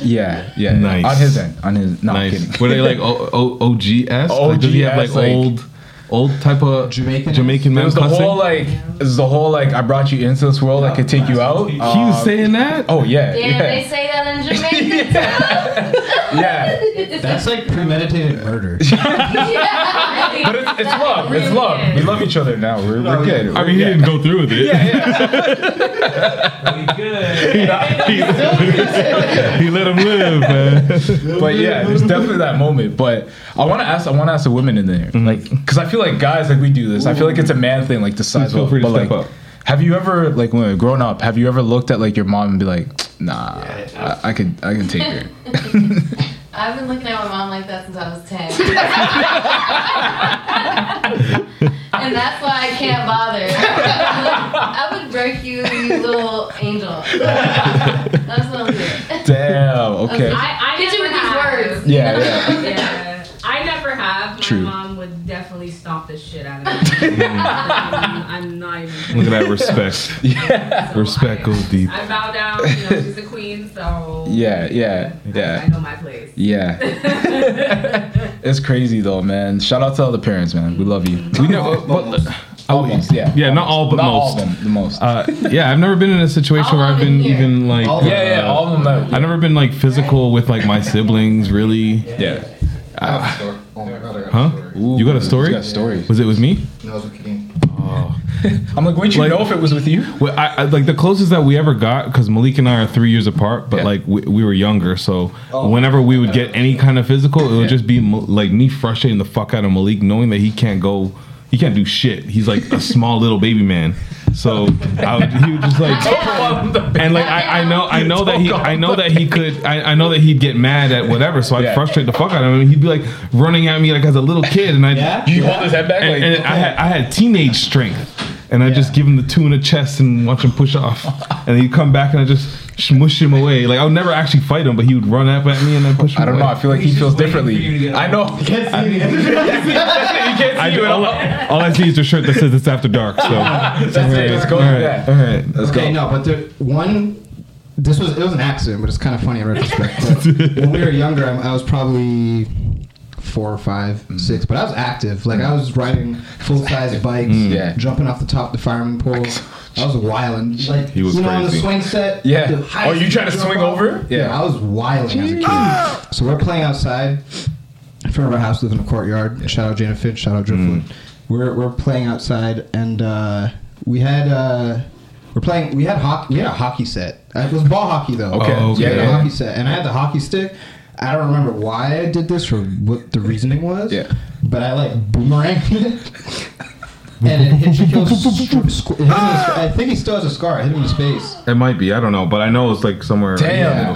Speaker 2: Yeah, yeah.
Speaker 1: Nice.
Speaker 2: On his end. On his no I'm
Speaker 1: Nice.
Speaker 2: kidding.
Speaker 1: Were they like o- o- OGS? Like, does he have like,
Speaker 2: OGS, like-
Speaker 1: old old type of Jamaican Jamaican
Speaker 2: There
Speaker 1: man
Speaker 2: was the
Speaker 1: cussing?
Speaker 2: whole uh, like this is the whole like I brought you into this world, I could take you out. He
Speaker 1: he was saying that?
Speaker 2: Oh yeah.
Speaker 6: Damn, they say that in Jamaica.
Speaker 2: yeah.
Speaker 10: That's like premeditated murder.
Speaker 2: But it's, it's love. It's love. We love each other now. We're, we're good.
Speaker 1: I mean, he didn't go through with it. he let him live, man.
Speaker 2: but yeah, there's definitely that moment. But I want to ask, I want to ask the women in there,
Speaker 1: Mm-hmm.
Speaker 2: like, because I feel like guys, like we do this. I feel like it's a man thing, like the size.
Speaker 1: feel
Speaker 2: up.
Speaker 1: free to
Speaker 2: But,
Speaker 1: step
Speaker 2: like,
Speaker 1: up.
Speaker 2: Have you ever, like, when you're grown up, have you ever looked at like your mom and be like, nah, I, I could, I can take her.
Speaker 6: I've been looking at my mom like that since I was 10. and that's why I can't bother. I would break you, you little angel. That's what I'm doing.
Speaker 2: Damn. Okay.
Speaker 18: I, I
Speaker 6: Hit you with
Speaker 18: never
Speaker 6: these
Speaker 18: have.
Speaker 6: words.
Speaker 2: Yeah, yeah.
Speaker 18: Yeah. I never have. My
Speaker 2: True.
Speaker 18: mom would definitely stomp the shit out of me. I'm, I'm not even.
Speaker 1: Look at that respect. Respect goes deep.
Speaker 18: I bow down. You know, she's a queen, so
Speaker 2: Yeah, yeah,
Speaker 18: I
Speaker 2: yeah,
Speaker 18: know my place.
Speaker 2: yeah. It's crazy though, man. Shout out to all the parents, man. We love you. We know, but, almost, yeah,
Speaker 1: Yeah, not all, but
Speaker 2: Not
Speaker 1: most.
Speaker 2: all of them, the most.
Speaker 1: Uh, yeah, I've never been in a situation where I've been even like. uh,
Speaker 2: All of them. Yeah, yeah, all of them, though.
Speaker 1: I've never been like physical with like my siblings, really.
Speaker 2: Yeah.
Speaker 1: Uh,
Speaker 10: Oh my god, I got
Speaker 1: huh? you got a story?
Speaker 2: he's got a story.
Speaker 1: Was it with me?
Speaker 10: No, I was kidding.
Speaker 2: I'm like, wouldn't you
Speaker 1: Like-
Speaker 2: know if it was with you?
Speaker 1: Well, I, I, like the closest that we ever got because Malik and I are three years apart, but
Speaker 2: Yeah. Oh.
Speaker 1: like we, we were younger, so whenever we would get any kind of physical, it would just be Mal- like me frustrating the fuck out of Malik, knowing that he can't go, he can't do shit. He's like a small little baby man, so I would, he would just like. And like I, I know I know that he I know that he could I, I know that he'd get mad at whatever so I'd
Speaker 2: Yeah.
Speaker 1: frustrate the fuck out of him and he'd be like running at me like as a little kid and I
Speaker 10: Yeah?
Speaker 2: You hold his head back,
Speaker 1: and,
Speaker 2: like,
Speaker 1: and I had I had teenage strength and I just give him the two in the chest and watch him push off and he'd come back and I just smush him away like I would never actually fight him but he would run up at me and then push him
Speaker 2: I don't know.
Speaker 1: away.
Speaker 2: I feel like he feels differently. I know. You can't see me.
Speaker 1: I do,
Speaker 2: at
Speaker 1: all,
Speaker 2: all.
Speaker 1: I- all I see is the shirt that says it's after dark so
Speaker 2: That's it. Let's go.
Speaker 1: all
Speaker 2: with
Speaker 1: right
Speaker 2: that.
Speaker 1: all right
Speaker 2: Let's
Speaker 10: okay,
Speaker 2: go.
Speaker 10: no, but there one. This was it was an accident, but it's kind of funny in retrospect. But when we were younger, I, I was probably four or five,
Speaker 2: Mm.
Speaker 10: six. But I was active. Like I was riding full size bikes,
Speaker 2: Mm. Yeah.
Speaker 10: jumping off the top of the fireman pole. I was wilding. Like
Speaker 2: He was
Speaker 10: you know, on the
Speaker 2: crazy.
Speaker 10: swing set.
Speaker 2: Yeah.
Speaker 10: the
Speaker 2: Oh,
Speaker 10: highest
Speaker 2: you trying to
Speaker 10: you jump
Speaker 2: swing
Speaker 10: off-
Speaker 2: over?
Speaker 10: Yeah.
Speaker 2: Yeah.
Speaker 10: I was wilding as a kid. So we're playing outside in front of our house, live in a courtyard. Shout out Jana Finch. Shout out Driftwood.
Speaker 2: Mm.
Speaker 10: We're we're playing outside, and uh, we had. Uh, we're playing. We had hockey. We had a hockey set. Uh, It was ball hockey though.
Speaker 2: Okay. Oh,
Speaker 10: So we
Speaker 2: okay.
Speaker 10: had a
Speaker 2: Yeah.
Speaker 10: hockey set, and I had the hockey stick. I don't remember why I did this or what the reasoning was. Yeah. But I like boomeranged it, and it hit Shaquille. Str- squ- it hit him in the
Speaker 2: Ah!
Speaker 10: sc- I think he still has a scar. I hit him in his face.
Speaker 1: It might be. I don't know, but I know it's like somewhere.
Speaker 10: Yeah.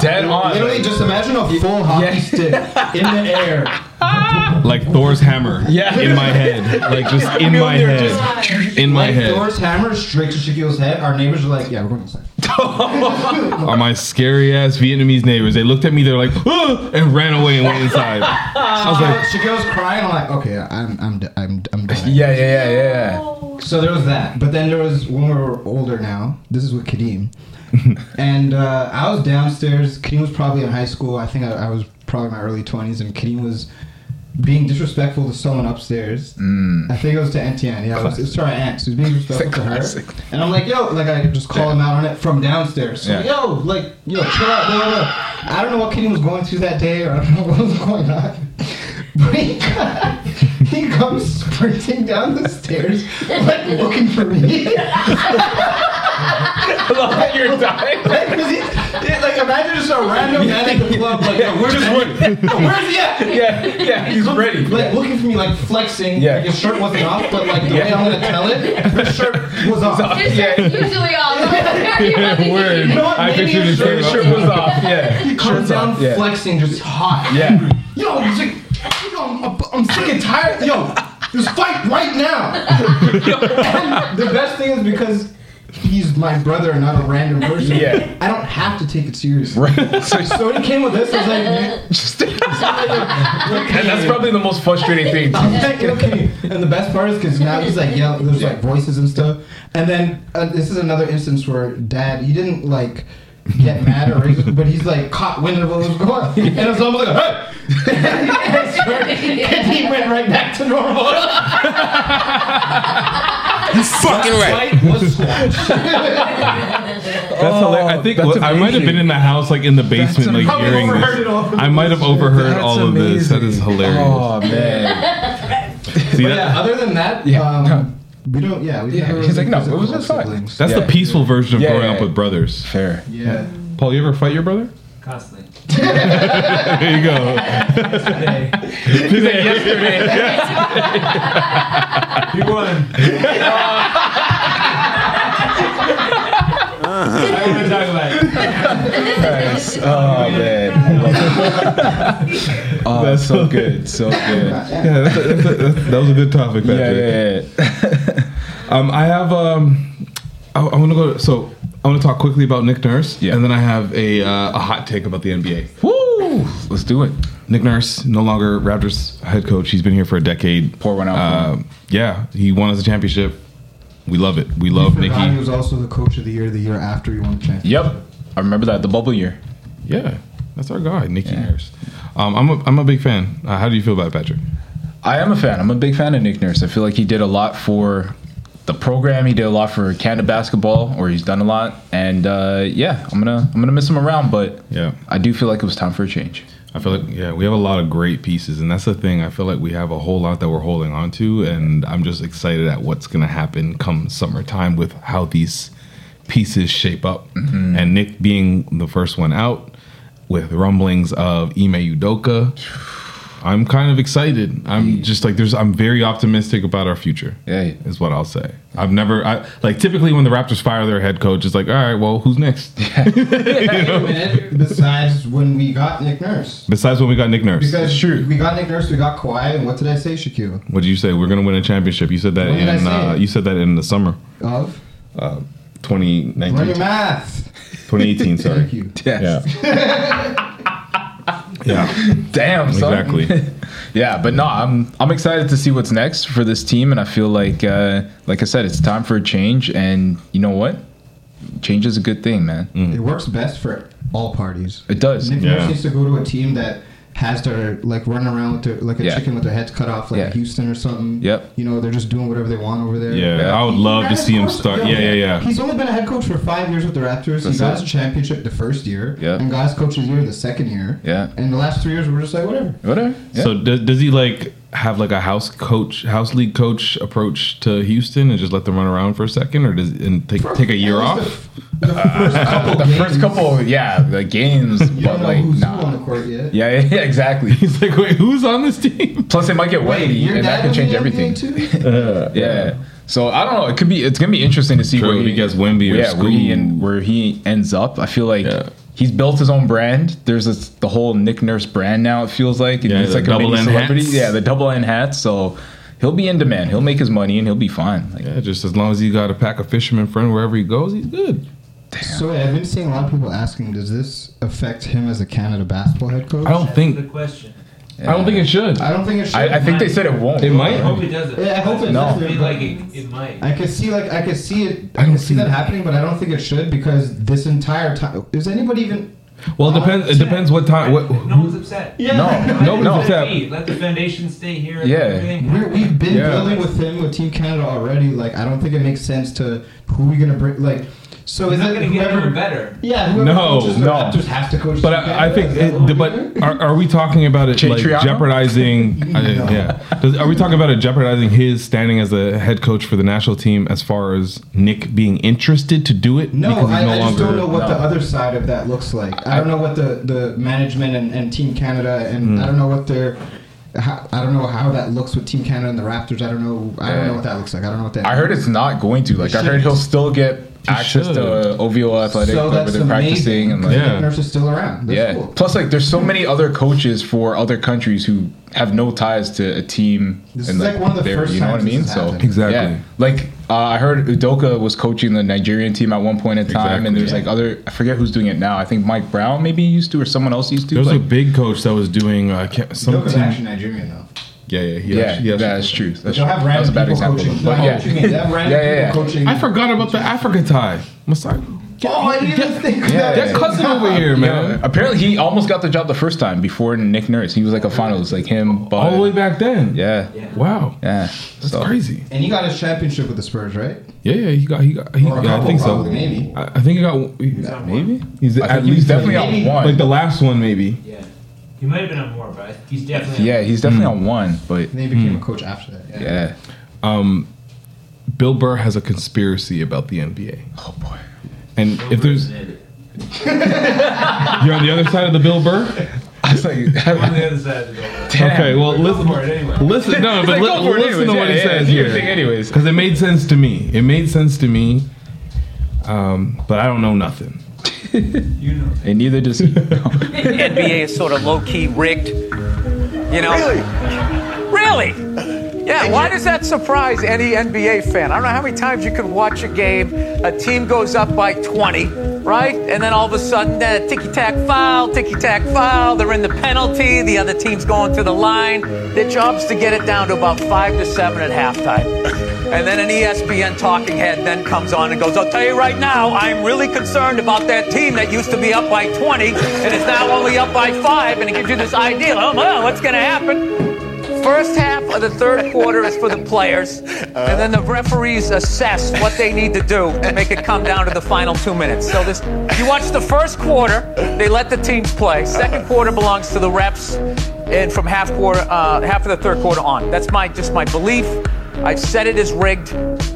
Speaker 10: Literally, just imagine a full hockey stick in the air.
Speaker 1: like Thor's hammer.
Speaker 10: Yeah.
Speaker 1: in my head, like just in my head, in my
Speaker 10: like
Speaker 1: head.
Speaker 10: Thor's hammer straight to Shaquille's head. Our neighbors are like, "Yeah, we're going inside."
Speaker 1: Are my scary ass Vietnamese neighbors? They looked at me. They're like, "Ah," and ran away and went inside.
Speaker 10: I was like, Uh, Shaquille's crying. I'm like, okay, I'm, I'm, d- I'm, I'm done.
Speaker 2: Yeah, yeah, yeah, yeah.
Speaker 10: So there was that, but then there was when we were older now. This is with Kadeem, and uh, I was downstairs. Kadeem was probably in high school. I think I, I was probably in my early 20s, and Kadeem was being disrespectful to someone upstairs.
Speaker 2: Mm.
Speaker 10: I think it was to Antian. Yeah, it was, it was to our aunt. She was being disrespectful to her,
Speaker 2: Classic.
Speaker 10: and I'm like, yo, like I just call him out on it from downstairs. So,
Speaker 2: Yeah.
Speaker 10: yo, like, yo, chill out. Blah, blah, blah. I don't know what Kadeem was going through that day, or I don't know what was going on. But he, he comes sprinting down the stairs, like looking for me. I love that you're dying. Like, 'cause he- yeah, like, imagine just a random man at the club, like, yo, where's
Speaker 2: Just
Speaker 10: Eddie?
Speaker 2: one.
Speaker 10: Yo, where's he at?
Speaker 2: Yeah, yeah, he's
Speaker 10: look-
Speaker 2: ready.
Speaker 10: Like, looking for me, like, flexing.
Speaker 2: Yeah.
Speaker 10: Like, his shirt wasn't off, but, like, the way I'm gonna tell it, his shirt was off.
Speaker 6: Usually all
Speaker 10: You know what?
Speaker 2: I
Speaker 10: Maybe
Speaker 2: pictured
Speaker 10: his
Speaker 2: his
Speaker 10: shirt,
Speaker 2: shirt was off. Yeah.
Speaker 10: He comes
Speaker 2: Shirt's
Speaker 10: down
Speaker 2: off, yeah.
Speaker 10: flexing, just hot.
Speaker 2: Yeah.
Speaker 10: Yo, he's like, yo, I'm, I'm sick and tired. Yo, just fight right now. And the best thing is because he's my brother and not a random person.
Speaker 2: Yeah.
Speaker 10: I don't have to take it seriously. Right. So, so he came with this. I was like, man,
Speaker 2: And that's probably the most frustrating thing.
Speaker 10: I'm like, okay. And the best part is because now he's like, yeah, there's like voices and stuff. And then uh, this is another instance where dad, he didn't like get mad or anything, but he's like caught wind of what was going on. And it's almost like, hey! I swear, and he went right back to normal.
Speaker 1: You fucking right. That's hilarious. I think
Speaker 2: Oh, that's
Speaker 1: well, I might have been in the house, like in the basement, like
Speaker 2: amazing. Probably
Speaker 1: hearing
Speaker 2: overheard it all
Speaker 1: this.
Speaker 2: from
Speaker 1: I might have overheard
Speaker 2: That's
Speaker 1: all of this. That is
Speaker 2: amazing.
Speaker 1: hilarious.
Speaker 2: Oh, man.
Speaker 1: See
Speaker 10: But
Speaker 1: that?
Speaker 10: yeah, other than that, um, we don't, yeah. We
Speaker 2: Yeah,
Speaker 10: never
Speaker 2: he's like, no,
Speaker 10: really
Speaker 2: it
Speaker 10: visited
Speaker 2: was
Speaker 10: with
Speaker 2: just fine.
Speaker 10: siblings.
Speaker 1: That's
Speaker 2: Yeah.
Speaker 1: the peaceful version of
Speaker 2: Yeah,
Speaker 1: growing
Speaker 2: yeah,
Speaker 1: up
Speaker 2: yeah.
Speaker 1: with brothers.
Speaker 2: Fair.
Speaker 10: Yeah.
Speaker 1: Paul, you ever fight your brother?
Speaker 4: Constantly.
Speaker 1: there you go.
Speaker 2: He's like, yesterday.
Speaker 4: He won. I don't wanna talk about it.
Speaker 2: Oh, man. Oh, that's so good. So good.
Speaker 1: yeah, that's a, that's a, that's, that was a good topic. That
Speaker 2: Yeah,
Speaker 1: day.
Speaker 2: yeah,
Speaker 1: um, I have. Um, I, I want to go. To, so I want to talk quickly about Nick Nurse, and then I have a uh, a hot take about the NBA. Woo! Let's do it. Nick Nurse, no longer Raptors head coach. He's been here for a decade. Pour one out. Uh, yeah, he won us a championship. We love it. We love
Speaker 10: Forgot He
Speaker 1: Nicky.
Speaker 10: was also the coach of the year the year after he won the championship.
Speaker 2: Yep. I remember that. The bubble year.
Speaker 1: Yeah, that's our guy, Nicky Nurse. Um, I'm a, I'm a big fan. Uh, how do you feel about it, Patrick?
Speaker 2: I am a fan. I'm a big fan of Nick Nurse. I feel like he did a lot for the program. He did a lot for Canada basketball, or he's done a lot. And uh, yeah, I'm gonna I'm gonna miss him around, but
Speaker 1: Yeah.
Speaker 2: I do feel like it was time for a change.
Speaker 1: I feel like yeah, we have a lot of great pieces, and that's the thing. I feel like we have a whole lot that we're holding on to, and I'm just excited at what's gonna happen come summertime with how these pieces shape up. And Nick being the first one out with rumblings of Ime Udoka, I'm kind of excited. I'm just like there's. I'm very optimistic about our future.
Speaker 2: Yeah,
Speaker 1: is what I'll say. I've never. I like typically when the Raptors fire their head coach, it's like all right, well, who's next?
Speaker 10: Wait a minute, Besides when we got Nick Nurse.
Speaker 1: Besides when we got Nick Nurse.
Speaker 10: Because we got Nick Nurse, we got Kawhi, and what did I say, Shaquille?
Speaker 1: What did you say? We're gonna win a championship. You said that
Speaker 10: When did I
Speaker 1: in
Speaker 10: say
Speaker 1: uh,
Speaker 10: it?
Speaker 1: you said that in the summer,
Speaker 10: Of?
Speaker 1: uh, 2019,
Speaker 10: Run your math.
Speaker 1: 2018. Sorry.
Speaker 10: Thank you.
Speaker 1: Yeah.
Speaker 2: Damn, son.
Speaker 1: Exactly.
Speaker 2: yeah, but no, I'm I'm excited to see what's next for this team, and I feel like uh, like I said, it's time for a change. And you know what? Change is a
Speaker 1: Mm-hmm.
Speaker 2: good thing, man.
Speaker 10: It works best for all parties.
Speaker 2: It does.
Speaker 10: Nick Nurse needs to go to a team that has their like running around with their like a
Speaker 2: Yeah.
Speaker 10: chicken with their heads cut off, like
Speaker 2: Yeah.
Speaker 10: Houston or something.
Speaker 2: Yep.
Speaker 10: You know, they're just doing whatever they want over there.
Speaker 1: Yeah, I would love to see him start. Yeah, yeah, yeah.
Speaker 10: He's only been a head coach for five years with the Raptors.
Speaker 2: That's
Speaker 10: he got
Speaker 2: it.
Speaker 10: his championship the first year,
Speaker 1: Yeah.
Speaker 10: and got his coach's year the second year.
Speaker 2: Yeah.
Speaker 10: And the last three years, we're just like whatever.
Speaker 2: Whatever.
Speaker 1: So does, does he like have like a house coach, house league coach approach to Houston and just let them run around for a second, or does and take take a year off?
Speaker 2: the first couple, yeah, the games, but like, nah.
Speaker 10: uh, On the court yet?
Speaker 2: Yeah, yeah, yeah, exactly. He's
Speaker 1: like, wait, who's on this team?
Speaker 2: Plus, it might get
Speaker 10: Wait,
Speaker 2: windy,
Speaker 10: your
Speaker 2: and
Speaker 10: dad
Speaker 2: that could
Speaker 10: was
Speaker 2: change
Speaker 10: in the NBA
Speaker 2: everything. yeah. So I don't know. It could be. It's gonna be interesting to see
Speaker 1: True,
Speaker 2: where
Speaker 1: he gets Wemby or
Speaker 2: yeah, where he
Speaker 1: Scoot.
Speaker 2: and where he ends up. I feel like he's built his own brand. There's this, the whole Nick Nurse brand now. It feels like
Speaker 1: Yeah,
Speaker 2: it's
Speaker 1: the
Speaker 2: like
Speaker 1: double
Speaker 2: mini
Speaker 1: N
Speaker 2: celebrity.
Speaker 1: hats.
Speaker 2: Yeah, the double N hats. So he'll be in demand. He'll make his money and he'll be fine. Like,
Speaker 1: yeah, just as long as he got a pack of fisherman friend wherever he goes, he's good.
Speaker 10: So I've been seeing a lot of people asking, does this affect him as a Canada basketball head coach? I
Speaker 1: don't think.
Speaker 4: question.
Speaker 1: I don't think it should.
Speaker 10: I don't think it should.
Speaker 2: I, I think they said it won't.
Speaker 1: It might.
Speaker 4: I hope it doesn't.
Speaker 10: Yeah, I hope it
Speaker 4: No.
Speaker 10: doesn't.
Speaker 4: Like it, it might.
Speaker 10: I could see like I could see it. I, could see that happening, but I don't think it should because this entire time is anybody even?
Speaker 1: Well, it depends. It depends what time. What,
Speaker 4: No one's upset.
Speaker 10: Yeah.
Speaker 1: No, no,
Speaker 4: Let
Speaker 1: no.
Speaker 4: it be. Let the foundation stay here. and
Speaker 1: Yeah.
Speaker 4: everything.
Speaker 10: We're, we've been
Speaker 1: Yeah.
Speaker 10: building with him with Team Canada already. Like I don't think it makes sense to who we're gonna bring. Like so
Speaker 4: We're
Speaker 10: is
Speaker 4: not
Speaker 10: it
Speaker 4: gonna get
Speaker 10: whoever
Speaker 4: any better.
Speaker 10: Yeah, whoever
Speaker 1: No,
Speaker 10: coaches the
Speaker 1: no.
Speaker 10: Raptors has to coach.
Speaker 1: But
Speaker 10: Team
Speaker 1: I, I
Speaker 10: Canada?
Speaker 1: think.
Speaker 10: Is that
Speaker 1: It,
Speaker 10: what
Speaker 1: the-
Speaker 10: we're
Speaker 1: but are, are we talking about it like
Speaker 2: Chatriano?
Speaker 1: jeopardizing? I-
Speaker 2: No.
Speaker 1: Yeah. Does, are we talking about it jeopardizing his standing as the head coach for the national team as far as Nick being interested to do it?
Speaker 10: No,
Speaker 1: Because he's
Speaker 10: I, I just don't
Speaker 1: longer-
Speaker 10: know what the other side of that looks like. I don't know what the, the management and, and Team Canada and
Speaker 1: Hmm.
Speaker 10: I don't know what their how, I don't know how that looks with Team Canada and the Raptors. I don't know. I don't
Speaker 2: Yeah.
Speaker 10: know what that looks like. I don't know what that.
Speaker 2: I heard it's not going to. Like I heard he'll still get access
Speaker 10: should.
Speaker 2: to uh, OVO Athletic
Speaker 10: So
Speaker 2: Club
Speaker 10: that's
Speaker 2: where they're
Speaker 10: amazing,
Speaker 2: practicing and
Speaker 10: 'cause
Speaker 2: like
Speaker 10: Nick Nurse is still around. That's
Speaker 2: yeah.
Speaker 10: cool.
Speaker 2: Plus, like, there's so many other coaches for other countries who have no ties to a team.
Speaker 10: This is, like, one of the
Speaker 2: they're-
Speaker 10: first
Speaker 2: You know what I
Speaker 10: times
Speaker 2: mean?
Speaker 10: this has
Speaker 2: So
Speaker 10: happened. Exactly.
Speaker 2: yeah. Like, uh, I heard Udoka was coaching the Nigerian team at one point in time, and
Speaker 1: Exactly.
Speaker 2: there's like other. I forget who's doing it now. I think Mike Brown maybe used to, or someone else used to.
Speaker 1: There was
Speaker 2: like,
Speaker 1: a big coach that was doing uh, ca- some
Speaker 10: Jokic
Speaker 1: team.
Speaker 10: actually Nigerian though.
Speaker 1: Yeah, yeah, he
Speaker 2: yeah,
Speaker 1: actually- he actually-
Speaker 2: that's true. That's
Speaker 10: They'll
Speaker 2: true.
Speaker 10: have
Speaker 2: that was a
Speaker 10: random
Speaker 2: bad
Speaker 10: people
Speaker 2: example,
Speaker 10: coaching. Oh,
Speaker 2: but
Speaker 10: No,
Speaker 2: yeah,
Speaker 10: coaching it. They'll have
Speaker 2: yeah,
Speaker 10: random
Speaker 2: yeah,
Speaker 10: people coaching.
Speaker 2: yeah.
Speaker 1: I forgot about the Africa tie. Masai.
Speaker 10: Oh, I didn't even think
Speaker 2: Yeah,
Speaker 10: that.
Speaker 2: yeah, yeah.
Speaker 1: cousin over here, man.
Speaker 2: Apparently, he almost got the job the first time before Nick Nurse. He was like a finalist, like him. But,
Speaker 1: All the way back then.
Speaker 2: Yeah.
Speaker 1: Wow.
Speaker 2: Yeah.
Speaker 1: Oh, That's crazy.
Speaker 10: And he got his championship with the Spurs, right?
Speaker 1: Yeah, yeah, he got, he got, he,
Speaker 10: Or a
Speaker 1: yeah, I
Speaker 10: couple,
Speaker 1: think so.
Speaker 10: probably, maybe.
Speaker 1: I, I think he got
Speaker 2: maybe.
Speaker 1: He's
Speaker 2: I
Speaker 1: at
Speaker 2: think he's
Speaker 1: least
Speaker 2: definitely on
Speaker 1: maybe.
Speaker 2: one.
Speaker 1: like the last one, maybe.
Speaker 4: Yeah. He might have been on more, but he's definitely.
Speaker 2: Yeah,
Speaker 4: On
Speaker 2: he's definitely
Speaker 1: Hmm.
Speaker 2: on one, but
Speaker 10: And then he became a coach after that. Yeah.
Speaker 2: Hmm. yeah.
Speaker 1: Um, Bill Burr has a conspiracy about the NBA.
Speaker 2: Oh boy.
Speaker 1: And if there's you're on the other side of the Bill Burr.
Speaker 2: I was like,
Speaker 4: We're on the other side of the door.
Speaker 1: okay, well listen,
Speaker 4: for it anyway.
Speaker 1: listen, no,
Speaker 2: It's
Speaker 1: but
Speaker 2: like,
Speaker 1: li-
Speaker 2: go for it
Speaker 1: listen to
Speaker 2: anyways.
Speaker 1: what
Speaker 2: Yeah,
Speaker 1: he
Speaker 2: yeah,
Speaker 1: says
Speaker 2: do your
Speaker 1: here,
Speaker 2: thing anyways.
Speaker 1: because it made sense to me. It made sense to me, um, but I don't know nothing.
Speaker 2: and neither does he.
Speaker 19: The NBA is sort of low key rigged. You know? Really? Yeah, why does that surprise any NBA fan? I don't know how many times you can watch a game, a team goes up by 20, right? And then all of a sudden, uh, ticky tack foul, ticky tack foul, they're in the penalty, the other team's going to the line. Their job's to get it down to about 5 to 7 at halftime. And then an E ESPN talking head then comes on and goes, I'll tell you right now, I'm really concerned about that team that used to be up by 20 and is now only up by 5. And it gives you this idea, oh, well, what's going to happen? First half of the third quarter is for the players, and then the referees assess what they need to do to make it come down to the final two minutes. So this, you watch the first quarter, they let the teams play. Second quarter belongs to the refs, and from half quarter, uh, half of the third quarter on. That's my just my belief. I've said it is rigged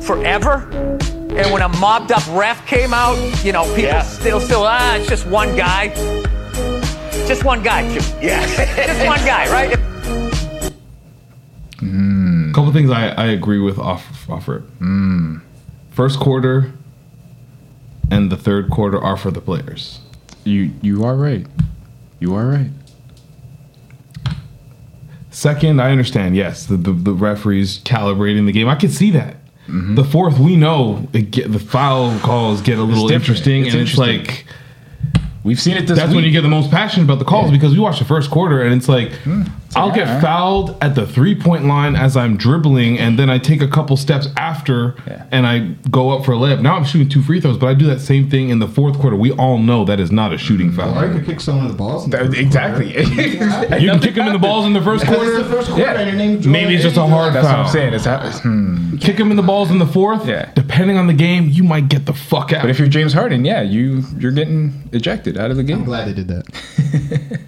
Speaker 19: forever. And when a mobbed up ref came out, you know, people still, still, ah, it's just one guy. Just one guy, Jim. Yeah. just one guy, right?
Speaker 1: A couple things I, I agree with off offer. First quarter and the third quarter are for the players.
Speaker 2: You you are right. You are right.
Speaker 1: Second, I understand. Yes, the, the, the referees calibrating the game. I could see that. The fourth, we know it get, the foul calls get a little
Speaker 2: different.
Speaker 1: interesting,
Speaker 2: Mm-hmm. It's
Speaker 1: and it's
Speaker 2: interesting.
Speaker 1: like
Speaker 2: We've seen it this
Speaker 1: that's when
Speaker 2: week. Hmm.
Speaker 1: you get the most passionate about the calls because we watch the first quarter and it's like I'll get fouled at the three point line as I'm dribbling, and then I take a couple steps after and I go up for a layup. Now I'm shooting two free throws, but I do that same thing in the fourth quarter. We all know that is not a shooting foul.
Speaker 10: Or you
Speaker 2: Mm-hmm.
Speaker 10: could kick someone in the balls. In the first
Speaker 1: exactly.
Speaker 10: quarter.
Speaker 1: you can kick him in the balls in the first
Speaker 10: Because
Speaker 1: quarter.
Speaker 10: It's the first quarter and your name's Jordan
Speaker 1: Maybe it's just a
Speaker 10: Hayes.
Speaker 1: hard
Speaker 2: That's
Speaker 1: foul.
Speaker 2: what I'm saying. hmm. Is that,
Speaker 1: Kick him in the balls in the fourth. Yeah. Depending on the game, you might get the fuck out.
Speaker 2: But if you're James Harden, yeah, you you're getting ejected out of the game. I'm
Speaker 10: glad they did that.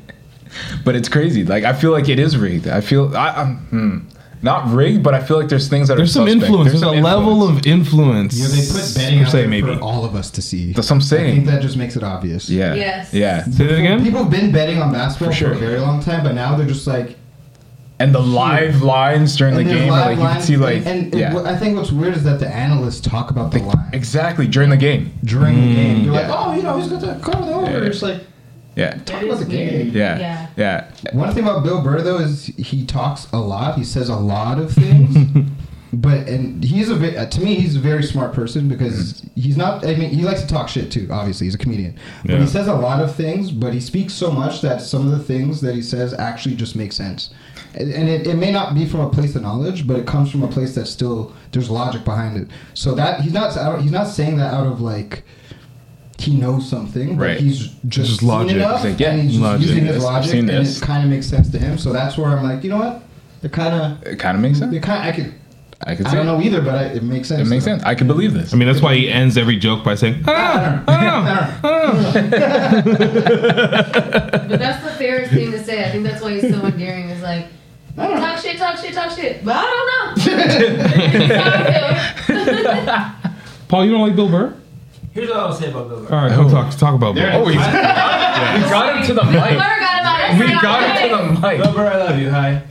Speaker 2: but it's crazy. Like I feel like it is rigged. I feel I, I'm hmm, not rigged, but I feel like there's things that
Speaker 1: There's
Speaker 2: are
Speaker 1: some
Speaker 2: suspect.
Speaker 1: influence. There's,
Speaker 2: some
Speaker 1: a level of influence.
Speaker 10: Yeah, they put betting
Speaker 1: per
Speaker 10: out
Speaker 1: se,
Speaker 10: there
Speaker 1: maybe.
Speaker 10: for all of us to see.
Speaker 2: That's what I'm
Speaker 10: I think
Speaker 2: saying.
Speaker 10: that just makes it obvious.
Speaker 2: Yeah. Yes. Yeah. Say that
Speaker 1: again.
Speaker 10: People have been betting on basketball for, a very long time, but now they're just like
Speaker 2: And the live lines during the
Speaker 10: and there's
Speaker 2: game, like
Speaker 10: live
Speaker 2: you can
Speaker 10: lines,
Speaker 2: see, like
Speaker 10: and, and
Speaker 2: yeah,
Speaker 10: what- I think what's weird is that the analysts talk about the line
Speaker 2: exactly during the game.
Speaker 10: During the game, they're
Speaker 2: mm, yeah.
Speaker 10: like, oh, you know, he's got that cover the over.
Speaker 2: Yeah.
Speaker 10: It's like
Speaker 2: yeah,
Speaker 10: talk about the game.
Speaker 2: yeah, yeah,
Speaker 10: One thing about Bill Burr though is he talks a lot. He says a lot of things, but and he's a ve- uh, to me he's a very smart person because he's not. I mean, he likes to talk shit too. Obviously, he's a comedian, but
Speaker 1: Yeah.
Speaker 10: he says a lot of things. But he speaks so much that some of the things that he says actually just make sense. And and it, it may not be from a place of knowledge, but it comes from a place that's still there's logic behind it. So that he's not I don't- he's not saying that out of like he knows something, but
Speaker 2: Right.
Speaker 10: he's just,
Speaker 2: Just
Speaker 10: seen
Speaker 2: logic.
Speaker 10: Enough,
Speaker 2: He's like, yeah,
Speaker 10: and he's just
Speaker 2: logic.
Speaker 10: using his
Speaker 2: Yes, I've
Speaker 10: logic,
Speaker 2: seen
Speaker 10: and
Speaker 2: this.
Speaker 10: it kind of makes sense to him. So that's where I'm like, you know what? It kind of,
Speaker 2: it kind of makes sense.
Speaker 10: it kind, I could,
Speaker 2: I could.
Speaker 10: I
Speaker 2: see
Speaker 10: don't
Speaker 2: it.
Speaker 10: know either, but I, it makes sense.
Speaker 2: It makes sense. I can believe this.
Speaker 1: I mean, that's why he ends every joke by saying, "Ah,
Speaker 6: But that's the fairest thing to say. I think that's why he's so endearing. Is like, talk shit, talk shit, talk shit. But I don't know.
Speaker 1: Paul, you don't like Bill Burr?
Speaker 4: Here's what I'll say about Bill Burr.
Speaker 1: All right, go talk, talk about Bill.
Speaker 4: Oh, he's-
Speaker 1: Yeah.
Speaker 4: We got him to the
Speaker 1: We
Speaker 4: mic.
Speaker 6: forgot about it. We got him to
Speaker 2: the mic.
Speaker 4: Lover, I love you. Hi.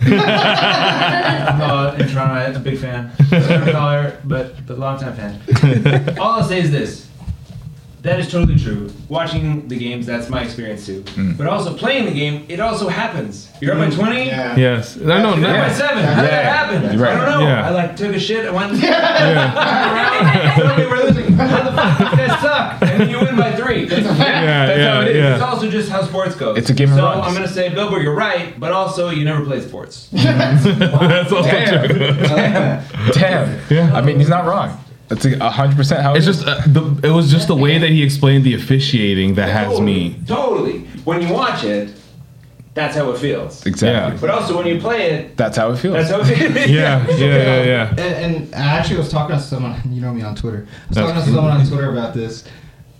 Speaker 4: I'm uh, in Toronto. I'm a big fan. Toronto Caller, but but longtime fan. All I'll say is this. That is totally true. Watching the games, that's my experience too.
Speaker 1: Mm.
Speaker 4: But also playing the game, it also happens. You're up by 20.
Speaker 1: Yes. I know.
Speaker 4: You're up
Speaker 1: now-
Speaker 4: by seven. How did that happen? I
Speaker 1: Right.
Speaker 4: don't know.
Speaker 1: Yeah.
Speaker 4: I like took a shit. I went. Suddenly we're losing. How the fuck does that suck? And then you win by three. That's a fact.
Speaker 2: Yeah,
Speaker 4: That's how
Speaker 2: yeah,
Speaker 4: it is.
Speaker 2: yeah.
Speaker 4: It's also just how sports go.
Speaker 2: It's a game of
Speaker 4: So
Speaker 2: runs.
Speaker 4: I'm gonna say, Bilbo, you're right, but also you never played sports.
Speaker 2: That's
Speaker 1: also
Speaker 2: Damn. Damn. Yeah. I mean, he's not wrong. That's a hundred percent how
Speaker 1: It's just uh, the, it was just the way that he explained the officiating that has me.
Speaker 4: Totally. When you watch it, that's how it feels.
Speaker 1: Exactly.
Speaker 4: But also when you play it,
Speaker 2: That's how it feels.
Speaker 4: that's how it feels.
Speaker 10: And, and I actually was talking to someone, you know me on Twitter. I was
Speaker 1: That's
Speaker 10: talking to
Speaker 1: cool.
Speaker 10: someone on Twitter about this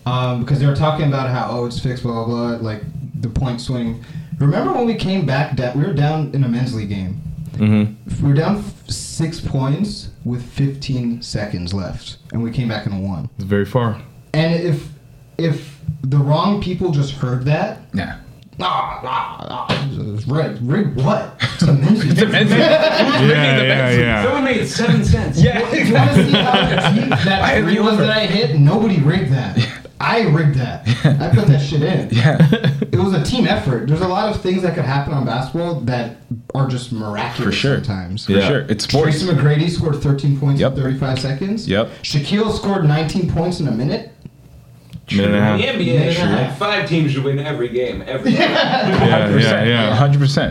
Speaker 10: um, because they were talking about how, oh, it's fixed, blah, blah, blah, like the point swing. Remember when we came back, da- we were down in a men's league game.
Speaker 1: Mm-hmm.
Speaker 10: We were down f- six points with 15 seconds left, and we came back and won.
Speaker 1: It's very far.
Speaker 10: And if if the wrong people just heard that,
Speaker 2: yeah.
Speaker 10: Ah, ah, ah, right. Rig what? It's amazing. it's amazing.
Speaker 1: Yeah, yeah, yeah.
Speaker 4: Someone made seven cents.
Speaker 10: Yeah, you want to see how deep
Speaker 4: I
Speaker 10: that
Speaker 4: agree
Speaker 10: three was
Speaker 4: with
Speaker 10: that I hit? Nobody rigged that. I rigged that. I put that shit in.
Speaker 2: Yeah.
Speaker 10: It was a team effort. There's a lot of things that could happen on basketball that are just miraculous
Speaker 2: For sure.
Speaker 10: sometimes.
Speaker 2: For Yeah. sure. It's sports.
Speaker 10: Tracy McGrady scored 13 points in 35 seconds.
Speaker 2: Yep.
Speaker 10: Shaquille scored 19 points in a minute.
Speaker 1: Minute
Speaker 4: In
Speaker 1: and
Speaker 4: the
Speaker 1: a half.
Speaker 4: NBA,
Speaker 10: Yeah.
Speaker 4: five teams should win every game. Every game.
Speaker 1: Yeah, yeah, yeah.
Speaker 2: 100%,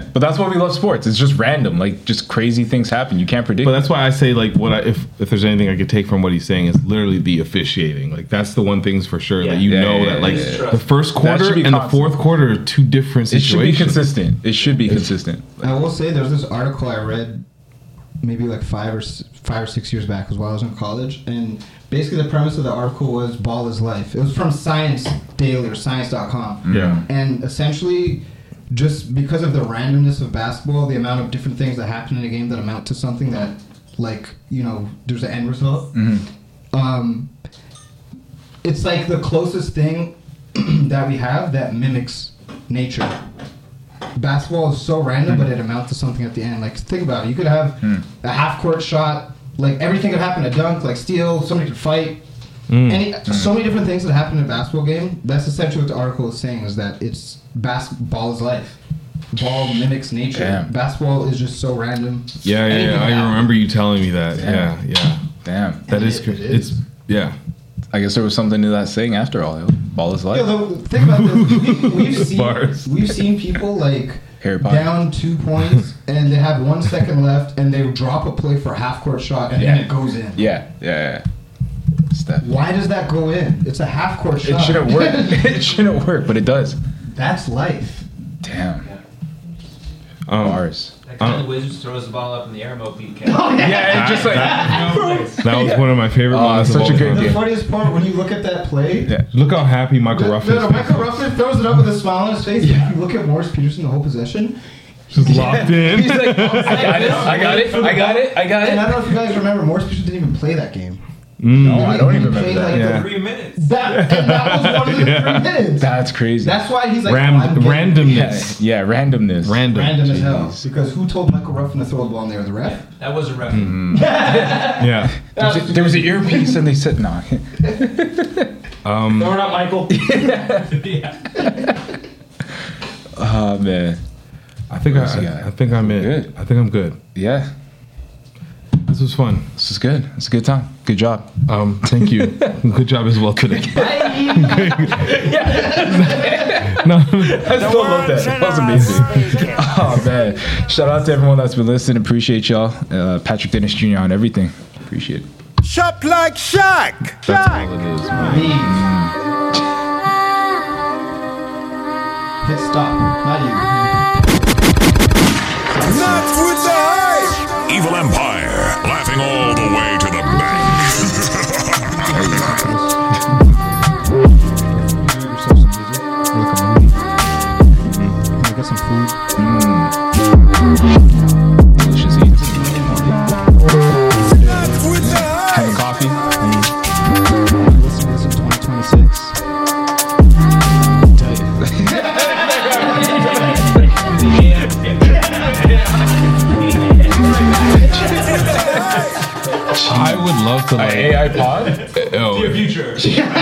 Speaker 2: 100%. But that's why we love sports. It's just random. Like, just crazy things happen. You can't predict.
Speaker 1: But that's why I say like what I, if if there's anything I could take from what he's saying is literally the officiating. Like that's the one thing's for sure that you
Speaker 2: Yeah,
Speaker 1: know
Speaker 2: yeah,
Speaker 1: that
Speaker 2: yeah,
Speaker 1: like
Speaker 2: yeah, yeah.
Speaker 1: the first
Speaker 2: That should
Speaker 1: quarter
Speaker 2: be
Speaker 1: and the
Speaker 2: constant.
Speaker 1: fourth quarter are two different
Speaker 2: It should be
Speaker 1: situations.
Speaker 2: consistent. It should be consistent.
Speaker 10: I will say there's this article I read maybe like five or s- five or six years back was while I was in college, and basically the premise of the article was "Ball is life." It was from Science Daily or Science.com.
Speaker 1: Yeah.
Speaker 10: and essentially. Just because of the randomness of basketball, the amount of different things that happen in a game that amount to something that, like, you know, there's an end result um, it's like the closest thing that we have that mimics nature. Basketball is so random, but it amounts to something at the end. Like, think about it. You could have
Speaker 1: Hmm.
Speaker 10: a half court shot, like, everything could happen a dunk, like, steal, somebody could fight.
Speaker 1: Mm.
Speaker 10: Any,
Speaker 1: Mm.
Speaker 10: So many different things that happen in a basketball game. That's essentially what the article is saying is that it's basketball is life. Ball mimics nature.
Speaker 1: Damn.
Speaker 10: Basketball is just so random.
Speaker 1: Yeah, yeah,
Speaker 10: Anything
Speaker 1: yeah.
Speaker 10: can
Speaker 1: I
Speaker 10: happen.
Speaker 1: remember you telling me that.
Speaker 2: Damn.
Speaker 1: Yeah, yeah.
Speaker 2: Damn.
Speaker 1: That is cra- it's yeah.
Speaker 2: I guess there was something to that saying after all. Ball is life.
Speaker 10: Yeah, though, think about this. We, we've, seen,
Speaker 2: Bars.
Speaker 10: we've seen people like
Speaker 2: Harry Potter.
Speaker 10: down two points, and they have one second left, and they drop a play for a half court shot, and then it goes in.
Speaker 2: Yeah, yeah, yeah. Steph.
Speaker 10: Why does that go in? It's a half court
Speaker 2: It
Speaker 10: shot.
Speaker 2: shouldn't work. it shouldn't work, but it does.
Speaker 10: That's life.
Speaker 2: Damn. Um, Bars.
Speaker 4: That kind of Wizards throws the ball up in the air, Mo Pete
Speaker 10: Oh, yeah. Yeah,
Speaker 1: it's just like-
Speaker 4: like.
Speaker 1: That was one of my favorite
Speaker 2: Oh,
Speaker 1: moments. of
Speaker 2: such a
Speaker 1: all
Speaker 2: good
Speaker 1: time.
Speaker 10: The funniest part when you look at that play.
Speaker 1: Yeah. Look how happy Michael
Speaker 10: No,
Speaker 1: Ruffin
Speaker 10: no,
Speaker 1: is.
Speaker 10: Michael Ruffin throws it up with a smile on his face. If you look at Morris Peterson, the whole possession.
Speaker 1: Just locked in.
Speaker 10: He's like,
Speaker 1: I
Speaker 2: got it, I got it, I got it, I got it.
Speaker 10: And I don't know if you guys remember, Morris Peterson didn't even play that game.
Speaker 2: Mm. No, I don't even
Speaker 10: Played
Speaker 2: remember that.
Speaker 10: like the-
Speaker 4: Three minutes.
Speaker 10: That, and that was one of the
Speaker 1: Yeah.
Speaker 10: three minutes.
Speaker 2: That's crazy.
Speaker 10: That's why he's like
Speaker 1: Ram-
Speaker 10: oh, I'm getting-
Speaker 1: randomness.
Speaker 2: Yeah, randomness.
Speaker 1: Random.
Speaker 10: Random as hell. Because who told Michael Ruffin to throw a ball in there? The ref?
Speaker 4: That was a ref.
Speaker 1: Mm-hmm. Yeah.
Speaker 2: There was, a, there was an earpiece and they said, nah.
Speaker 1: Um,
Speaker 20: Throw it up, Michael.
Speaker 2: Oh, man.
Speaker 1: I think
Speaker 2: What else you
Speaker 1: I,
Speaker 2: got?
Speaker 1: I think I'm in.
Speaker 2: Good.
Speaker 1: I think I'm good.
Speaker 2: Yeah,
Speaker 1: This was fun.
Speaker 2: this is good. It's a good time. Good job.
Speaker 1: Um, thank you. good job as well today. no,
Speaker 2: I still love that. That was amazing. Oh man! Shout out to everyone that's been listening. Appreciate y'all. Uh, Patrick Dennis Jr. on everything. Appreciate it.
Speaker 5: Shop like Shaq.
Speaker 2: That's all it is, man.
Speaker 10: Hit stop. Not you.
Speaker 5: Not with the hype.
Speaker 12: Evil Empire, laughing all the way to the bank.
Speaker 10: get some food.
Speaker 2: Delicious eats.
Speaker 5: Not with the hype.
Speaker 2: Have a coffee.
Speaker 10: Listen to this in 2026.
Speaker 1: I would love to.
Speaker 2: An
Speaker 1: Like,
Speaker 2: AI pod.
Speaker 1: oh,
Speaker 2: Oh,
Speaker 4: Future.